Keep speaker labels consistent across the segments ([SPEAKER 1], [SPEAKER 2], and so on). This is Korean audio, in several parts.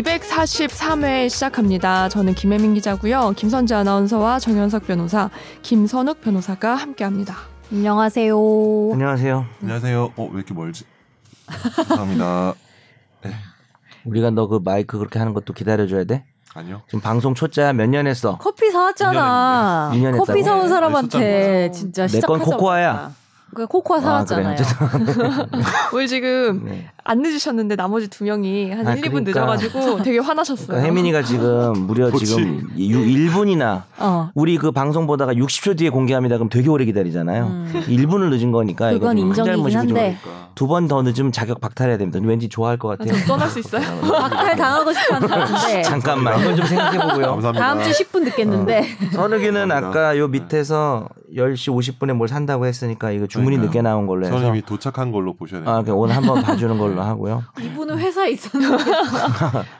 [SPEAKER 1] 243회 시작합니다. 저는 김혜민 기자고요. 김선재 아나운서와 정현석 변호사, 김선욱 변호사가 함께합니다.
[SPEAKER 2] 안녕하세요. 어?
[SPEAKER 3] 안녕하세요.
[SPEAKER 4] 안녕하세요. 어, 왜 이렇게 멀지? 감사합니다.
[SPEAKER 3] 우리가 너 그 마이크 그렇게 하는 것도 기다려줘야 돼?
[SPEAKER 4] 아니요.
[SPEAKER 3] 지금 방송 초짜야 몇 년 했어?
[SPEAKER 2] 커피 사왔잖아.
[SPEAKER 3] 인연했네. 인연했다고? 아,
[SPEAKER 2] 커피 사온
[SPEAKER 4] 네,
[SPEAKER 2] 사람한테 진짜
[SPEAKER 3] 내건
[SPEAKER 2] 시작하자마자.
[SPEAKER 3] 코코아야.
[SPEAKER 2] 그 코코아 사왔잖아요.
[SPEAKER 3] 어쨌든.
[SPEAKER 1] 오늘 지금
[SPEAKER 3] 네.
[SPEAKER 1] 안 늦으셨는데 나머지 두 명이 한
[SPEAKER 3] 아,
[SPEAKER 1] 1, 2분
[SPEAKER 3] 그러니까.
[SPEAKER 1] 늦어가지고 되게 화나셨어요.
[SPEAKER 3] 그러니까 혜민이가 지금 무려
[SPEAKER 4] 그렇지.
[SPEAKER 3] 지금 1분이나
[SPEAKER 2] 어.
[SPEAKER 3] 우리 그 방송 보다가 60초 뒤에 공개합니다. 그럼 되게 오래 기다리잖아요.
[SPEAKER 2] 음.
[SPEAKER 3] 1분을 늦은 거니까 이거
[SPEAKER 2] 그건
[SPEAKER 3] 좀큰
[SPEAKER 2] 인정이긴
[SPEAKER 3] 잘못이고 좀
[SPEAKER 2] 한데
[SPEAKER 4] 그러니까.
[SPEAKER 3] 두번 더 늦으면 자격 박탈해야 됩니다. 왠지 좋아할 것 같아요.
[SPEAKER 1] 좀 떠날 수 있어요?
[SPEAKER 2] 박탈 당하고 싶었는데
[SPEAKER 3] 잠깐만. 이건 좀 생각해보고요.
[SPEAKER 4] 감사합니다.
[SPEAKER 2] 다음 주 10분 늦겠는데
[SPEAKER 3] 선욱이는
[SPEAKER 4] 감사합니다.
[SPEAKER 3] 아까 요
[SPEAKER 4] 네.
[SPEAKER 3] 밑에서 10시 50분에 뭘 산다고 했으니까 이거 주문이
[SPEAKER 4] 그러니까요.
[SPEAKER 3] 늦게 나온 걸로 해서
[SPEAKER 4] 선임이 도착한 걸로 보셔야 돼요.
[SPEAKER 3] 아, 그냥 오늘 한번 봐주는 걸로 하고요.
[SPEAKER 2] 이분은 회사에 있었는데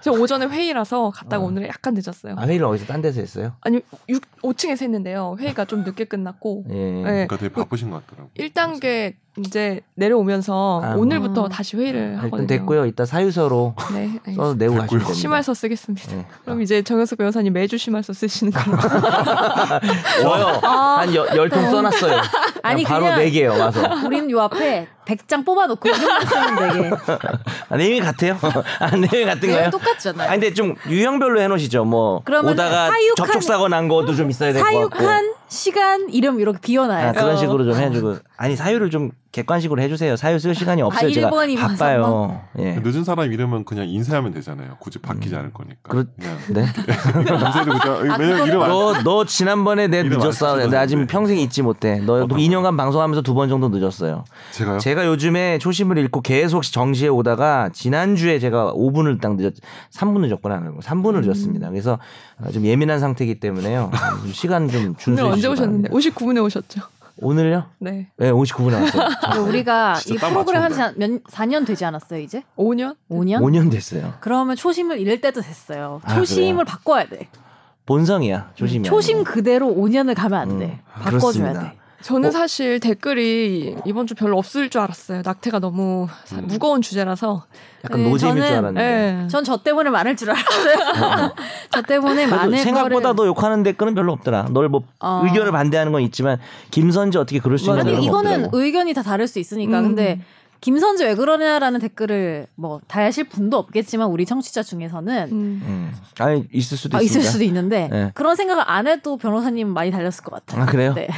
[SPEAKER 1] 저 오전에 회의라서 갔다가 오늘 약간 늦었어요.
[SPEAKER 3] 아, 회의를 어디서 딴 데서 했어요?
[SPEAKER 1] 아니, 6, 5층에서 했는데요. 회의가 좀 늦게 끝났고
[SPEAKER 3] 예.
[SPEAKER 1] 네.
[SPEAKER 4] 그러니까 되게 바쁘신 것 같더라고요.
[SPEAKER 3] 그
[SPEAKER 1] 1단계 이제 내려오면서
[SPEAKER 3] 아,
[SPEAKER 1] 오늘부터
[SPEAKER 2] 음.
[SPEAKER 1] 다시 회의를
[SPEAKER 3] 아,
[SPEAKER 1] 하거든요.
[SPEAKER 3] 일단 됐고요. 이따 사유서로
[SPEAKER 1] 네, 알겠습니다.
[SPEAKER 3] 써서 내고 가시면
[SPEAKER 4] 됐고요.
[SPEAKER 3] 됩니다.
[SPEAKER 1] 심할서 쓰겠습니다.
[SPEAKER 3] 예.
[SPEAKER 1] 그럼 이제 정현석 변호사님 매주 심할서 쓰시는 걸로.
[SPEAKER 3] 저요.
[SPEAKER 2] 아,
[SPEAKER 3] 한 열, 열통 써놨어요.
[SPEAKER 2] 아니,
[SPEAKER 3] 아니, 바로
[SPEAKER 2] 그냥-
[SPEAKER 3] 네 개요, 와서.
[SPEAKER 2] 우린 요 앞에 100장 뽑아놓고 이름만 쓰면 되게
[SPEAKER 3] 아, 내용이 같아요? 아, 내용이
[SPEAKER 2] 내용
[SPEAKER 3] 같은가요?
[SPEAKER 2] 똑같잖아요.
[SPEAKER 3] 아, 근데 좀 유형별로 해놓으시죠. 뭐,
[SPEAKER 2] 네. 그러면
[SPEAKER 3] 오다가
[SPEAKER 2] 사육한-
[SPEAKER 3] 접촉사고 난 것도 좀 있어야 될 것 같고.
[SPEAKER 2] 사육한 시간 이름 이렇게 비워놔요.
[SPEAKER 3] 아, 그런
[SPEAKER 1] 어.
[SPEAKER 3] 식으로 좀 해주고. 아니, 사유를 좀 객관식으로 해주세요. 사유 쓸 시간이 없어요. 제가
[SPEAKER 2] 아, 일본, 이번, 뭐.
[SPEAKER 3] 바빠요. 예.
[SPEAKER 4] 그러니까 늦은 사람 이름은 그냥 인쇄하면 되잖아요. 굳이 바뀌지 않을 거니까.
[SPEAKER 3] 음. 그렇-
[SPEAKER 4] 그냥
[SPEAKER 3] 네. 아, 뭐
[SPEAKER 4] 인쇄도 그냥 왜냐면 이름 안
[SPEAKER 3] 너, 너 지난번에 내
[SPEAKER 4] 이름 안
[SPEAKER 3] 늦었어.
[SPEAKER 4] 쓰셔도
[SPEAKER 3] 나 지금
[SPEAKER 4] 되는데.
[SPEAKER 3] 평생 잊지 못해. 너
[SPEAKER 4] 어떤 거?
[SPEAKER 3] 2년간 방송하면서 두 번 정도 늦었어요.
[SPEAKER 4] 제가요?
[SPEAKER 3] 제가 요즘에 초심을 잃고 계속 정시에 오다가 지난주에 제가 5분을 딱 늦었 3분 늦었구나. 3분을
[SPEAKER 2] 음.
[SPEAKER 3] 늦었습니다. 그래서 좀 예민한 상태이기 때문에요. 좀 시간 좀
[SPEAKER 1] 오늘
[SPEAKER 3] 준수해
[SPEAKER 1] 네, 언제
[SPEAKER 3] 주시기
[SPEAKER 1] 오셨는데?
[SPEAKER 3] 바랍니다.
[SPEAKER 1] 59분에 오셨죠?
[SPEAKER 3] 오늘요?
[SPEAKER 1] 네.
[SPEAKER 3] 네, 59분에 왔어요.
[SPEAKER 2] 근데 우리가 이
[SPEAKER 4] 진짜 딱
[SPEAKER 2] 프로그램 한지
[SPEAKER 4] 맞춘다.
[SPEAKER 2] 몇 4년 되지 않았어요 이제?
[SPEAKER 1] 5년?
[SPEAKER 2] 5년?
[SPEAKER 3] 5년 됐어요.
[SPEAKER 2] 그러면 초심을 잃을 때도 됐어요.
[SPEAKER 3] 아,
[SPEAKER 2] 초심을 바꿔야 돼.
[SPEAKER 3] 본성이야. 조심이.
[SPEAKER 2] 초심
[SPEAKER 3] 아니고.
[SPEAKER 2] 그대로 5년을 가면 안 돼.
[SPEAKER 3] 음,
[SPEAKER 2] 바꿔줘야
[SPEAKER 3] 그렇습니다.
[SPEAKER 2] 돼.
[SPEAKER 1] 저는
[SPEAKER 3] 어?
[SPEAKER 1] 사실 댓글이 이번 주 별로 없을 줄 알았어요. 낙태가 너무 사-
[SPEAKER 4] 음.
[SPEAKER 1] 무거운 주제라서.
[SPEAKER 3] 약간
[SPEAKER 2] 네,
[SPEAKER 3] 노잼일 줄
[SPEAKER 2] 저는-
[SPEAKER 3] 알았는데.
[SPEAKER 1] 예.
[SPEAKER 2] 전 저 때문에 많을 줄 알았어요. 저 때문에
[SPEAKER 3] 그래도
[SPEAKER 2] 많은
[SPEAKER 3] 생각보다
[SPEAKER 2] 거를
[SPEAKER 3] 너 욕하는 댓글은 별로 없더라. 널 뭐
[SPEAKER 2] 어.
[SPEAKER 3] 의견을 반대하는 건 있지만 김선지 어떻게 그럴 수 있는
[SPEAKER 1] 맞아요.
[SPEAKER 2] 아니
[SPEAKER 3] 건
[SPEAKER 2] 이거는
[SPEAKER 3] 없더라고.
[SPEAKER 2] 의견이 다 다를 수 있으니까
[SPEAKER 1] 음.
[SPEAKER 2] 근데 김선지 왜 그러냐라는 댓글을 뭐 다하실 분도 없겠지만 우리 청취자 중에서는
[SPEAKER 1] 음.
[SPEAKER 3] 음. 아니 있을 수도
[SPEAKER 2] 아,
[SPEAKER 3] 있습니다.
[SPEAKER 2] 있을 수도 있는데
[SPEAKER 3] 네.
[SPEAKER 2] 그런 생각을 안 해도 변호사님 많이 달렸을 것 같아요.
[SPEAKER 3] 아 그래요?
[SPEAKER 2] 네.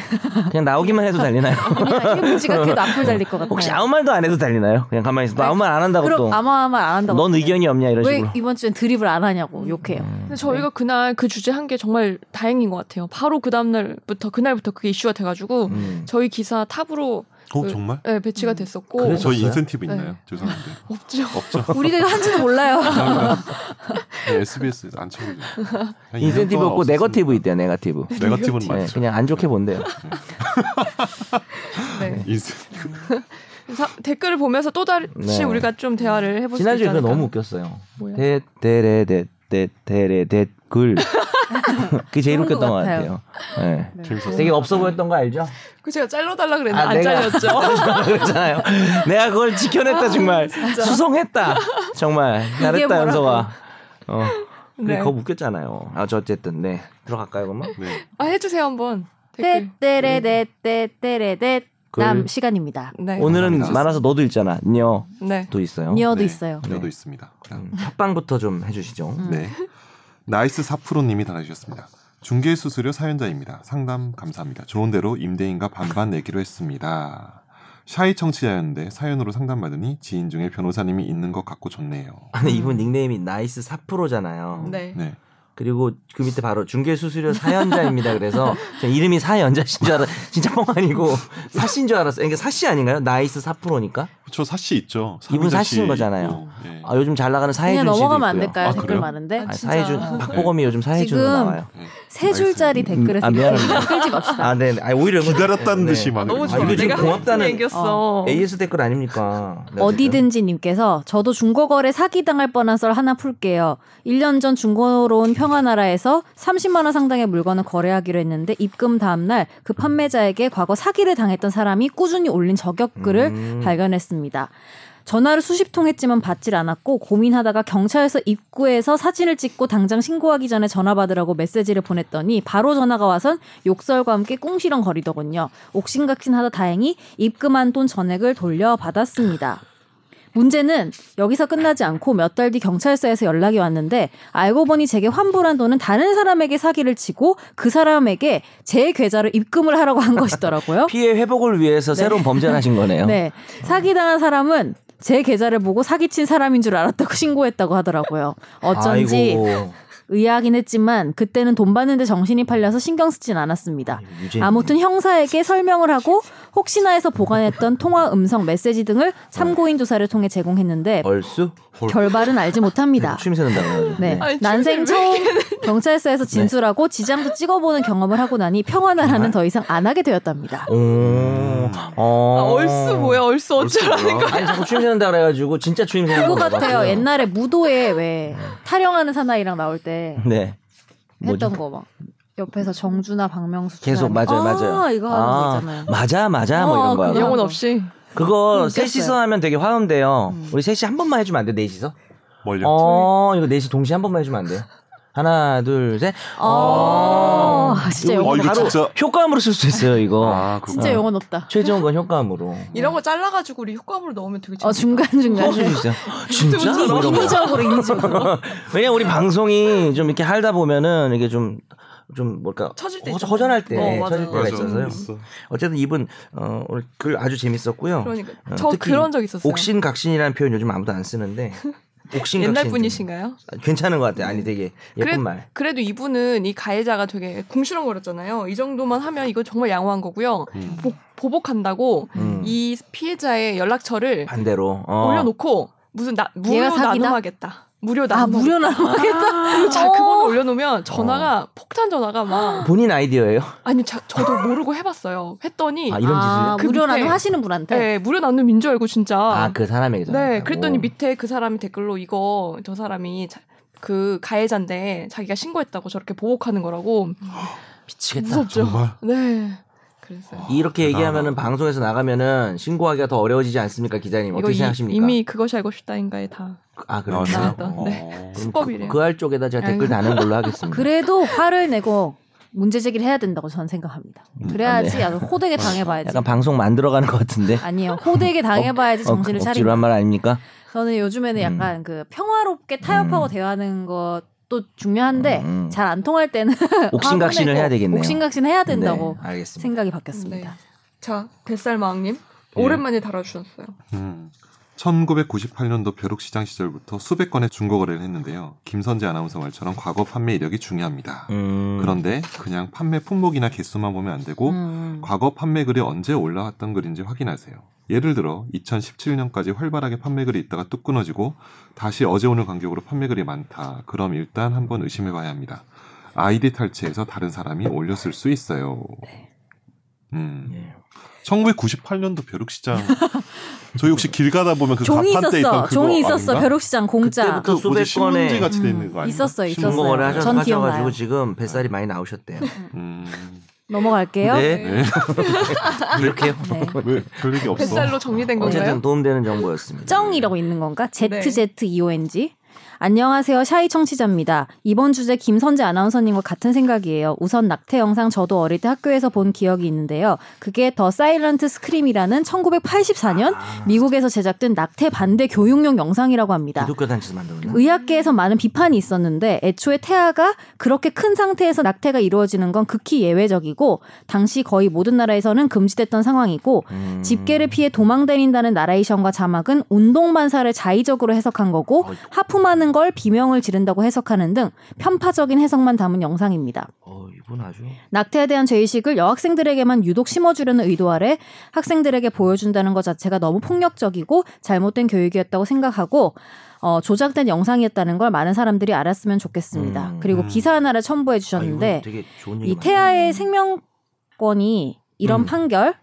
[SPEAKER 3] 그냥 나오기만 해도 달리나요?
[SPEAKER 2] 그냥 일부지가 해도 앞을 달릴 것 같아요.
[SPEAKER 3] 혹시 아무 말도 안 해도 달리나요? 그냥 가만히 있어. 너 아무 말 안 한다고
[SPEAKER 2] 네. 그럼
[SPEAKER 3] 또.
[SPEAKER 2] 아무 말안 한다고.
[SPEAKER 3] 넌 의견이 없냐 이런
[SPEAKER 2] 왜
[SPEAKER 3] 식으로.
[SPEAKER 2] 이번 주엔 드립을 안 하냐고 욕해요.
[SPEAKER 1] 근데 저희가 그날 그 주제 한 게 정말 다행인 것 같아요. 바로 그 다음날부터, 그날부터 그게 이슈가 돼가지고,
[SPEAKER 3] 음.
[SPEAKER 1] 저희 기사 탑으로
[SPEAKER 4] 어, 정말?
[SPEAKER 1] 예, 배치가
[SPEAKER 2] 음.
[SPEAKER 1] 됐었고.
[SPEAKER 3] 그 그래서-
[SPEAKER 4] 저희
[SPEAKER 3] 없었어요?
[SPEAKER 4] 인센티브 있나요?
[SPEAKER 1] 네.
[SPEAKER 4] 죄송한데.
[SPEAKER 1] 없죠.
[SPEAKER 4] 없죠.
[SPEAKER 2] 우리가 이거 한지도 몰라요.
[SPEAKER 4] 네, SBS에서 안 채우죠. 한 2년
[SPEAKER 3] 인센티브
[SPEAKER 4] 동안
[SPEAKER 3] 없고
[SPEAKER 4] 없었습니다.
[SPEAKER 3] 네거티브 있대요. 네거티브.
[SPEAKER 4] 네거티브는
[SPEAKER 3] 네,
[SPEAKER 4] 맞죠.
[SPEAKER 3] 그냥 안 좋게 본대요.
[SPEAKER 2] 아,
[SPEAKER 1] 네.
[SPEAKER 4] 인센티브.
[SPEAKER 1] 사- 댓글을 보면서 또 다시
[SPEAKER 3] 네.
[SPEAKER 1] 우리가 좀 대화를 해볼 수
[SPEAKER 3] 지난주에
[SPEAKER 1] 있지
[SPEAKER 3] 그거
[SPEAKER 1] 않을까.
[SPEAKER 3] 너무 웃겼어요.
[SPEAKER 1] 뭐야?
[SPEAKER 3] 대대레대 대대레 댓글. 그게 제일
[SPEAKER 2] 좋은 것
[SPEAKER 3] 웃겼던 것
[SPEAKER 2] 같아요.
[SPEAKER 3] 같아요. 네.
[SPEAKER 4] 재밌었어요.
[SPEAKER 3] 되게 없어 보였던 거 알죠?
[SPEAKER 1] 그 제가 잘라달라
[SPEAKER 2] 네,
[SPEAKER 1] 그랬는데
[SPEAKER 3] 아,
[SPEAKER 1] 안
[SPEAKER 3] 내가-
[SPEAKER 1] 잘렸죠.
[SPEAKER 3] 그랬잖아요. 내가 그걸 지켜냈다 정말. 수송했다. 정말. 잘했다
[SPEAKER 2] 아, 뭐라고.
[SPEAKER 3] 연서가. 어.
[SPEAKER 1] 네.
[SPEAKER 3] 네. 그거 웃겼잖아요. 아, 저 어쨌든 네. 들어갈까요, 그러면?
[SPEAKER 4] 네.
[SPEAKER 1] 아, 해주세요, 한번. 댓글.
[SPEAKER 2] 네, 떼떼레떼떼레떼 네. 남
[SPEAKER 3] 글.
[SPEAKER 2] 시간입니다.
[SPEAKER 1] 네.
[SPEAKER 3] 오늘은
[SPEAKER 4] 감사합니다.
[SPEAKER 3] 많아서 너도 있잖아. 녀도
[SPEAKER 1] 네.
[SPEAKER 3] 있어요.
[SPEAKER 2] 니어도
[SPEAKER 4] 네.
[SPEAKER 2] 있어요.
[SPEAKER 4] 저도 있습니다.
[SPEAKER 3] 음, 첫방부터 좀 해주시죠.
[SPEAKER 2] 음.
[SPEAKER 4] 네. 나이스 사프로님이 달아주셨습니다. 중개 수수료 사연자입니다. 상담 감사합니다. 좋은 대로 임대인과 반반 내기로 했습니다. 샤이 청취자였는데 사연으로 상담받으니 지인 중에 변호사님이 있는 것 같고 좋네요.
[SPEAKER 3] 아니 이분 닉네임이 나이스
[SPEAKER 2] 음,
[SPEAKER 3] 사프로잖아요.
[SPEAKER 1] 네.
[SPEAKER 4] 네.
[SPEAKER 3] 그리고 그 밑에 바로 중개 수수료 사연자입니다. 그래서 저 이름이 사연자신 줄 알아. 진짜 뻥 아니고 사신 줄 알았어요. 그러니까 사씨 아닌가요? 나이스 사프로니까.
[SPEAKER 4] 저 사씨 있죠.
[SPEAKER 3] 이분
[SPEAKER 4] 사민자
[SPEAKER 3] 사씨인
[SPEAKER 4] 씨
[SPEAKER 3] 거잖아요.
[SPEAKER 4] 있고, 예.
[SPEAKER 3] 아 요즘 잘 나가는 사해준
[SPEAKER 2] 그냥
[SPEAKER 3] 씨도
[SPEAKER 2] 넘어가면 안
[SPEAKER 3] 있고요.
[SPEAKER 2] 될까요?
[SPEAKER 4] 아,
[SPEAKER 2] 댓글
[SPEAKER 4] 그래요?
[SPEAKER 2] 많은데
[SPEAKER 1] 아,
[SPEAKER 3] 아니,
[SPEAKER 1] 진짜.
[SPEAKER 3] 사해준 박보검이 요즘 사해준으로
[SPEAKER 2] 지금
[SPEAKER 3] 나와요.
[SPEAKER 4] 네.
[SPEAKER 2] 세 줄짜리
[SPEAKER 4] 알겠습니다.
[SPEAKER 2] 댓글을
[SPEAKER 3] 아, 미안합니다.
[SPEAKER 2] 끌지 맙시다.
[SPEAKER 3] 아, 네. 아, 오히려 이건-
[SPEAKER 4] 기다렸다는
[SPEAKER 3] 네.
[SPEAKER 4] 듯이 막
[SPEAKER 1] 너무
[SPEAKER 3] 아,
[SPEAKER 1] 좋아.
[SPEAKER 3] 이게 지금
[SPEAKER 1] 내가
[SPEAKER 3] 고맙다는-
[SPEAKER 1] 고맙다는
[SPEAKER 2] 네.
[SPEAKER 1] 얘기였어.
[SPEAKER 3] AS 댓글 아닙니까? 네, 어쨌든.
[SPEAKER 2] 어디든지님께서 저도 중고거래 사기당할 뻔한 썰 하나 풀게요. 1년 전 중고로 온 평화나라에서 30만 원 상당의 물건을 거래하기로 했는데 입금 다음 날 그 판매자에게 과거 사기를 당했던 사람이 꾸준히 올린 저격글을
[SPEAKER 3] 음.
[SPEAKER 2] 발견했습니다. 전화를 수십 통 했지만 받질 않았고 고민하다가 경찰서 입구에서 사진을 찍고 당장 신고하기 전에 전화 받으라고 메시지를 보냈더니 바로 전화가 와선 욕설과 함께 꽁시렁거리더군요. 옥신각신하다 다행히 입금한 돈 전액을 돌려받았습니다. 문제는 여기서 끝나지 않고 몇 달 뒤 경찰서에서 연락이 왔는데 알고 보니 제게 환불한 돈은 다른 사람에게 사기를 치고 그 사람에게 제 계좌로 입금을 하라고 한 것이더라고요.
[SPEAKER 3] 피해 회복을 위해서 새로운 범죄를 하신 거네요.
[SPEAKER 2] 네. 사기당한 사람은 제 계좌를 보고 사기친 사람인 줄 알았다고 신고했다고 하더라고요. 어쩐지
[SPEAKER 3] 아이고,
[SPEAKER 2] 의아하긴 했지만 그때는 돈 받는데 정신이 팔려서 신경 쓰진 않았습니다.
[SPEAKER 3] 유죄인데.
[SPEAKER 2] 아무튼 형사에게 설명을 하고 혹시나 해서 보관했던 통화 음성 메시지 등을 참고인 조사를 통해 제공했는데
[SPEAKER 3] 얼쑤 헐.
[SPEAKER 2] 결말은 알지 못합니다.
[SPEAKER 3] 취임새 는다.
[SPEAKER 2] 네.
[SPEAKER 1] 아니,
[SPEAKER 2] 난생 처음
[SPEAKER 3] 네.
[SPEAKER 2] 경찰서에서 진술하고 지장도 찍어보는 경험을 하고 나니
[SPEAKER 3] 네.
[SPEAKER 2] 평화나라는 더 이상 안 하게
[SPEAKER 3] 어,
[SPEAKER 2] 되었답니다.
[SPEAKER 3] 오, 어.
[SPEAKER 1] 아, 얼쑤 뭐야 얼쑤 어쩌라.
[SPEAKER 3] 아니 자꾸 취임새 는다 그래가지고 진짜 취임새
[SPEAKER 2] 그거 같아요. 옛날에 무도에 왜 타령하는 사나이랑 나올 때
[SPEAKER 3] 네. 뭐죠?
[SPEAKER 2] 했던 거 막 옆에서 정준하 박명수
[SPEAKER 3] 계속
[SPEAKER 2] 막
[SPEAKER 3] 맞아요,
[SPEAKER 2] 아,
[SPEAKER 3] 맞아요.
[SPEAKER 2] 이거 하는 거 있잖아요.
[SPEAKER 3] 맞아, 맞아, 뭐
[SPEAKER 2] 어,
[SPEAKER 3] 이런 거.
[SPEAKER 2] 그거.
[SPEAKER 3] 하고.
[SPEAKER 1] 영혼 없이.
[SPEAKER 3] 그거
[SPEAKER 2] 음, 깼어요.
[SPEAKER 3] 셋이서 하면 되게 화음돼요. 우리 셋이 한 번만 해주면 안 돼, 넷이서?
[SPEAKER 4] 멀려.
[SPEAKER 3] 어, 이거 넷이 동시에 한 번만 해주면 안 돼요. 하나, 둘, 셋.
[SPEAKER 2] 어,
[SPEAKER 3] 어.
[SPEAKER 2] 진짜
[SPEAKER 4] 어,
[SPEAKER 2] 영혼
[SPEAKER 4] 이거
[SPEAKER 2] 없다.
[SPEAKER 4] 진짜.
[SPEAKER 3] 효과음으로 쓸 수 있어요, 이거.
[SPEAKER 4] 아, 그거.
[SPEAKER 2] 진짜 영혼 없다.
[SPEAKER 3] 최종 건 효과음으로.
[SPEAKER 2] 네.
[SPEAKER 1] 이런 거 잘라가지고 우리 효과음으로 넣으면 되게
[SPEAKER 2] 어 중간 중간.
[SPEAKER 3] 쓸수 있어요. 진짜? 뭐 이런 거.
[SPEAKER 2] 인위적으로 인위적으로.
[SPEAKER 3] 왜냐면 우리 방송이 좀 이렇게 할다 보면은 이게 좀, 좀 뭘까.
[SPEAKER 1] 처질 때
[SPEAKER 3] 허,
[SPEAKER 1] 있잖아요.
[SPEAKER 3] 허전할 때.
[SPEAKER 1] 어, 맞아.
[SPEAKER 3] 처질 때가
[SPEAKER 4] 맞아,
[SPEAKER 3] 있어서요.
[SPEAKER 4] 있어.
[SPEAKER 3] 어쨌든 이분, 어, 오늘 글 아주 재밌었고요.
[SPEAKER 1] 그러니까
[SPEAKER 3] 어,
[SPEAKER 1] 저
[SPEAKER 3] 특히
[SPEAKER 1] 그런 적 있었어요.
[SPEAKER 3] 옥신각신이라는 표현 요즘 아무도 안 쓰는데. 옥신각신.
[SPEAKER 1] 옛날 분이신가요?
[SPEAKER 3] 아, 괜찮은 것 같아요. 아니 되게 예쁜
[SPEAKER 1] 그래-
[SPEAKER 3] 말.
[SPEAKER 1] 그래도 이분은 이 가해자가 되게 궁시렁거렸잖아요. 이 정도만 하면 이거 정말 양호한 거고요.
[SPEAKER 4] 음.
[SPEAKER 1] 보, 보복한다고
[SPEAKER 3] 음.
[SPEAKER 1] 이 피해자의 연락처를
[SPEAKER 3] 반대로 어.
[SPEAKER 1] 올려놓고 무슨 나, 무료
[SPEAKER 2] 얘가 사기다?
[SPEAKER 1] 나눔하겠다. 무료
[SPEAKER 2] 아
[SPEAKER 1] 나눔.
[SPEAKER 2] 무료 아, 어. 나가겠다.
[SPEAKER 1] 자 그걸 올려놓으면 전화가
[SPEAKER 3] 어.
[SPEAKER 1] 폭탄 전화가 막
[SPEAKER 3] 본인 아이디어예요.
[SPEAKER 1] 아니 자, 저도 모르고 해봤어요. 했더니
[SPEAKER 3] 아 이런
[SPEAKER 2] 아,
[SPEAKER 3] 짓을.
[SPEAKER 1] 그
[SPEAKER 2] 무료
[SPEAKER 1] 밑에-
[SPEAKER 2] 나눔 하시는 분한테.
[SPEAKER 1] 네, 무료 나눔인 줄 알고 진짜.
[SPEAKER 3] 아그 뭐. 사람에게.
[SPEAKER 1] 네, 그랬더니 밑에 그 사람이 댓글로 이거 저 사람이 자- 그 가해자인데 자기가 신고했다고 저렇게 보복하는 거라고
[SPEAKER 3] 미치겠다.
[SPEAKER 1] 무섭죠.
[SPEAKER 3] 아,
[SPEAKER 4] 정말?
[SPEAKER 1] 네, 그랬어요.
[SPEAKER 3] 이렇게
[SPEAKER 4] 대단하다.
[SPEAKER 3] 얘기하면은 방송에서 나가면은 신고하기가 더 어려워지지 않습니까, 기자님?
[SPEAKER 1] 이거
[SPEAKER 3] 어떻게
[SPEAKER 1] 이-
[SPEAKER 3] 생각하십니까?
[SPEAKER 1] 이미 그것이 알고 싶다인가에 다
[SPEAKER 3] 아 그래요.
[SPEAKER 4] 나왔어요.
[SPEAKER 1] 나왔던,
[SPEAKER 4] 어.
[SPEAKER 1] 수법이래요.
[SPEAKER 3] 그할 쪽에다 제가 댓글
[SPEAKER 1] 아이고.
[SPEAKER 3] 다는 걸로 하겠습니다.
[SPEAKER 2] 그래도 화를 내고 문제 제기를 해야 된다고 저는 생각합니다. 그래야지
[SPEAKER 3] 네.
[SPEAKER 2] 아주 호되게 당해봐야지.
[SPEAKER 3] 약간 방송 만들어가는 것 같은데.
[SPEAKER 2] 아니에요. 호되게 당해봐야지 정신을
[SPEAKER 3] 어,
[SPEAKER 2] 차리고.
[SPEAKER 3] 억지로 한 말 아닙니까?
[SPEAKER 2] 저는 요즘에는
[SPEAKER 3] 음.
[SPEAKER 2] 약간 그 평화롭게 타협하고
[SPEAKER 3] 음.
[SPEAKER 2] 대화하는 것도 중요한데
[SPEAKER 3] 음, 음.
[SPEAKER 2] 잘 안 통할 때는
[SPEAKER 3] 옥신각신을
[SPEAKER 2] 화내고
[SPEAKER 3] 해야 되겠네요.
[SPEAKER 2] 옥신각신 해야 된다고
[SPEAKER 3] 네, 알겠습니다.
[SPEAKER 2] 생각이 바뀌었습니다.
[SPEAKER 1] 네. 자, 뱃살마왕님
[SPEAKER 4] 예.
[SPEAKER 1] 오랜만에 달아주셨어요.
[SPEAKER 4] 음. 1998년도 벼룩시장 시절부터 수백 건의 중고거래를 했는데요. 김선재 아나운서 말처럼 과거 판매 이력이 중요합니다.
[SPEAKER 3] 음.
[SPEAKER 4] 그런데 그냥 판매 품목이나 개수만 보면 안 되고
[SPEAKER 2] 음.
[SPEAKER 4] 과거 판매글이 언제 올라왔던 글인지 확인하세요. 예를 들어 2017년까지 활발하게 판매글이 있다가 뚝 끊어지고 다시 어제 오늘 간격으로 판매글이 많다. 그럼 일단 한번 의심해 봐야 합니다. 아이디 탈취해서 다른 사람이 올렸을 수 있어요. 음.
[SPEAKER 3] 네. 예.
[SPEAKER 4] 1998년도 벼룩시장. 저희 혹시 길 가다 보면 그
[SPEAKER 2] 종이
[SPEAKER 4] 간판대에 있던
[SPEAKER 2] 있었어.
[SPEAKER 4] 그거
[SPEAKER 2] 종이 있었어.
[SPEAKER 4] 아닌가?
[SPEAKER 2] 벼룩시장 공짜.
[SPEAKER 3] 그때부터
[SPEAKER 4] 그 뭐지,
[SPEAKER 3] 수백 건의-
[SPEAKER 4] 신문지 같이 돼 있는
[SPEAKER 2] 음,
[SPEAKER 4] 거 아닌가?
[SPEAKER 2] 있었어요,
[SPEAKER 4] 신문-
[SPEAKER 2] 있었어요.
[SPEAKER 3] 중고거래
[SPEAKER 2] 전
[SPEAKER 3] 하셔가지고
[SPEAKER 2] 기억나요.
[SPEAKER 3] 지금 뱃살이 많이 나오셨대요.
[SPEAKER 4] 음.
[SPEAKER 2] 넘어갈게요.
[SPEAKER 3] 네.
[SPEAKER 4] 네.
[SPEAKER 3] 이렇게요.
[SPEAKER 2] 네.
[SPEAKER 4] 왜별 얘기 없어?
[SPEAKER 1] 뱃살로 정리된 건가요?
[SPEAKER 3] 어쨌든 도움되는 정보였습니다.
[SPEAKER 2] 정이라고 있는 건가? E
[SPEAKER 1] 네.
[SPEAKER 2] ZZEONG. 안녕하세요. 샤이 청취자입니다. 이번 주제 김선재 아나운서님과 같은 생각이에요. 우선 낙태 영상 저도 어릴 때 학교에서 본 기억이 있는데요. 그게 더 사일런트 스크림이라는
[SPEAKER 3] 네.
[SPEAKER 2] 1984년
[SPEAKER 3] 아,
[SPEAKER 2] 미국에서 제작된 낙태 반대 교육용 영상이라고 합니다.
[SPEAKER 3] 기독교 단체에서 만들었나?
[SPEAKER 2] 의학계에서 많은 비판이 있었는데 애초에 태아가 그렇게 큰 상태에서 낙태가 이루어지는 건 극히 예외적이고 당시 거의 모든 나라에서는 금지됐던 상황이고
[SPEAKER 3] 음.
[SPEAKER 2] 집게를 피해 도망다닌다는 나레이션과 자막은 운동만사를 자의적으로 해석한 거고
[SPEAKER 3] 어이.
[SPEAKER 2] 하품하는 걸 비명을 지른다고 해석하는 등 편파적인 해석만 담은 영상입니다.
[SPEAKER 3] 어, 이분 아주.
[SPEAKER 2] 낙태에 대한 죄의식을 여학생들에게만 유독 심어주려는 의도 아래 학생들에게 보여준다는 것 자체가 너무 폭력적이고 잘못된 교육이었다고 생각하고 어, 조작된 영상이었다는 걸 많은 사람들이 알았으면 좋겠습니다.
[SPEAKER 3] 음.
[SPEAKER 2] 그리고 기사 하나를 첨부해
[SPEAKER 3] 아,
[SPEAKER 2] 주셨는데
[SPEAKER 3] 이분 되게 좋은 얘기
[SPEAKER 2] 이
[SPEAKER 3] 많이
[SPEAKER 2] 태아의 생명권이 이런
[SPEAKER 3] 음.
[SPEAKER 2] 판결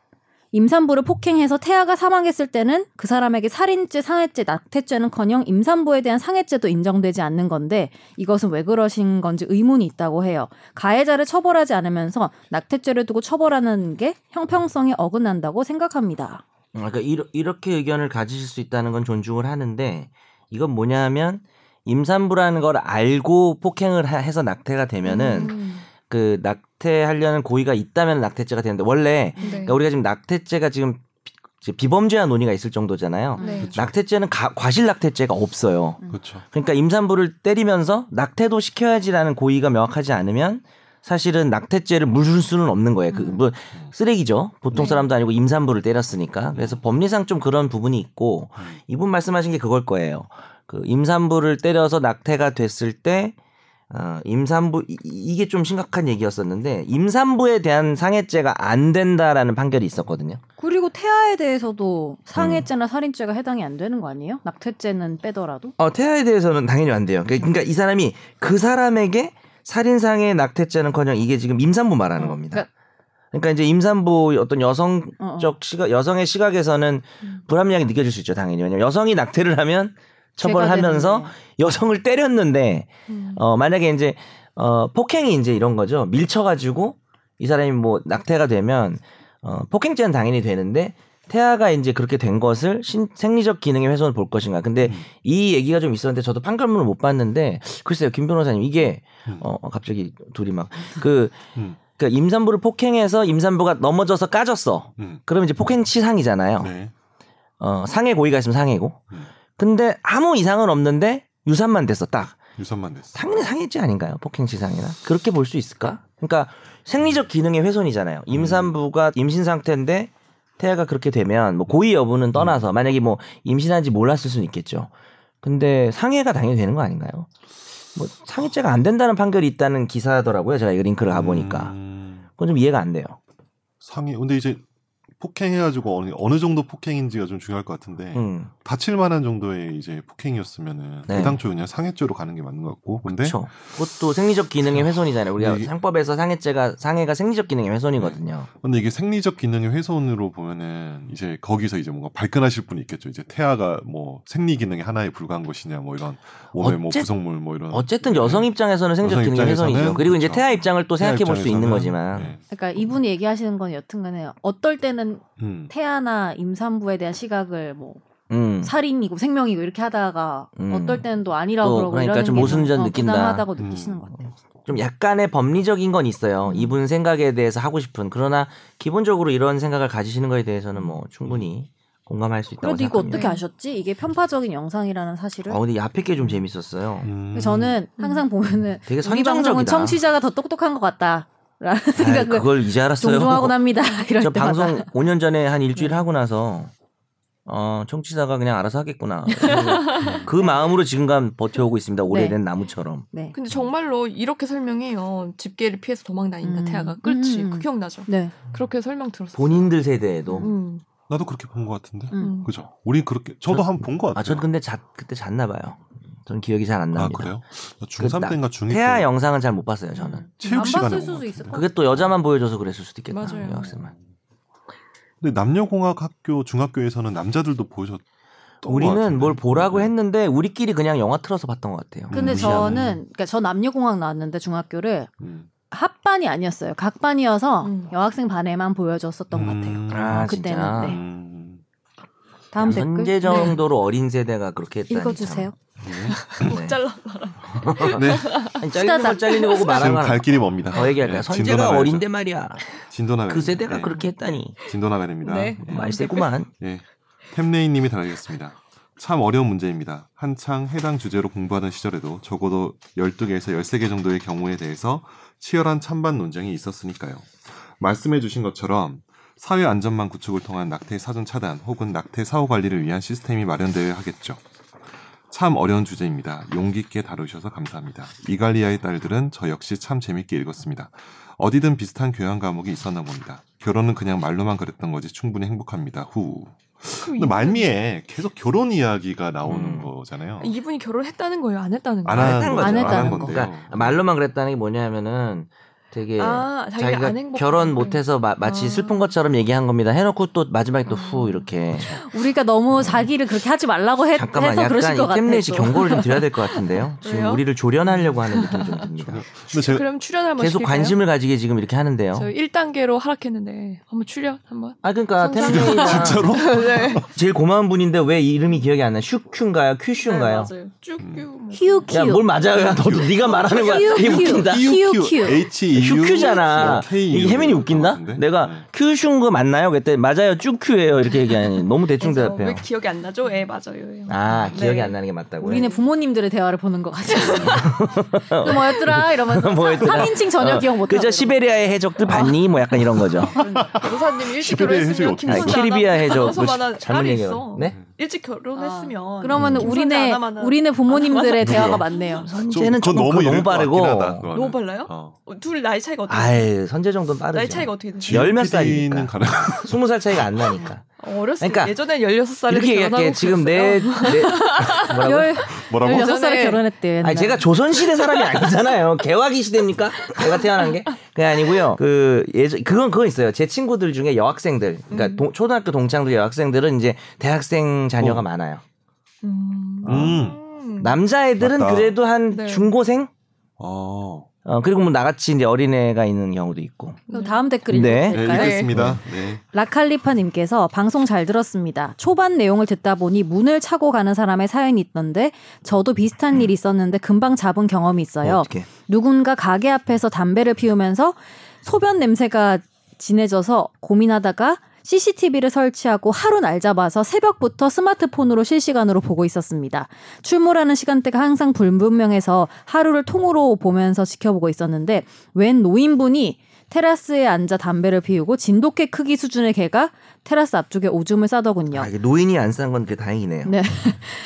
[SPEAKER 2] 임산부를 폭행해서 태아가 사망했을 때는 그 사람에게 살인죄, 상해죄, 낙태죄는커녕 임산부에 대한 상해죄도 인정되지 않는 건데 이것은 왜 그러신 건지 의문이 있다고 해요. 가해자를 처벌하지 않으면서 낙태죄를 두고 처벌하는 게 형평성에 어긋난다고 생각합니다.
[SPEAKER 3] 그러니까 이러- 이렇게 의견을 가지실 수 있다는 건 존중을 하는데 이건 뭐냐면 임산부라는 걸 알고 폭행을 하- 해서 낙태가 되면은
[SPEAKER 1] 음,
[SPEAKER 3] 그 낙태하려는 고의가 있다면 낙태죄가 되는데 원래
[SPEAKER 1] 네.
[SPEAKER 3] 그러니까 우리가 지금 낙태죄가 지금 비- 지금 비범죄화 논의가 있을 정도잖아요.
[SPEAKER 1] 네.
[SPEAKER 4] 그렇죠.
[SPEAKER 3] 낙태죄는 가- 과실 낙태죄가 없어요.
[SPEAKER 4] 그렇죠.
[SPEAKER 3] 그러니까 임산부를 때리면서 낙태도 시켜야지라는 고의가 명확하지 않으면 사실은 낙태죄를 물을 수는 없는 거예요. 그, 뭐, 쓰레기죠. 보통
[SPEAKER 1] 네.
[SPEAKER 3] 사람도 아니고 임산부를 때렸으니까. 그래서 법리상 좀 그런 부분이 있고,
[SPEAKER 4] 음.
[SPEAKER 3] 이분 말씀하신 게 그걸 거예요. 그 임산부를 때려서 낙태가 됐을 때, 어, 임산부, 이- 이- 이게 좀 심각한 얘기였었는데, 임산부에 대한 상해죄가 안 된다라는 판결이 있었거든요.
[SPEAKER 2] 그리고 태아에 대해서도
[SPEAKER 3] 음.
[SPEAKER 2] 상해죄나 살인죄가 해당이 안 되는 거 아니에요? 낙태죄는 빼더라도?
[SPEAKER 3] 어, 태아에 대해서는 당연히 안 돼요. 그러니까 이 사람이 그 사람에게 살인상해 낙태죄는커녕 이게 지금 임산부 말하는
[SPEAKER 2] 어,
[SPEAKER 3] 겁니다.
[SPEAKER 2] 그러니까-
[SPEAKER 3] 그러니까 이제 임산부 어떤 여성적
[SPEAKER 2] 어, 음. 어.
[SPEAKER 3] 시각 여성의 시각에서는 불합리하게 느껴질 수 있죠, 당연히. 왜냐면 여성이 낙태를 하면 처벌을
[SPEAKER 2] 죄가
[SPEAKER 3] 하면서
[SPEAKER 2] 되는데.
[SPEAKER 3] 여성을 때렸는데
[SPEAKER 1] 음.
[SPEAKER 3] 어 만약에 이제 어 폭행이 이제 이런 거죠. 밀쳐 가지고 이 사람이 뭐 낙태가 되면 어 폭행죄는 당연히 되는데 태아가 이제 그렇게 된 것을 신, 생리적 기능의 훼손을 볼 것인가. 근데
[SPEAKER 4] 음.
[SPEAKER 3] 이 얘기가 좀 있었는데 저도 판결문을 못 봤는데 글쎄요 김 변호사님 이게
[SPEAKER 4] 음.
[SPEAKER 3] 어 어, 갑자기 둘이 막그
[SPEAKER 4] 음.
[SPEAKER 3] 그 임산부를 폭행해서 임산부가 넘어져서 까졌어.
[SPEAKER 4] 음.
[SPEAKER 3] 그러면 이제 폭행치상이잖아요.
[SPEAKER 4] 네.
[SPEAKER 3] 어 상해 고의가 있으면 상해고.
[SPEAKER 4] 음.
[SPEAKER 3] 근데 아무 이상은 없는데 유산만 됐어 딱.
[SPEAKER 4] 유산만 됐어.
[SPEAKER 3] 당연히 상해죄 아닌가요? 폭행치상이나 그렇게 볼 수 있을까? 그러니까 생리적 기능의 훼손이잖아요. 임산부가 임신 상태인데 태아가 그렇게 되면 뭐 고의 여부는 떠나서 만약에 뭐 임신한지 몰랐을 수는 있겠죠. 근데 상해가 당연히 되는 거 아닌가요? 뭐 상해죄가 안 된다는 판결이 있다는 기사더라고요. 제가 이 링크를 가 보니까
[SPEAKER 4] 음.
[SPEAKER 3] 그건 좀 이해가 안 돼요.
[SPEAKER 4] 상해. 근데 이제 폭행해가지고 어느, 어느 정도 폭행인지가 좀 중요할 것 같은데
[SPEAKER 3] 음,
[SPEAKER 4] 다칠 만한 정도의 이제 폭행이었으면은
[SPEAKER 3] 네.
[SPEAKER 4] 그 당초 그냥 상해죄로 가는 게 맞는 것 같고 근데
[SPEAKER 3] 그렇죠. 그것도 생리적 기능의 훼손이잖아요. 우리가
[SPEAKER 4] 이게-
[SPEAKER 3] 상법에서 상해죄가 상해가 생리적 기능의 훼손이거든요.
[SPEAKER 4] 근데 이게 생리적 기능의 훼손으로 보면은 이제 거기서 이제 뭔가 발끈하실 분이 있겠죠. 이제 태아가 뭐 생리 기능의 하나에 불과한 것이냐 뭐 이런 몸의 뭐
[SPEAKER 3] 어째-
[SPEAKER 4] 구성물 뭐 이런
[SPEAKER 3] 어쨌든 여성 입장에서는 생적
[SPEAKER 4] 여성
[SPEAKER 3] 기능의
[SPEAKER 4] 입장에서는
[SPEAKER 3] 훼손이죠. 그리고 이제
[SPEAKER 4] 그렇죠.
[SPEAKER 3] 태아 입장을 또
[SPEAKER 4] 태아
[SPEAKER 3] 생각해 볼 수 있는
[SPEAKER 4] 입장에서는,
[SPEAKER 3] 거지만.
[SPEAKER 4] 예.
[SPEAKER 2] 그러니까 이분이 얘기하시는 건 여튼간에 어떨 때는
[SPEAKER 4] 음.
[SPEAKER 2] 태아나 임산부에 대한 시각을 뭐
[SPEAKER 3] 음.
[SPEAKER 2] 살인이고 생명이고 이렇게 하다가
[SPEAKER 3] 음.
[SPEAKER 2] 어떨 때는 또 아니라고
[SPEAKER 3] 또
[SPEAKER 2] 그러고
[SPEAKER 3] 그러니까
[SPEAKER 2] 이러는
[SPEAKER 3] 좀
[SPEAKER 2] 게
[SPEAKER 3] 모순전
[SPEAKER 2] 어,
[SPEAKER 3] 느낀다.
[SPEAKER 2] 부당하다고
[SPEAKER 4] 음.
[SPEAKER 2] 느끼시는 것 같아요.
[SPEAKER 3] 좀 약간의 법리적인 건 있어요. 이분 생각에 대해서 하고 싶은. 그러나 기본적으로 이런 생각을 가지시는 거에 대해서는 뭐 충분히 공감할 수 있다고
[SPEAKER 2] 그래도 이거
[SPEAKER 3] 생각합니다.
[SPEAKER 2] 어떻게 아셨지? 이게 편파적인 영상이라는 사실을.
[SPEAKER 3] 어, 근데 이 앞에 게 좀 재밌었어요.
[SPEAKER 4] 음.
[SPEAKER 2] 저는
[SPEAKER 1] 음.
[SPEAKER 2] 항상 보면은
[SPEAKER 3] 되게
[SPEAKER 2] 우리 방송은
[SPEAKER 3] 선정적이다.
[SPEAKER 2] 청취자가 더 똑똑한 것 같다. 라는
[SPEAKER 3] 아,
[SPEAKER 2] 생각을
[SPEAKER 3] 그걸 이제 알았어요.
[SPEAKER 2] 종종 하곤 합니다. 이럴
[SPEAKER 3] 저
[SPEAKER 2] 때마다. 네.
[SPEAKER 3] 방송 5년 전에 한 일주일 하고 나서 어, 청취자가 그냥 알아서 하겠구나. 그래서 그 마음으로 지금감 버텨오고 있습니다. 오래된 나무처럼.
[SPEAKER 2] 네.
[SPEAKER 1] 근데 정말로 이렇게 설명해요. 집게를 피해서 도망다닌다.
[SPEAKER 2] 음.
[SPEAKER 1] 태아가. 그렇지.
[SPEAKER 2] 음.
[SPEAKER 1] 그 기억나죠.
[SPEAKER 2] 네.
[SPEAKER 1] 그렇게 설명 들었어요.
[SPEAKER 3] 본인들 세대에도
[SPEAKER 1] 음.
[SPEAKER 4] 나도 그렇게 본 것 같은데.
[SPEAKER 2] 음.
[SPEAKER 4] 그죠? 우린 그렇게 저도
[SPEAKER 3] 저-
[SPEAKER 4] 한 번 본 것 같아요.
[SPEAKER 3] 아, 전 근데 자, 그때 잤나 봐요. 전 기억이 잘 안
[SPEAKER 4] 아,
[SPEAKER 3] 납니다.
[SPEAKER 4] 그래요? 중삼
[SPEAKER 3] 나-
[SPEAKER 4] 때인가 중2 때
[SPEAKER 3] 태아 영상은 잘 못
[SPEAKER 2] 네,
[SPEAKER 3] 봤어요, 저는.
[SPEAKER 4] 체육
[SPEAKER 2] 안
[SPEAKER 4] 시간에
[SPEAKER 2] 봤을
[SPEAKER 4] 본것
[SPEAKER 2] 수도 있을
[SPEAKER 4] 같은데.
[SPEAKER 2] 것
[SPEAKER 3] 그게 또 여자만 보여줘서 그랬을 수도 있겠다.
[SPEAKER 1] 맞아요.
[SPEAKER 3] 여학생만.
[SPEAKER 4] 근데 남녀공학 학교 중학교에서는 남자들도 보여줬던 것
[SPEAKER 3] 우리는
[SPEAKER 4] 뭐 같은데.
[SPEAKER 3] 뭘 보라고
[SPEAKER 4] 음.
[SPEAKER 3] 했는데 우리끼리 그냥 영화 틀어서 봤던 것 같아요.
[SPEAKER 2] 근데
[SPEAKER 4] 음.
[SPEAKER 2] 저는 그러니까 저 남녀공학 나왔는데 중학교를
[SPEAKER 4] 음.
[SPEAKER 2] 합반이 아니었어요. 각반이어서
[SPEAKER 1] 음.
[SPEAKER 2] 여학생 반에만 보여줬었던 것 같아요.
[SPEAKER 4] 음.
[SPEAKER 3] 아,
[SPEAKER 2] 그때는,
[SPEAKER 3] 진짜.
[SPEAKER 2] 네.
[SPEAKER 4] 음.
[SPEAKER 2] 다음 댓글
[SPEAKER 3] 현재 정도로 어린 세대가 그렇게 했다니
[SPEAKER 2] 읽어주세요.
[SPEAKER 3] 참.
[SPEAKER 1] 목
[SPEAKER 3] 네.
[SPEAKER 1] 잘라.
[SPEAKER 4] 네.
[SPEAKER 3] 아니, 잘리는 거
[SPEAKER 2] 수다다.
[SPEAKER 3] 잘리는 거고 말하는
[SPEAKER 4] 지금
[SPEAKER 3] 거
[SPEAKER 4] 갈 길이 멉니다.
[SPEAKER 3] 더 얘기할까요?
[SPEAKER 4] 네, 진도
[SPEAKER 3] 선재가
[SPEAKER 4] 나가야죠.
[SPEAKER 3] 어린데 말이야.
[SPEAKER 4] 진도 나가.
[SPEAKER 3] 그 세대가 그렇게 했다니.
[SPEAKER 4] 네, 진도 나가야 됩니다.
[SPEAKER 1] 네.
[SPEAKER 4] 예.
[SPEAKER 3] 많이 세구만.
[SPEAKER 4] 예. 템레인님이 달아주셨습니다. 참 어려운 문제입니다. 한창 해당 주제로 공부하던 시절에도 적어도 12개에서 13개 정도의 경우에 대해서 치열한 찬반 논쟁이 있었으니까요. 말씀해주신 것처럼 사회 안전망 구축을 통한 낙태 사전 차단 혹은 낙태 사후 관리를 위한 시스템이 마련되어야 하겠죠. 참 어려운 주제입니다. 용기 있게 다루셔서 감사합니다. 이갈리아의 딸들은 저 역시 참 재밌게 읽었습니다. 어디든 비슷한 교양 과목이 있었나 봅니다. 결혼은 그냥 말로만 그랬던 거지 충분히 행복합니다. 후. 근데 말미에 계속 결혼 이야기가 나오는
[SPEAKER 3] 음.
[SPEAKER 4] 거잖아요.
[SPEAKER 1] 이분이 결혼했다는 거예요? 안 했다는 거예요?
[SPEAKER 4] 아, 안 하는
[SPEAKER 3] 안
[SPEAKER 4] 거죠.
[SPEAKER 2] 했다는
[SPEAKER 4] 안 한
[SPEAKER 2] 거죠.
[SPEAKER 4] 건데요.
[SPEAKER 3] 그러니까 말로만 그랬다는 게 뭐냐면은 되게
[SPEAKER 1] 아, 자기가
[SPEAKER 3] 자기가,
[SPEAKER 1] 안 행복한
[SPEAKER 3] 결혼
[SPEAKER 1] 거를.
[SPEAKER 3] 못해서 마, 마치
[SPEAKER 1] 아.
[SPEAKER 3] 슬픈 것처럼 얘기한 겁니다. 해놓고 또 마지막에 또 후 이렇게
[SPEAKER 2] 우리가 너무 자기를 그렇게 하지 말라고 해,
[SPEAKER 3] 음. 잠깐만
[SPEAKER 2] 서 그러신
[SPEAKER 3] 약간
[SPEAKER 2] 것
[SPEAKER 3] 이
[SPEAKER 2] 같아요.
[SPEAKER 3] 템넷이
[SPEAKER 2] 또.
[SPEAKER 3] 경고를 좀 드려야 될 것 같은데요. 지금
[SPEAKER 1] 왜요?
[SPEAKER 3] 우리를 조련하려고 하는 느낌이 좀 듭니다.
[SPEAKER 4] 근데 제가
[SPEAKER 1] 그럼 출연 한번
[SPEAKER 3] 계속
[SPEAKER 1] 시킬까요?
[SPEAKER 3] 관심을 가지게 지금 이렇게 하는데요.
[SPEAKER 1] 저 1단계로 하락했는데 한번 출연 한번.
[SPEAKER 3] 아 그러니까
[SPEAKER 1] 성장-
[SPEAKER 3] 템넷이랑
[SPEAKER 4] 진짜로
[SPEAKER 1] 네.
[SPEAKER 3] 제일 고마운 분인데 왜 이름이 기억이 안 나요? 슈큐인가요? 큐슈인가요?
[SPEAKER 1] 네, 맞아요. 쭉
[SPEAKER 4] 음.
[SPEAKER 1] 큐. 뭐.
[SPEAKER 2] 휴
[SPEAKER 3] 야,
[SPEAKER 2] 큐.
[SPEAKER 3] 뭘 맞아요? 야, 너도 네가 말하는 거야.
[SPEAKER 2] 휴,
[SPEAKER 3] 이게
[SPEAKER 2] 휴.
[SPEAKER 3] 웃긴다.
[SPEAKER 2] 휴큐.
[SPEAKER 4] H E U
[SPEAKER 3] 휴큐잖아. 이게 혜민이 웃긴다?
[SPEAKER 2] 네.
[SPEAKER 4] 네.
[SPEAKER 3] 내가 큐슈인 거 맞나요? 그때 맞아요. 쭈큐예요. 이렇게 얘기하니 너무 대충
[SPEAKER 1] 그래서
[SPEAKER 3] 대답해요.
[SPEAKER 1] 왜 기억이 안 나죠? 예, 맞아요. 예.
[SPEAKER 3] 아 기억이
[SPEAKER 1] 네.
[SPEAKER 3] 안 나는 게 맞다고요?
[SPEAKER 2] 우리네 부모님들의 대화를 보는 것 같아요. 그 뭐였더라 이러면서
[SPEAKER 3] 뭐였더라? 어.
[SPEAKER 2] 3인칭 전혀 기억 못하고
[SPEAKER 3] 그저 시베리아의 해적들 봤니? 뭐 약간 이런 거죠.
[SPEAKER 1] 노사님 일찍
[SPEAKER 4] 시베리아 해적이
[SPEAKER 1] 결혼했으면
[SPEAKER 4] 어떻게
[SPEAKER 3] 아니,
[SPEAKER 1] 김선재
[SPEAKER 3] 캐리비아 해적 뭐
[SPEAKER 1] 아나운서만한
[SPEAKER 3] 잘못
[SPEAKER 1] 딸이
[SPEAKER 3] 얘기해요.
[SPEAKER 1] 있어. 음.
[SPEAKER 3] 네?
[SPEAKER 1] 일찍 결혼했으면
[SPEAKER 2] 그러면
[SPEAKER 3] 음.
[SPEAKER 1] 김선재
[SPEAKER 2] 우리네
[SPEAKER 1] 아나만한-
[SPEAKER 2] 우리네 부모님들의 대화가 맞네요.
[SPEAKER 3] 쟤는 조금 그거 너무 빠르고. 뭐
[SPEAKER 1] 너무 빨라요? 어, 둘 나이 차이가 어떻게? 돼요?
[SPEAKER 3] 음. 아유 선재 정도는 빠르죠.
[SPEAKER 1] 나이 차이가 어떻게 되죠?
[SPEAKER 3] 열- 열몇 살이니까.
[SPEAKER 4] 가능.
[SPEAKER 3] 스무 살 차이가 안 나니까.
[SPEAKER 1] 어렸을 때
[SPEAKER 3] 그러니까
[SPEAKER 1] 예전엔 16살에
[SPEAKER 3] 이렇게 얘기할게. 지금 내, 내 뭐라고?
[SPEAKER 2] 열
[SPEAKER 4] 뭐라고?
[SPEAKER 1] 열려.
[SPEAKER 2] 16살에 결혼했대요. 옛날에.
[SPEAKER 3] 아니 제가 조선시대 사람이 아니잖아요. 개화기 시대입니까? 제가 태어난 게 그게 아니고요. 그 예전 그건 그거 있어요. 제 친구들 중에 여학생들, 그러니까
[SPEAKER 1] 음.
[SPEAKER 3] 동- 초등학교 동창들 여학생들은 이제 대학생 자녀가
[SPEAKER 4] 어.
[SPEAKER 3] 많아요.
[SPEAKER 1] 음.
[SPEAKER 4] 음.
[SPEAKER 3] 남자애들은
[SPEAKER 4] 맞다.
[SPEAKER 3] 그래도 한
[SPEAKER 1] 네.
[SPEAKER 3] 중고생,
[SPEAKER 4] 어.
[SPEAKER 3] 어, 그리고 뭐 나같이 이제 어린애가 있는 경우도 있고. 뭐
[SPEAKER 2] 그럼 다음 댓글 읽어도
[SPEAKER 3] 네.
[SPEAKER 4] 네,
[SPEAKER 2] 될까요?
[SPEAKER 4] 읽겠습니다. 네.
[SPEAKER 2] 라칼리파님께서 방송 잘 들었습니다. 초반 내용을 듣다 보니 문을 차고 가는 사람의 사연이 있던데 저도 비슷한 일이 있었는데 금방 잡은 경험이 있어요.
[SPEAKER 3] 어떻게?
[SPEAKER 2] 누군가 가게 앞에서 담배를 피우면서 소변 냄새가 진해져서 고민하다가 CCTV를 설치하고 하루 날 잡아서 새벽부터 스마트폰으로 실시간으로 보고 있었습니다. 출몰하는 시간대가 항상 불분명해서 하루를 통으로 보면서 지켜보고 있었는데 웬 노인분이 테라스에 앉아 담배를 피우고 진돗개 크기 수준의 개가 테라스 앞쪽에 오줌을 싸더군요.
[SPEAKER 3] 아, 이게 노인이 안 싼 건 그게 다행이네요.
[SPEAKER 2] 네.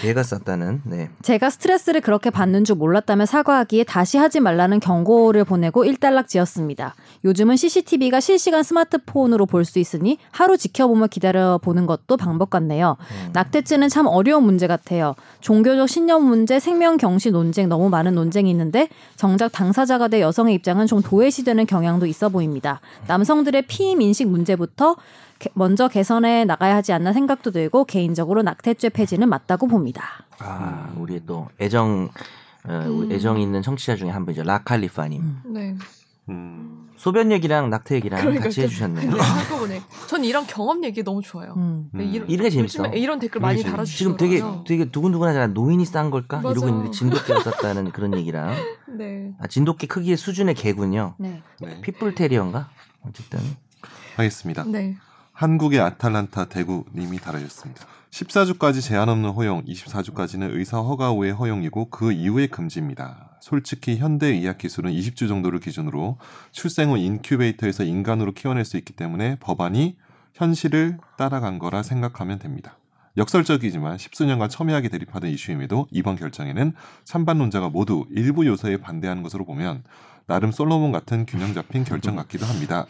[SPEAKER 3] 걔가 쌌다는. 네.
[SPEAKER 2] 제가 스트레스를 그렇게 받는 줄 몰랐다며 사과하기에 다시 하지 말라는 경고를 보내고 일단락 지었습니다. 요즘은 CCTV가 실시간 스마트폰으로 볼 수 있으니 하루 지켜보며 기다려보는 것도 방법 같네요. 낙태죄는 참 어려운 문제 같아요. 종교적 신념 문제, 생명 경시 논쟁 너무 많은 논쟁이 있는데 정작 당사자가 돼 여성의 입장은 좀 도외시되는 경향도 있어 보입니다. 남성들의 피임 인식 문제부터 개- 먼저 개선해 나가야 하지 않나 생각도 들고 개인적으로 낙태죄 폐지는 맞다고 봅니다.
[SPEAKER 3] 아,
[SPEAKER 1] 음.
[SPEAKER 3] 우리 또 애정 어, 우리 애정 있는 청취자 중에 한 분이죠. 라칼리파님.
[SPEAKER 1] 네.
[SPEAKER 4] 음.
[SPEAKER 3] 소변 얘기랑 낙태 얘기랑
[SPEAKER 1] 그러니까
[SPEAKER 3] 아, 같이
[SPEAKER 1] 좀-
[SPEAKER 3] 해주셨네요.
[SPEAKER 1] 네, 한꺼번에. 전 이런 경험 얘기 너무 좋아요.
[SPEAKER 2] 음.
[SPEAKER 1] 네,
[SPEAKER 4] 음.
[SPEAKER 3] 이런 게 재밌어.
[SPEAKER 1] 요즘에 이런 댓글 많이
[SPEAKER 4] 재밌어.
[SPEAKER 1] 그 달아주시더라고요.
[SPEAKER 3] 지금 되게 되게 두근두근하잖아. 노인이 싼 걸까?
[SPEAKER 1] 맞아.
[SPEAKER 3] 이러고 있는데 진돗개가 쌌다는 그런 얘기랑
[SPEAKER 1] 네.
[SPEAKER 3] 아, 진돗개 크기의 수준의 개군요.
[SPEAKER 2] 네.
[SPEAKER 4] 네.
[SPEAKER 3] 핏불 테리어인가? 어쨌든
[SPEAKER 4] 하겠습니다.
[SPEAKER 1] 네.
[SPEAKER 4] 한국의 아탈란타 대구님이 달아주셨습니다. 14주까지 제한 없는 허용, 24주까지는 의사 허가 후의 허용이고 그 이후의 금지입니다. 솔직히 현대 의학 기술은 20주 정도를 기준으로 출생 후 인큐베이터에서 인간으로 키워낼 수 있기 때문에 법안이 현실을 따라간 거라 생각하면 됩니다. 역설적이지만 십수년간 첨예하게 대립하던 이슈임에도 이번 결정에는 찬반론자가 모두 일부 요소에 반대하는 것으로 보면 나름 솔로몬 같은 균형 잡힌 결정 같기도 합니다.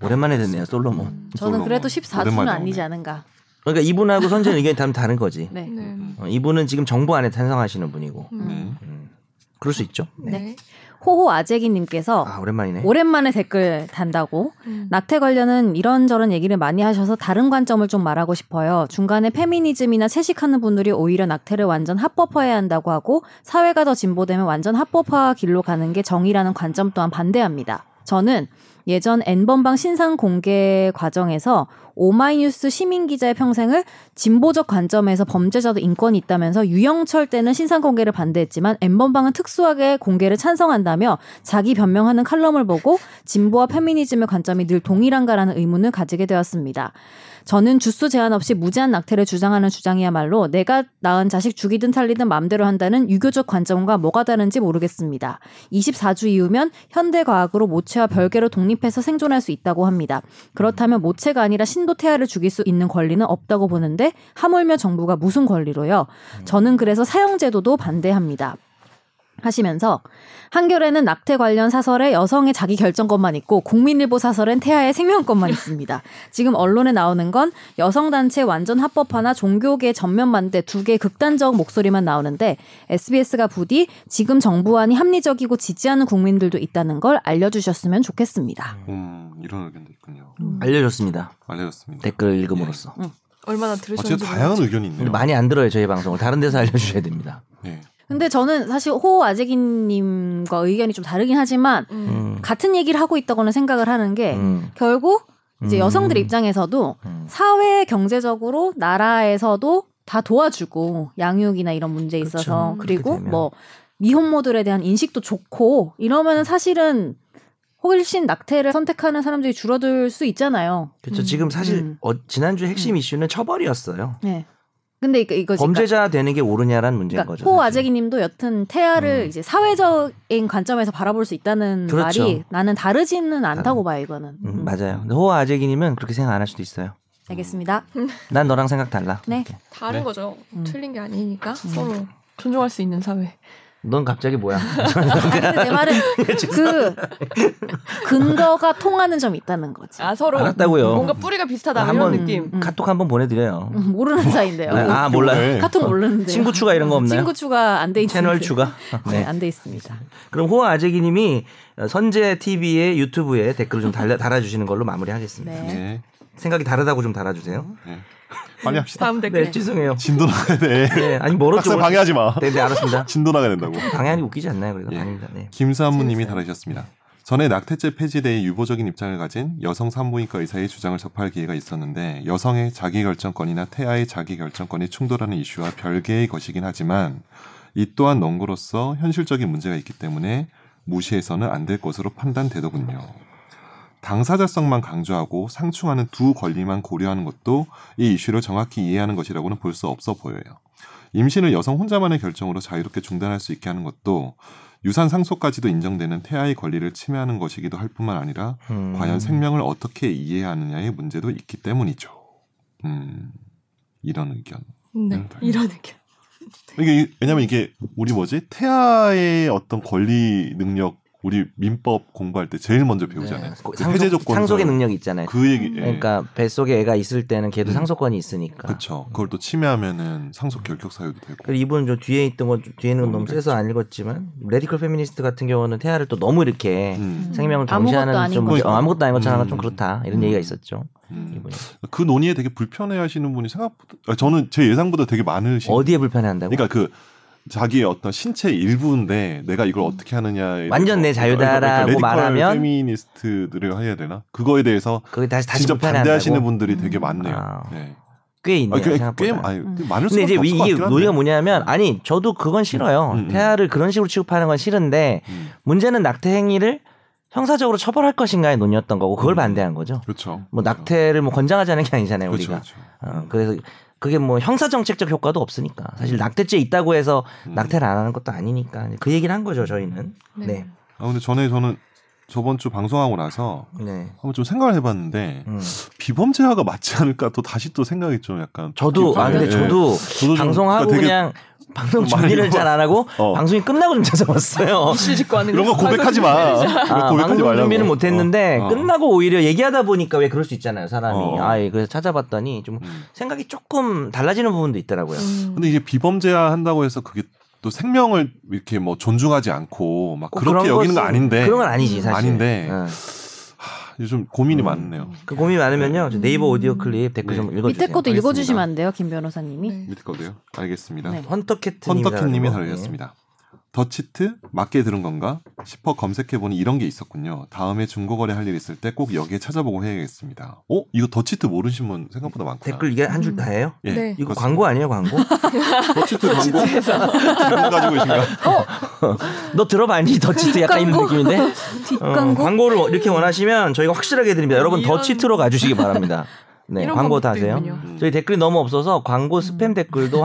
[SPEAKER 3] 오랜만에 듣네요. 솔로몬.
[SPEAKER 2] 저는
[SPEAKER 4] 솔로몬.
[SPEAKER 2] 그래도 14주는
[SPEAKER 4] 음, 오랜만에
[SPEAKER 2] 아니지
[SPEAKER 4] 나오네.
[SPEAKER 2] 않은가.
[SPEAKER 3] 그러니까 이분하고 선재 의견이 다면 다른 거지.
[SPEAKER 2] 네.
[SPEAKER 1] 네.
[SPEAKER 3] 어, 이분은 지금 정부 안에 탄성하시는 분이고.
[SPEAKER 1] 음.
[SPEAKER 4] 네.
[SPEAKER 3] 음, 그럴 수 있죠. 네.
[SPEAKER 1] 네.
[SPEAKER 2] 호호 아재기님께서
[SPEAKER 3] 아 오랜만이네.
[SPEAKER 2] 오랜만에 댓글 단다고
[SPEAKER 1] 음.
[SPEAKER 2] 낙태 관련은 이런저런 얘기를 많이 하셔서 다른 관점을 좀 말하고 싶어요. 중간에 페미니즘이나 채식하는 분들이 오히려 낙태를 완전 합법화해야 한다고 하고 사회가 더 진보되면 완전 합법화 길로 가는 게 정의라는 관점 또한 반대합니다. 저는 예전 N번방 신상 공개 과정에서 오마이뉴스 시민 기자의 평생을 진보적 관점에서 범죄자도 인권이 있다면서 유영철 때는 신상 공개를 반대했지만 N번방은 특수하게 공개를 찬성한다며 자기 변명하는 칼럼을 보고 진보와 페미니즘의 관점이 늘 동일한가라는 의문을 가지게 되었습니다. 저는 주수 제한 없이 무제한 낙태를 주장하는 주장이야말로 내가 낳은 자식 죽이든 살리든 마음대로 한다는 유교적 관점과 뭐가 다른지 모르겠습니다. 24주 이후면 현대 과학으로 모체와 별개로 독립해서 생존할 수 있다고 합니다. 그렇다면 모체가 아니라 신도 태아를 죽일 수 있는 권리는 없다고 보는데 하물며 정부가 무슨 권리로요? 저는 그래서 사형제도도 반대합니다. 하시면서 한겨레는 낙태 관련 사설에 여성의 자기 결정권만 있고 국민일보 사설엔 태아의 생명권만 있습니다. 지금 언론에 나오는 건 여성 단체 완전 합법화나 종교계 전면 반대 두 개 극단적 목소리만 나오는데 SBS가 부디 지금 정부안이 합리적이고 지지하는 국민들도 있다는 걸 알려주셨으면 좋겠습니다.
[SPEAKER 4] 음, 이런 의견도 있군요.
[SPEAKER 3] 알려줬습니다.
[SPEAKER 4] 알려졌습니다.
[SPEAKER 3] 댓글 읽음으로써.
[SPEAKER 1] 얼마나
[SPEAKER 4] 아, 진짜
[SPEAKER 1] 들으셨는지
[SPEAKER 4] 다양한 의견이 있네요.
[SPEAKER 3] 근데 많이 안 들어요 저희 방송을 다른 데서 알려주셔야 됩니다.
[SPEAKER 4] 네.
[SPEAKER 2] 근데 저는 사실 호아재기님과 의견이 좀 다르긴 하지만
[SPEAKER 1] 음.
[SPEAKER 3] 음.
[SPEAKER 2] 같은 얘기를 하고 있다고는 생각을 하는 게
[SPEAKER 3] 음.
[SPEAKER 2] 결국 네. 이제
[SPEAKER 3] 음.
[SPEAKER 2] 여성들 입장에서도
[SPEAKER 3] 음.
[SPEAKER 2] 사회 경제적으로 나라에서도 다 도와주고 양육이나 이런 문제에 있어서
[SPEAKER 1] 그쵸.
[SPEAKER 2] 그리고
[SPEAKER 3] 그렇게 되면.
[SPEAKER 2] 뭐 미혼모들에 대한 인식도 좋고
[SPEAKER 3] 음.
[SPEAKER 2] 이러면 사실은 혹일신 낙태를 선택하는 사람들이 줄어들 수 있잖아요.
[SPEAKER 3] 그렇죠.
[SPEAKER 1] 음.
[SPEAKER 3] 지금 사실
[SPEAKER 2] 음.
[SPEAKER 3] 어, 지난주 핵심
[SPEAKER 2] 음.
[SPEAKER 3] 이슈는 처벌이었어요.
[SPEAKER 2] 예. 근데 이거 이거
[SPEAKER 3] 네. 범죄자 되는 게 옳으냐라는 문제인
[SPEAKER 2] 그러니까
[SPEAKER 3] 거죠.
[SPEAKER 2] 호
[SPEAKER 3] 사실.
[SPEAKER 2] 아재기님도 여튼 태아를
[SPEAKER 3] 음.
[SPEAKER 2] 이제 사회적인 관점에서 바라볼 수 있다는
[SPEAKER 3] 그렇죠.
[SPEAKER 2] 말이 나는 다르지는 않다고
[SPEAKER 3] 다른-
[SPEAKER 2] 봐요 이거는.
[SPEAKER 3] 음,
[SPEAKER 2] 음.
[SPEAKER 3] 맞아요. 근데 호아 아재기님은 그렇게 생각 안 할 수도 있어요.
[SPEAKER 2] 알겠습니다.
[SPEAKER 3] 난 너랑 생각 달라.
[SPEAKER 2] 네.
[SPEAKER 3] 이렇게.
[SPEAKER 1] 다른
[SPEAKER 4] 네.
[SPEAKER 1] 거죠.
[SPEAKER 2] 음.
[SPEAKER 1] 틀린 게 아니니까 서로 존중할 수 있는 사회.
[SPEAKER 3] 넌 갑자기 뭐야?
[SPEAKER 2] 아니, 근데 내 말은
[SPEAKER 3] 예,
[SPEAKER 2] 그 근거가 통하는 점이 있다는 거지.
[SPEAKER 1] 아 서로
[SPEAKER 3] 알았다고요.
[SPEAKER 1] 뭔가 뿌리가 비슷하다
[SPEAKER 3] 아, 한번
[SPEAKER 1] 이런 느낌.
[SPEAKER 2] 음.
[SPEAKER 3] 카톡 한번 보내드려요.
[SPEAKER 2] 음, 모르는 사이인데요.
[SPEAKER 3] 네, 아 몰라요.
[SPEAKER 4] 네.
[SPEAKER 2] 카톡 모르는데.
[SPEAKER 3] 친구 추가 이런 거 없나요?
[SPEAKER 2] 친구 추가 안 돼 있는
[SPEAKER 3] 채널 추가.
[SPEAKER 2] 네,
[SPEAKER 3] 네.
[SPEAKER 2] 안 돼 있습니다.
[SPEAKER 3] 그럼 호아 아재기님이 어, 선재 TV의 유튜브에 댓글을 좀 달려, 달아주시는 걸로 마무리하겠습니다.
[SPEAKER 2] 네.
[SPEAKER 4] 네.
[SPEAKER 3] 생각이 다르다고 좀 달아주세요.
[SPEAKER 4] 네. 빨리 합시다.
[SPEAKER 1] 다음 댓글.
[SPEAKER 3] 네, 죄송해요.
[SPEAKER 4] 진도 나가야 돼.
[SPEAKER 3] 네, 아니 멀었죠.
[SPEAKER 4] 학생 방해하지 마.
[SPEAKER 3] 네, 네, 알았습니다.
[SPEAKER 4] 진도 나가야 된다고.
[SPEAKER 3] 방향이 웃기지 않나요, 그래도?
[SPEAKER 4] 예.
[SPEAKER 3] 아닙니다. 네.
[SPEAKER 4] 김사무님이 달아주셨습니다. 전에 낙태죄 폐지대에 유보적인 입장을 가진 여성 산부인과 의사의 주장을 접할 기회가 있었는데 여성의 자기결정권이나 태아의 자기결정권이 충돌하는 이슈와 별개의 것이긴 하지만 이 또한 농구로서 현실적인 문제가 있기 때문에 무시해서는 안 될 것으로 판단되더군요. 당사자성만 강조하고 상충하는 두 권리만 고려하는 것도 이 이슈를 정확히 이해하는 것이라고는 볼 수 없어 보여요. 임신을 여성 혼자만의 결정으로 자유롭게 중단할 수 있게 하는 것도 유산 상속까지도 인정되는 태아의 권리를 침해하는 것이기도 할 뿐만 아니라
[SPEAKER 3] 음.
[SPEAKER 4] 과연 생명을 어떻게 이해하느냐의 문제도 있기 때문이죠. 음, 이런 의견.
[SPEAKER 1] 네. 이런 느낌.
[SPEAKER 4] 이게 이- 왜냐면 이게 우리 뭐지 태아의 어떤 권리 능력 우리 민법 공부할 때 제일 먼저 배우잖아요.
[SPEAKER 3] 네.
[SPEAKER 4] 그
[SPEAKER 3] 상속,
[SPEAKER 4] 해제 조건
[SPEAKER 3] 상속의 능력이 있잖아요.
[SPEAKER 4] 그 얘기.
[SPEAKER 1] 음.
[SPEAKER 4] 예.
[SPEAKER 3] 그러니까 뱃속에 애가 있을 때는 걔도
[SPEAKER 4] 음.
[SPEAKER 3] 상속권이 있으니까.
[SPEAKER 4] 그쵸. 그걸 또 침해하면은 상속 결격 사유도 되고.
[SPEAKER 3] 음. 그리고 이분은 저 뒤에 있던 건 뒤에는 건 너무
[SPEAKER 4] 음,
[SPEAKER 3] 세서 안 읽었지만 레디컬 페미니스트 같은 경우는 태아를 또 너무 이렇게
[SPEAKER 4] 음,
[SPEAKER 3] 생명을
[SPEAKER 2] 아무것도
[SPEAKER 3] 경시하는
[SPEAKER 2] 아닌
[SPEAKER 3] 좀
[SPEAKER 4] 거죠.
[SPEAKER 3] 어, 아무것도 아닌 것처럼 하면 좀
[SPEAKER 4] 음.
[SPEAKER 3] 그렇다 이런
[SPEAKER 4] 음.
[SPEAKER 3] 얘기가 있었죠.
[SPEAKER 4] 음.
[SPEAKER 3] 이분이.
[SPEAKER 4] 그 논의에 되게 불편해하시는 분이 생각보다 아, 저는 제 예상보다 되게 많으신.
[SPEAKER 3] 어디에 불편해한다고?
[SPEAKER 4] 그러니까 그 자기의 어떤 신체 일부인데 내가 이걸 어떻게 하느냐에
[SPEAKER 3] 음. 완전 내
[SPEAKER 4] 대해서
[SPEAKER 3] 자유다라고
[SPEAKER 4] 레디컬
[SPEAKER 3] 말하면?
[SPEAKER 4] 페미니스트들을 해야 되나 그거에 대해서
[SPEAKER 3] 그게 다시 다시
[SPEAKER 4] 진짜
[SPEAKER 3] 불편해한다고.
[SPEAKER 4] 반대하시는 분들이 되게
[SPEAKER 2] 음.
[SPEAKER 4] 많네요.
[SPEAKER 3] 아.
[SPEAKER 4] 네.
[SPEAKER 3] 꽤 있네요.
[SPEAKER 4] 아, 꽤, 꽤
[SPEAKER 3] 생각보다.
[SPEAKER 4] 많-
[SPEAKER 2] 음.
[SPEAKER 4] 많을
[SPEAKER 3] 근데
[SPEAKER 4] 수밖에
[SPEAKER 3] 이제
[SPEAKER 4] 없을 것
[SPEAKER 3] 이게
[SPEAKER 4] 같긴 한데.
[SPEAKER 3] 논의가 뭐냐면 아니 저도 그건 싫어요.
[SPEAKER 4] 음, 음.
[SPEAKER 3] 태아를 그런 식으로 취급하는 건 싫은데
[SPEAKER 4] 음,
[SPEAKER 3] 문제는 낙태 행위를 형사적으로 처벌할 것인가의 논의였던 거고 그걸
[SPEAKER 4] 음.
[SPEAKER 3] 반대한 거죠.
[SPEAKER 4] 그렇죠.
[SPEAKER 3] 뭐 낙태를 뭐 권장하자는 게 아니잖아요
[SPEAKER 4] 그렇죠.
[SPEAKER 3] 우리가.
[SPEAKER 4] 그렇죠.
[SPEAKER 3] 어, 그래서 그게 뭐 형사 정책적 효과도 없으니까 사실 낙태죄 있다고 해서
[SPEAKER 4] 음.
[SPEAKER 3] 낙태를 안 하는 것도 아니니까 그 얘기를 한 거죠 저희는.
[SPEAKER 1] 네.
[SPEAKER 3] 네.
[SPEAKER 4] 아 근데 전에 저는 저번 주 방송하고 나서
[SPEAKER 3] 네.
[SPEAKER 4] 한번 좀 생각을 해봤는데
[SPEAKER 3] 음.
[SPEAKER 4] 비범죄화가 맞지 않을까 또 다시 또 생각이 좀 약간
[SPEAKER 3] 저도 아 근데
[SPEAKER 4] 예.
[SPEAKER 3] 저도
[SPEAKER 4] 저도 좀 그러니까
[SPEAKER 3] 방송하고
[SPEAKER 4] 되게-
[SPEAKER 3] 그냥 방송
[SPEAKER 4] 좀 많이
[SPEAKER 3] 준비를 잘 안 하고
[SPEAKER 4] 어.
[SPEAKER 3] 방송이 끝나고 좀 찾아봤어요.
[SPEAKER 1] 이슈 짓고 하는
[SPEAKER 4] 이런 거 고백하지 마. 이런 거
[SPEAKER 3] 아,
[SPEAKER 4] 고백하지
[SPEAKER 3] 방송
[SPEAKER 4] 말라고.
[SPEAKER 3] 준비는 못했는데
[SPEAKER 4] 어, 어.
[SPEAKER 3] 끝나고 오히려 얘기하다 보니까 왜 그럴 수 있잖아요 사람이.
[SPEAKER 4] 어.
[SPEAKER 3] 아 예, 그래서 찾아봤더니 좀
[SPEAKER 4] 음.
[SPEAKER 3] 생각이 조금 달라지는 부분도 있더라고요.
[SPEAKER 2] 음.
[SPEAKER 1] 음.
[SPEAKER 4] 근데 이게 비범죄화 한다고 해서 그게 또 생명을 이렇게 뭐 존중하지 않고 막
[SPEAKER 3] 꼭
[SPEAKER 4] 그렇게
[SPEAKER 3] 어, 그런
[SPEAKER 4] 여기는 거
[SPEAKER 3] 것은-
[SPEAKER 4] 아닌데
[SPEAKER 3] 그런 건 아니지 사실.
[SPEAKER 4] 아닌데.
[SPEAKER 3] 어.
[SPEAKER 4] 요즘 고민이
[SPEAKER 3] 음.
[SPEAKER 4] 많네요.
[SPEAKER 3] 그 고민 많으면요 저 네이버
[SPEAKER 2] 음.
[SPEAKER 3] 오디오 클립 댓글
[SPEAKER 4] 네.
[SPEAKER 3] 좀 읽어주세요.
[SPEAKER 2] 밑에 것도
[SPEAKER 4] 알겠습니다.
[SPEAKER 2] 읽어주시면 안 돼요, 김
[SPEAKER 1] 네.
[SPEAKER 2] 변호사님이?
[SPEAKER 4] 밑에 거도요. 알겠습니다.
[SPEAKER 2] 네.
[SPEAKER 3] 헌터캣님이
[SPEAKER 4] 헌터캣님이 달려셨습니다. 더치트 맞게 들은 건가 싶어 검색해보니 이런 게 있었군요. 다음에 중고거래 할 일 있을 때 꼭 여기에 찾아보고 해야겠습니다. 어? 이거 더치트 모르신 분 생각보다 많구나.
[SPEAKER 3] 댓글 이게 한 줄 다예요?
[SPEAKER 4] 예,
[SPEAKER 1] 네.
[SPEAKER 3] 이거
[SPEAKER 4] 그렇습니다.
[SPEAKER 3] 광고 아니에요 광고?
[SPEAKER 4] 더치트 광고 지금 가지고 계신가?
[SPEAKER 3] 너 들어봤니 더치트 약간 이런
[SPEAKER 2] 광고.
[SPEAKER 3] 느낌인데? 어,
[SPEAKER 1] 그
[SPEAKER 2] 뒷광고?
[SPEAKER 3] 광고를 이렇게 원하시면 저희가 확실하게 드립니다. 여러분
[SPEAKER 1] 음. 이런-
[SPEAKER 3] 더치트로 가주시기 바랍니다. 네,
[SPEAKER 1] 이런 방법도
[SPEAKER 3] 광고 다 하세요.
[SPEAKER 1] 있군요. 음.
[SPEAKER 4] 음.
[SPEAKER 3] 저희 댓글이 너무 없어서 광고 스팸 댓글도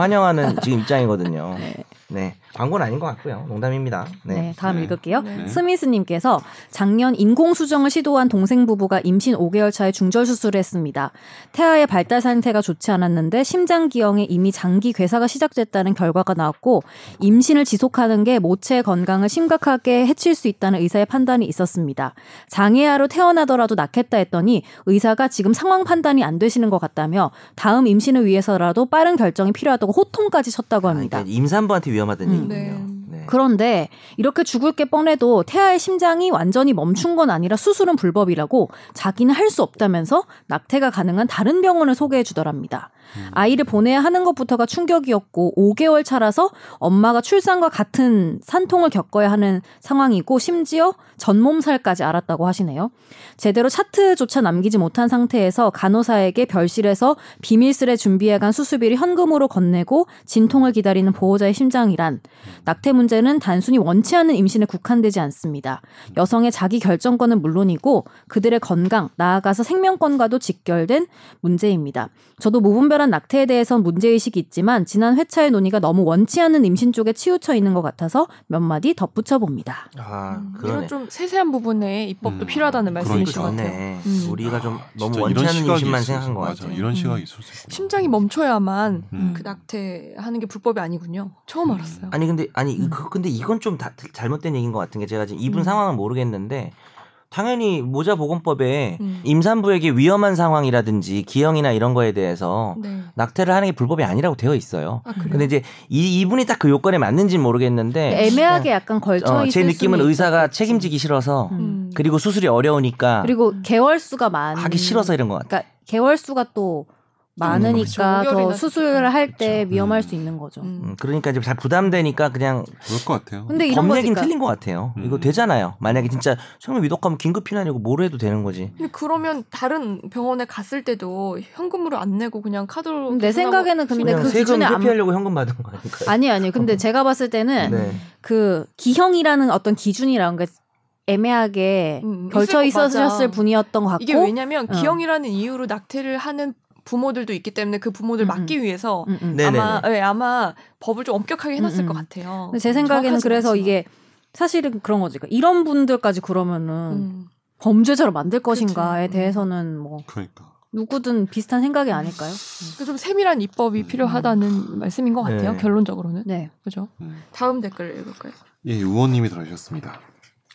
[SPEAKER 3] 환영하는 지금 입장이거든요.
[SPEAKER 2] 네.
[SPEAKER 3] 네. 광고는 아닌 것 같고요. 농담입니다.
[SPEAKER 2] 네,
[SPEAKER 3] 네.
[SPEAKER 2] 다음
[SPEAKER 4] 네.
[SPEAKER 2] 읽을게요.
[SPEAKER 1] 네.
[SPEAKER 2] 스미스님께서 작년 인공수정을 시도한 동생 부부가 임신 5개월 차에 중절 수술을 했습니다. 태아의 발달 상태가 좋지 않았는데 심장 기형에 이미 장기 괴사가 시작됐다는 결과가 나왔고 임신을 지속하는 게 모체 건강을 심각하게 해칠 수 있다는 의사의 판단이 있었습니다. 장애아로 태어나더라도 낫겠다 했더니 의사가 지금 상황 판단이 안 되시는 것 같다며 다음 임신을 위해서라도 빠른 결정이 필요하다고 호통까지 쳤다고
[SPEAKER 3] 아,
[SPEAKER 2] 합니다.
[SPEAKER 3] 그러니까 임산부한테 위험하다는
[SPEAKER 2] 음.
[SPEAKER 3] 얘기군요. 네.
[SPEAKER 2] 그런데 이렇게 죽을 게 뻔해도 태아의 심장이 완전히 멈춘 건 아니라 수술은 불법이라고 자기는 할 수 없다면서 낙태가 가능한 다른 병원을 소개해 주더랍니다. 아이를 보내야 하는 것부터가 충격이었고 5개월 차라서 엄마가 출산과 같은 산통을 겪어야 하는 상황이고 심지어 전몸살까지 알았다고 하시네요. 제대로 차트조차 남기지 못한 상태에서 간호사에게 별실에서 비밀스레 준비해간 수술비를 현금으로 건네고 진통을 기다리는 보호자의 심장이란 낙태 문제는 단순히 원치 않은 임신에 국한되지 않습니다. 여성의 자기 결정권은 물론이고 그들의 건강, 나아가서 생명권과도 직결된 문제입니다. 저도 무분별한 낙태에 대해선 문제의식이 있지만 지난 회차의 논의가 너무 원치 않은 임신 쪽에 치우쳐 있는 것 같아서 몇 마디 덧붙여 봅니다.
[SPEAKER 3] 아,
[SPEAKER 1] 음,
[SPEAKER 3] 그러네.
[SPEAKER 1] 이런 좀 세세한 부분에 입법도
[SPEAKER 4] 음,
[SPEAKER 1] 필요하다는 말씀이신 것
[SPEAKER 4] 그러니까요.
[SPEAKER 1] 같아요.
[SPEAKER 3] 좋네.
[SPEAKER 1] 음.
[SPEAKER 3] 우리가 좀
[SPEAKER 4] 아,
[SPEAKER 3] 너무
[SPEAKER 4] 진짜
[SPEAKER 3] 원치
[SPEAKER 4] 이런
[SPEAKER 3] 않은
[SPEAKER 4] 시각이
[SPEAKER 3] 임신만
[SPEAKER 4] 있을 수-
[SPEAKER 3] 생각한 것
[SPEAKER 4] 맞아,
[SPEAKER 3] 같아요.
[SPEAKER 4] 이런
[SPEAKER 1] 음.
[SPEAKER 4] 시각이 있을 수 있어.
[SPEAKER 1] 심장이 멈춰야만
[SPEAKER 4] 음.
[SPEAKER 1] 그 낙태하는 게 불법이 아니군요. 처음
[SPEAKER 4] 음.
[SPEAKER 1] 알았어요.
[SPEAKER 3] 아니 근데 아니
[SPEAKER 2] 음.
[SPEAKER 3] 그, 근데 이건 좀 다, 잘못된 얘기인 것 같은 게 제가 지금 이분
[SPEAKER 1] 음.
[SPEAKER 3] 상황은 모르겠는데 당연히 모자 보건법에
[SPEAKER 1] 음.
[SPEAKER 3] 임산부에게 위험한 상황이라든지 기형이나 이런 거에 대해서
[SPEAKER 1] 네.
[SPEAKER 3] 낙태를 하는 게 불법이 아니라고 되어 있어요.
[SPEAKER 1] 아, 그래요?
[SPEAKER 3] 근데 이제 이 이분이 딱 그 요건에 맞는지는 모르겠는데
[SPEAKER 2] 그 애매하게 약간 걸쳐
[SPEAKER 3] 네. 어,
[SPEAKER 2] 있을
[SPEAKER 3] 제 느낌은
[SPEAKER 2] 수는
[SPEAKER 3] 의사가
[SPEAKER 2] 있었겠지.
[SPEAKER 3] 책임지기 싫어서
[SPEAKER 2] 음.
[SPEAKER 1] 음.
[SPEAKER 3] 그리고 수술이 어려우니까
[SPEAKER 2] 그리고 개월 수가 많
[SPEAKER 3] 하기 싫어서 이런 것 같아요. 음.
[SPEAKER 2] 그러니까 개월 수가 또 많으니까
[SPEAKER 1] 그렇죠.
[SPEAKER 2] 더
[SPEAKER 1] 오개월이나
[SPEAKER 2] 수술을 할 때
[SPEAKER 4] 그렇죠.
[SPEAKER 2] 위험할
[SPEAKER 4] 음.
[SPEAKER 2] 수 있는 거죠.
[SPEAKER 1] 음.
[SPEAKER 3] 음, 그러니까 이제 잘 부담되니까 그냥
[SPEAKER 4] 그럴 것 같아요.
[SPEAKER 2] 근데 이런
[SPEAKER 3] 법
[SPEAKER 2] 거지,
[SPEAKER 3] 얘기는
[SPEAKER 2] 그러니까.
[SPEAKER 3] 틀린 것 같아요.
[SPEAKER 4] 음.
[SPEAKER 3] 이거 되잖아요. 만약에 진짜 정말 위독하면 긴급 피난이고 뭘 해도 되는 거지.
[SPEAKER 1] 근데 그러면 다른 병원에 갔을 때도 현금으로 안 내고 그냥 카드로
[SPEAKER 2] 음, 내
[SPEAKER 1] 계산하고
[SPEAKER 2] 생각에는 근데
[SPEAKER 3] 그냥
[SPEAKER 2] 그
[SPEAKER 3] 세금
[SPEAKER 2] 기준에 안
[SPEAKER 3] 회피하려고 현금 받은 거 아닐까요?
[SPEAKER 2] 아니 아니 근데 제가 봤을 때는
[SPEAKER 3] 네.
[SPEAKER 2] 그 기형이라는 어떤 기준이라는 게 애매하게
[SPEAKER 1] 음,
[SPEAKER 2] 걸쳐
[SPEAKER 1] 있을 거
[SPEAKER 2] 그 있으셨을
[SPEAKER 1] 맞아.
[SPEAKER 2] 분이었던 것 같고
[SPEAKER 1] 이게 왜냐면
[SPEAKER 2] 어.
[SPEAKER 1] 기형이라는 이유로 낙태를 하는 부모들도 있기 때문에 그 부모들
[SPEAKER 2] 음,
[SPEAKER 1] 막기 위해서
[SPEAKER 2] 음, 음.
[SPEAKER 3] 네. 네네네.
[SPEAKER 1] 아마 네, 아마 법을 좀 엄격하게 해놨을
[SPEAKER 2] 음, 음.
[SPEAKER 1] 것 같아요.
[SPEAKER 2] 근데 제 생각에는
[SPEAKER 1] 정확하진
[SPEAKER 2] 그래서
[SPEAKER 1] 않지만.
[SPEAKER 2] 이게 사실은 그런 거지. 그러니까 이런 분들까지 그러면은
[SPEAKER 1] 음.
[SPEAKER 2] 범죄자로 만들 것인가에
[SPEAKER 1] 음.
[SPEAKER 2] 대해서는 뭐
[SPEAKER 4] 그러니까.
[SPEAKER 2] 누구든 비슷한 생각이 아닐까요?
[SPEAKER 1] 그좀 세밀한 입법이
[SPEAKER 4] 음.
[SPEAKER 1] 필요하다는 말씀인 것 같아요.
[SPEAKER 3] 네.
[SPEAKER 1] 결론적으로는
[SPEAKER 2] 네.
[SPEAKER 1] 그죠.
[SPEAKER 4] 음.
[SPEAKER 1] 다음 댓글 읽을까요?
[SPEAKER 4] 예, 의원님이 들어주셨습니다.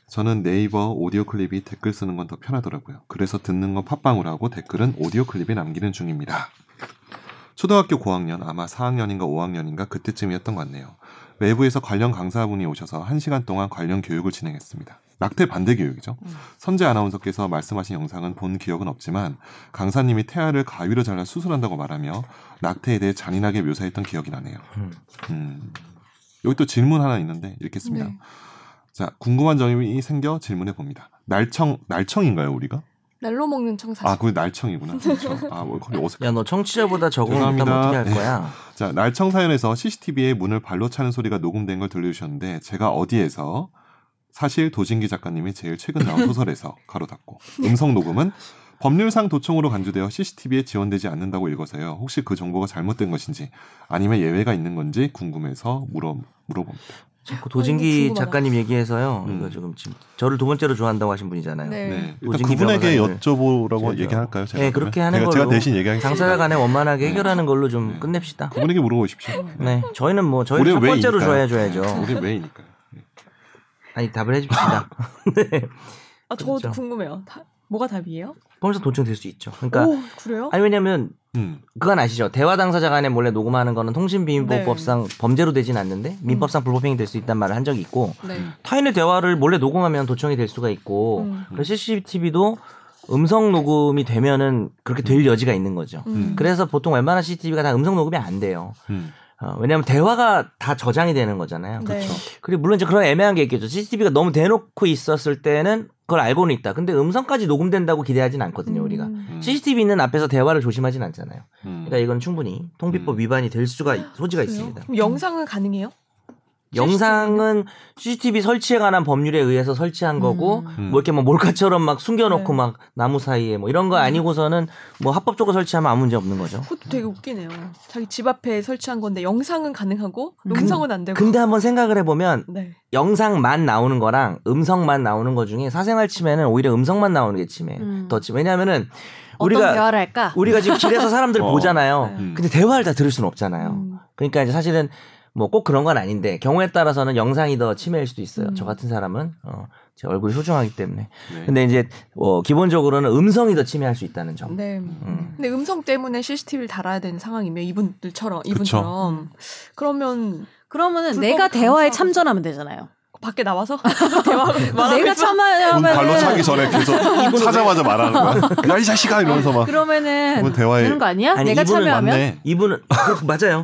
[SPEAKER 4] 저는 네이버 오디오 클립이 댓글 쓰는 건 더 편하더라고요. 그래서 듣는 건 팟빵으로 하고 댓글은 오디오 클립에 남기는 중입니다. 초등학교 고학년 아마 4학년인가 5학년인가 그때쯤이었던 것 같네요. 외부에서 관련 강사분이 오셔서 1시간 동안 관련 교육을 진행했습니다. 낙태 반대 교육이죠.
[SPEAKER 2] 음.
[SPEAKER 4] 선재 아나운서께서 말씀하신 영상은 본 기억은 없지만 강사님이 태아를 가위로 잘라 수술한다고 말하며 낙태에 대해 잔인하게 묘사했던 기억이 나네요.
[SPEAKER 3] 음.
[SPEAKER 4] 음. 여기 또 질문 하나 있는데 읽겠습니다.
[SPEAKER 1] 네.
[SPEAKER 4] 자, 궁금한 점이 생겨 질문해 봅니다. 날청 날청인가요, 우리가?
[SPEAKER 1] 날로 먹는 청사.
[SPEAKER 4] 아, 그게 날청이구나. 그렇죠. 아, 뭐 거기 어색.
[SPEAKER 3] 야, 너 청취자보다 적응하면
[SPEAKER 4] 죄송합니다. 네.
[SPEAKER 3] 어떻게 할 거야?
[SPEAKER 4] 자, 날청 사연에서 CCTV에 문을 발로 차는 소리가 녹음된 걸 들려주셨는데 제가 어디에서 사실 도진기 작가님이 제일 최근 나온 소설에서 가로 닫고 음성 녹음은 법률상 도청으로 간주되어 CCTV에 지원되지 않는다고 읽어서요. 혹시 그 정보가 잘못된 것인지 아니면 예외가 있는 건지 궁금해서 물어 물어봅니다.
[SPEAKER 3] 자꾸 도진기
[SPEAKER 1] 궁금하다.
[SPEAKER 3] 작가님 얘기해서요.
[SPEAKER 4] 음.
[SPEAKER 3] 이거 지금 지금 저를 두 번째로 좋아한다고 하신 분이잖아요.
[SPEAKER 1] 네.
[SPEAKER 4] 네. 일단
[SPEAKER 3] 도진기
[SPEAKER 4] 그분에게
[SPEAKER 3] 변호사님들.
[SPEAKER 4] 여쭤보라고
[SPEAKER 3] 저죠.
[SPEAKER 4] 얘기할까요? 제가
[SPEAKER 3] 네,
[SPEAKER 4] 그러면?
[SPEAKER 3] 그렇게 하는
[SPEAKER 4] 제가, 제가
[SPEAKER 3] 걸로.
[SPEAKER 4] 대신 얘기하겠습니다.
[SPEAKER 3] 당사자 간에 원만하게
[SPEAKER 4] 네.
[SPEAKER 3] 해결하는 걸로 좀
[SPEAKER 4] 네.
[SPEAKER 3] 끝냅시다.
[SPEAKER 4] 그분에게 물어보십시오.
[SPEAKER 3] 네, 저희는 뭐 저희
[SPEAKER 4] 우리
[SPEAKER 3] 첫 번째로
[SPEAKER 4] 왜이니까요?
[SPEAKER 3] 좋아해줘야죠.
[SPEAKER 4] 우리 왜이니까요. 네.
[SPEAKER 3] 아니 답을 해줍시다. 네,
[SPEAKER 1] 아, 저도
[SPEAKER 3] 그렇죠.
[SPEAKER 1] 궁금해요. 다- 뭐가 답이에요?
[SPEAKER 3] 범죄 도청될 수 있죠. 그러니까
[SPEAKER 1] 오 그래요?
[SPEAKER 3] 아니 왜냐면
[SPEAKER 4] 음.
[SPEAKER 3] 그건 아시죠. 대화 당사자 간에 몰래 녹음하는 거는 통신비밀보호법상 범죄로 되진 않는데 민법상 불법행위 될 수 있단 말을 한 적이 있고
[SPEAKER 1] 네.
[SPEAKER 3] 타인의 대화를 몰래 녹음하면 도청이 될 수가 있고
[SPEAKER 1] 음.
[SPEAKER 3] 그래서 CCTV도 음성 녹음이 되면은 그렇게 될 여지가 있는 거죠.
[SPEAKER 1] 음.
[SPEAKER 3] 그래서 보통 웬만한 CCTV가 다 음성 녹음이 안 돼요.
[SPEAKER 4] 음.
[SPEAKER 3] 어, 왜냐하면 대화가 다 저장이 되는 거잖아요.
[SPEAKER 1] 네.
[SPEAKER 3] 그리고 물론 이제 그런 애매한 게 있겠죠. CCTV가 너무 대놓고 있었을 때는 그걸 알고는 있다. 근데 음성까지 녹음된다고 기대하진 않거든요, 우리가.
[SPEAKER 1] 음.
[SPEAKER 4] 음.
[SPEAKER 3] CCTV는 앞에서 대화를 조심하진 않잖아요.
[SPEAKER 4] 음.
[SPEAKER 3] 그러니까 이건 충분히 통비법
[SPEAKER 4] 음.
[SPEAKER 3] 위반이 될 수가 있- 소지가
[SPEAKER 1] 그래요?
[SPEAKER 3] 있습니다.
[SPEAKER 1] 그럼 영상은 가능해요?
[SPEAKER 3] 영상은 CCTV 설치에 관한 법률에 의해서 설치한 거고
[SPEAKER 4] 음.
[SPEAKER 3] 뭐 이렇게 뭐 몰카처럼 막 숨겨놓고
[SPEAKER 5] 네.
[SPEAKER 3] 막 나무 사이에 뭐 이런 거 아니고서는 뭐 합법적으로 설치하면 아무 문제 없는 거죠.
[SPEAKER 1] 그것도 되게 웃기네요. 자기 집 앞에 설치한 건데 영상은 가능하고 음성은 안 되고.
[SPEAKER 3] 근데 한번 생각을 해보면
[SPEAKER 1] 네.
[SPEAKER 3] 영상만 나오는 거랑 음성만 나오는 거 중에 사생활 침해는 오히려 음성만 나오는 게 침해.
[SPEAKER 2] 음.
[SPEAKER 3] 더 침해. 왜냐면은
[SPEAKER 2] 어떤
[SPEAKER 3] 우리가
[SPEAKER 2] 대화를 네. 할까?
[SPEAKER 3] 우리가 지금 길에서 사람들
[SPEAKER 4] 어.
[SPEAKER 3] 보잖아요.
[SPEAKER 4] 음.
[SPEAKER 3] 근데 대화를 다 들을 수는 없잖아요.
[SPEAKER 1] 음.
[SPEAKER 3] 그러니까 이제 사실은 뭐 꼭 그런 건 아닌데 경우에 따라서는 영상이 더 침해일 수도 있어요.
[SPEAKER 1] 음.
[SPEAKER 3] 저 같은 사람은 어, 제 얼굴이 소중하기 때문에.
[SPEAKER 4] 네.
[SPEAKER 3] 근데 이제 어, 기본적으로는 음성이 더 침해할 수 있다는 점.
[SPEAKER 1] 네.
[SPEAKER 3] 음.
[SPEAKER 1] 근데 음성 때문에 CCTV를 달아야 되는 상황이면 이분들처럼 이분처럼 그러면
[SPEAKER 2] 그러면은
[SPEAKER 1] 불법
[SPEAKER 2] 내가
[SPEAKER 1] 감사.
[SPEAKER 2] 대화에 참전하면 되잖아요.
[SPEAKER 1] 밖에 나와서 계속 대화를 말하고
[SPEAKER 2] 내가
[SPEAKER 1] 있어.
[SPEAKER 4] 문 발로
[SPEAKER 2] 참하면은
[SPEAKER 4] 차기 전에 계속 찾아마자 말하는 거야. 야 이 자식아 이러면서 막.
[SPEAKER 2] 그러면은
[SPEAKER 4] 그러면 대화에-
[SPEAKER 2] 되는 거 아니야?
[SPEAKER 3] 아니,
[SPEAKER 2] 내가
[SPEAKER 3] 이분은
[SPEAKER 2] 참여하면
[SPEAKER 4] 맞네.
[SPEAKER 3] 이분은 그, 맞아요.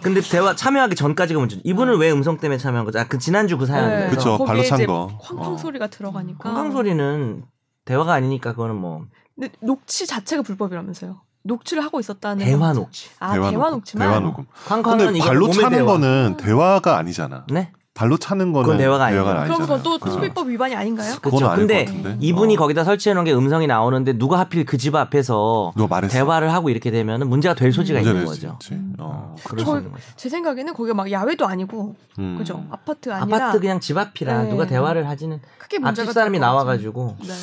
[SPEAKER 3] 근데 대화 참여하기 전까지가 문제. 이분은 왜 음성 때문에 참여한 거죠? 아, 그 지난주 그 사연.
[SPEAKER 1] 네.
[SPEAKER 3] 그
[SPEAKER 4] 그쵸,
[SPEAKER 1] 거기에
[SPEAKER 4] 발로 찬
[SPEAKER 1] 이제
[SPEAKER 4] 거.
[SPEAKER 1] 쾅쾅
[SPEAKER 4] 어.
[SPEAKER 1] 소리가 들어가니까.
[SPEAKER 3] 건강 소리는 대화가 아니니까 그거는 뭐
[SPEAKER 1] 근데 녹취 자체가 불법이라면서요. 녹취를 하고 있었다는
[SPEAKER 3] 대화
[SPEAKER 1] 건-
[SPEAKER 3] 녹취.
[SPEAKER 1] 아,
[SPEAKER 4] 대화
[SPEAKER 1] 대화,
[SPEAKER 4] 녹음,
[SPEAKER 1] 녹지만
[SPEAKER 4] 대화 녹음.
[SPEAKER 3] 쾅쾅은
[SPEAKER 4] 근데
[SPEAKER 3] 이거
[SPEAKER 4] 발로
[SPEAKER 3] 몸의
[SPEAKER 4] 차는
[SPEAKER 3] 대화.
[SPEAKER 4] 거는 대화가 아니잖아.
[SPEAKER 3] 네.
[SPEAKER 4] 발로 차는 거는
[SPEAKER 3] 그건 대화가
[SPEAKER 4] 대화가
[SPEAKER 1] 그럼
[SPEAKER 4] 아니잖아. 어.
[SPEAKER 1] 그건 또 소비법 위반이 아닌가요?
[SPEAKER 4] 그건
[SPEAKER 3] 그쵸.
[SPEAKER 4] 아닐
[SPEAKER 3] 근데
[SPEAKER 4] 것 같은데.
[SPEAKER 3] 이분이
[SPEAKER 4] 어.
[SPEAKER 3] 거기다 설치해 놓은 게 음성이 나오는데 누가 하필 그 집 앞에서
[SPEAKER 4] 너 말했어.
[SPEAKER 3] 대화를 하고 이렇게 되면은 문제가 될 소지가
[SPEAKER 4] 네. 문제
[SPEAKER 3] 있는
[SPEAKER 4] 낼수
[SPEAKER 3] 거죠. 음.
[SPEAKER 4] 있지. 어.
[SPEAKER 3] 그럴 수
[SPEAKER 1] 저-
[SPEAKER 3] 있는 거죠.
[SPEAKER 1] 제 생각에는 거기 막 야외도 아니고
[SPEAKER 4] 음.
[SPEAKER 1] 그죠 아파트 아니라
[SPEAKER 3] 아파트 그냥 집 앞이라
[SPEAKER 1] 네.
[SPEAKER 3] 누가 대화를 하지는
[SPEAKER 1] 크게 문제가
[SPEAKER 3] 앞집 사람이
[SPEAKER 1] 될것 네.
[SPEAKER 3] 나와가지고
[SPEAKER 1] 같은데.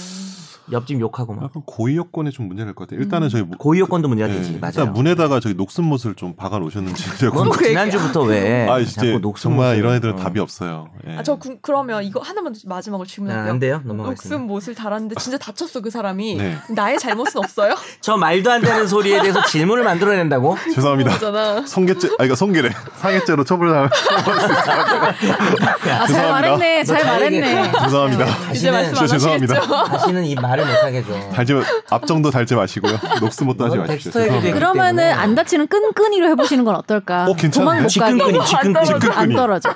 [SPEAKER 3] 옆집 욕하고 막
[SPEAKER 4] 뭐 약간 고의여권에 좀 문제 낼것 같아. 요 일단은 저희 문-
[SPEAKER 3] 음. 고의요건도 문제가
[SPEAKER 4] 예,
[SPEAKER 3] 되지 맞아요.
[SPEAKER 4] 일단 문에다가 저기 녹슨 못을 좀 박아 놓으셨는지
[SPEAKER 3] 그건
[SPEAKER 1] 그 얘기야.
[SPEAKER 3] 지난주부터 왜
[SPEAKER 4] 아 이제
[SPEAKER 3] 자꾸 녹슨
[SPEAKER 4] 정말
[SPEAKER 3] 모습을-
[SPEAKER 4] 이런 애들은
[SPEAKER 3] 어.
[SPEAKER 4] 답이 없어요. 예.
[SPEAKER 1] 네. 아저 그러면 이거 하나만 마지막으로
[SPEAKER 3] 아,
[SPEAKER 1] 질문할게요.
[SPEAKER 3] 안 돼요 넘어가겠습니다.
[SPEAKER 1] 녹슨 못을 달았는데 진짜 다쳤어 그 사람이.
[SPEAKER 4] 네.
[SPEAKER 1] 나의 잘못은 없어요?
[SPEAKER 3] 저 말도 안 되는 소리에 대해서 질문을 만들어낸다고?
[SPEAKER 4] 죄송합니다.
[SPEAKER 1] 그거잖아.
[SPEAKER 4] 성계죄 아 그러니까 성계래 상해죄로 처벌을
[SPEAKER 2] 아, 잘
[SPEAKER 4] 죄송합니다.
[SPEAKER 2] 말했네.
[SPEAKER 3] 너
[SPEAKER 2] 잘
[SPEAKER 3] 잘
[SPEAKER 2] 말했네.
[SPEAKER 3] 얘기해.
[SPEAKER 4] 죄송합니다.
[SPEAKER 1] 이제 말씀 안
[SPEAKER 4] 진짜 죄송합니다.
[SPEAKER 1] 하시겠죠?
[SPEAKER 3] 다시는 이 말을 못하게 줘.
[SPEAKER 4] 달지 마- 앞정도 달지 마시고요. 녹슨 못도 하지
[SPEAKER 3] 이건
[SPEAKER 4] 마십시오.
[SPEAKER 3] 텍스트 얘기도
[SPEAKER 4] 죄송합니다.
[SPEAKER 3] 있고.
[SPEAKER 2] 그러면은
[SPEAKER 3] 때문에. 아,
[SPEAKER 2] 안 다치는 끈끈이로 해보시는 건 어떨까?
[SPEAKER 4] 네. 어, 괜찮은데?
[SPEAKER 2] 도망 못 가게.
[SPEAKER 3] 지끈끈이 지끈끈이
[SPEAKER 4] 떨어져.
[SPEAKER 2] 안 떨어져.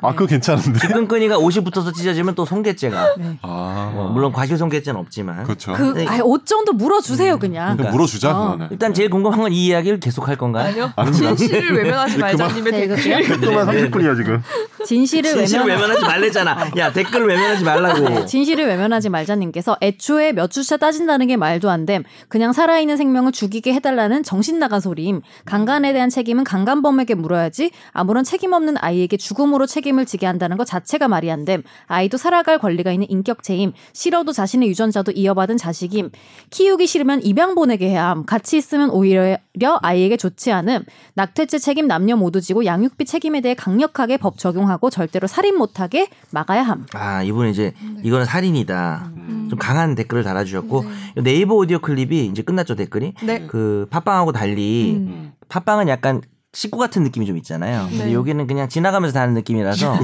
[SPEAKER 4] 아 그거 괜찮은데.
[SPEAKER 3] 지끈끈이가 옷이 붙어서 찢어지면 또 손괴죄가
[SPEAKER 4] 아
[SPEAKER 3] 어, 물론 과실 손괴죄는 없지만
[SPEAKER 4] 그렇죠.
[SPEAKER 2] 그, 아예 옷 정도 물어주세요 그냥.
[SPEAKER 4] 음. 그냥 그러니까 물어주자
[SPEAKER 2] 어.
[SPEAKER 4] 그거는.
[SPEAKER 3] 일단 제일 궁금한 건 이 이야기를 계속할 건가요?
[SPEAKER 1] 아니요.
[SPEAKER 4] 아닙니다. 네,
[SPEAKER 1] 진실을 외면하지 말자님의
[SPEAKER 2] 네,
[SPEAKER 1] 댓글.
[SPEAKER 2] 그렇죠.
[SPEAKER 4] 조금만 30분이야
[SPEAKER 3] 그
[SPEAKER 4] 지금.
[SPEAKER 2] 진실을
[SPEAKER 3] 진실을
[SPEAKER 2] 외면.
[SPEAKER 3] 외면하지 말래잖아. 야 댓글 외면하지 말라고.
[SPEAKER 2] 네. 진실을 외면하지 말자님께서 애초에 몇 주차 따진다는 게 말도 안 됨. 그냥 살아있는 생명을 죽이게 해달라는 정신 나간 소리임. 강간에 대한 책임은 강간범에게 물어야지 아무런 책임 없는 아이에게 죽음으로 책임을 지게 한다는 것 자체가 말이 안 됨. 아이도 살아갈 권리가 있는 인격체임. 싫어도 자신의 유전자도 이어받은 자식임. 키우기 싫으면 입양 보내게 해야 함. 같이 있으면 오히려 아이에게 좋지 않음. 낙태죄 책임 남녀 모두 지고 양육비 책임에 대해 강력하게 법 적용하고 절대로 살인 못하게 막아야 함.
[SPEAKER 3] 아 이분 이제 이거는 살인이다.
[SPEAKER 1] 음.
[SPEAKER 3] 좀 강한 댓글을 달아주셨고 네. 이버 오디오 클립이 이제 끝났죠 댓글이.
[SPEAKER 1] 네.
[SPEAKER 3] 그 팟빵하고 달리
[SPEAKER 1] 음.
[SPEAKER 4] 음.
[SPEAKER 3] 팟빵은 약간 식구 같은 느낌이 좀 있잖아요. 근데
[SPEAKER 1] 네. 음.
[SPEAKER 3] 여기는 그냥 지나가면서 다는 느낌이라서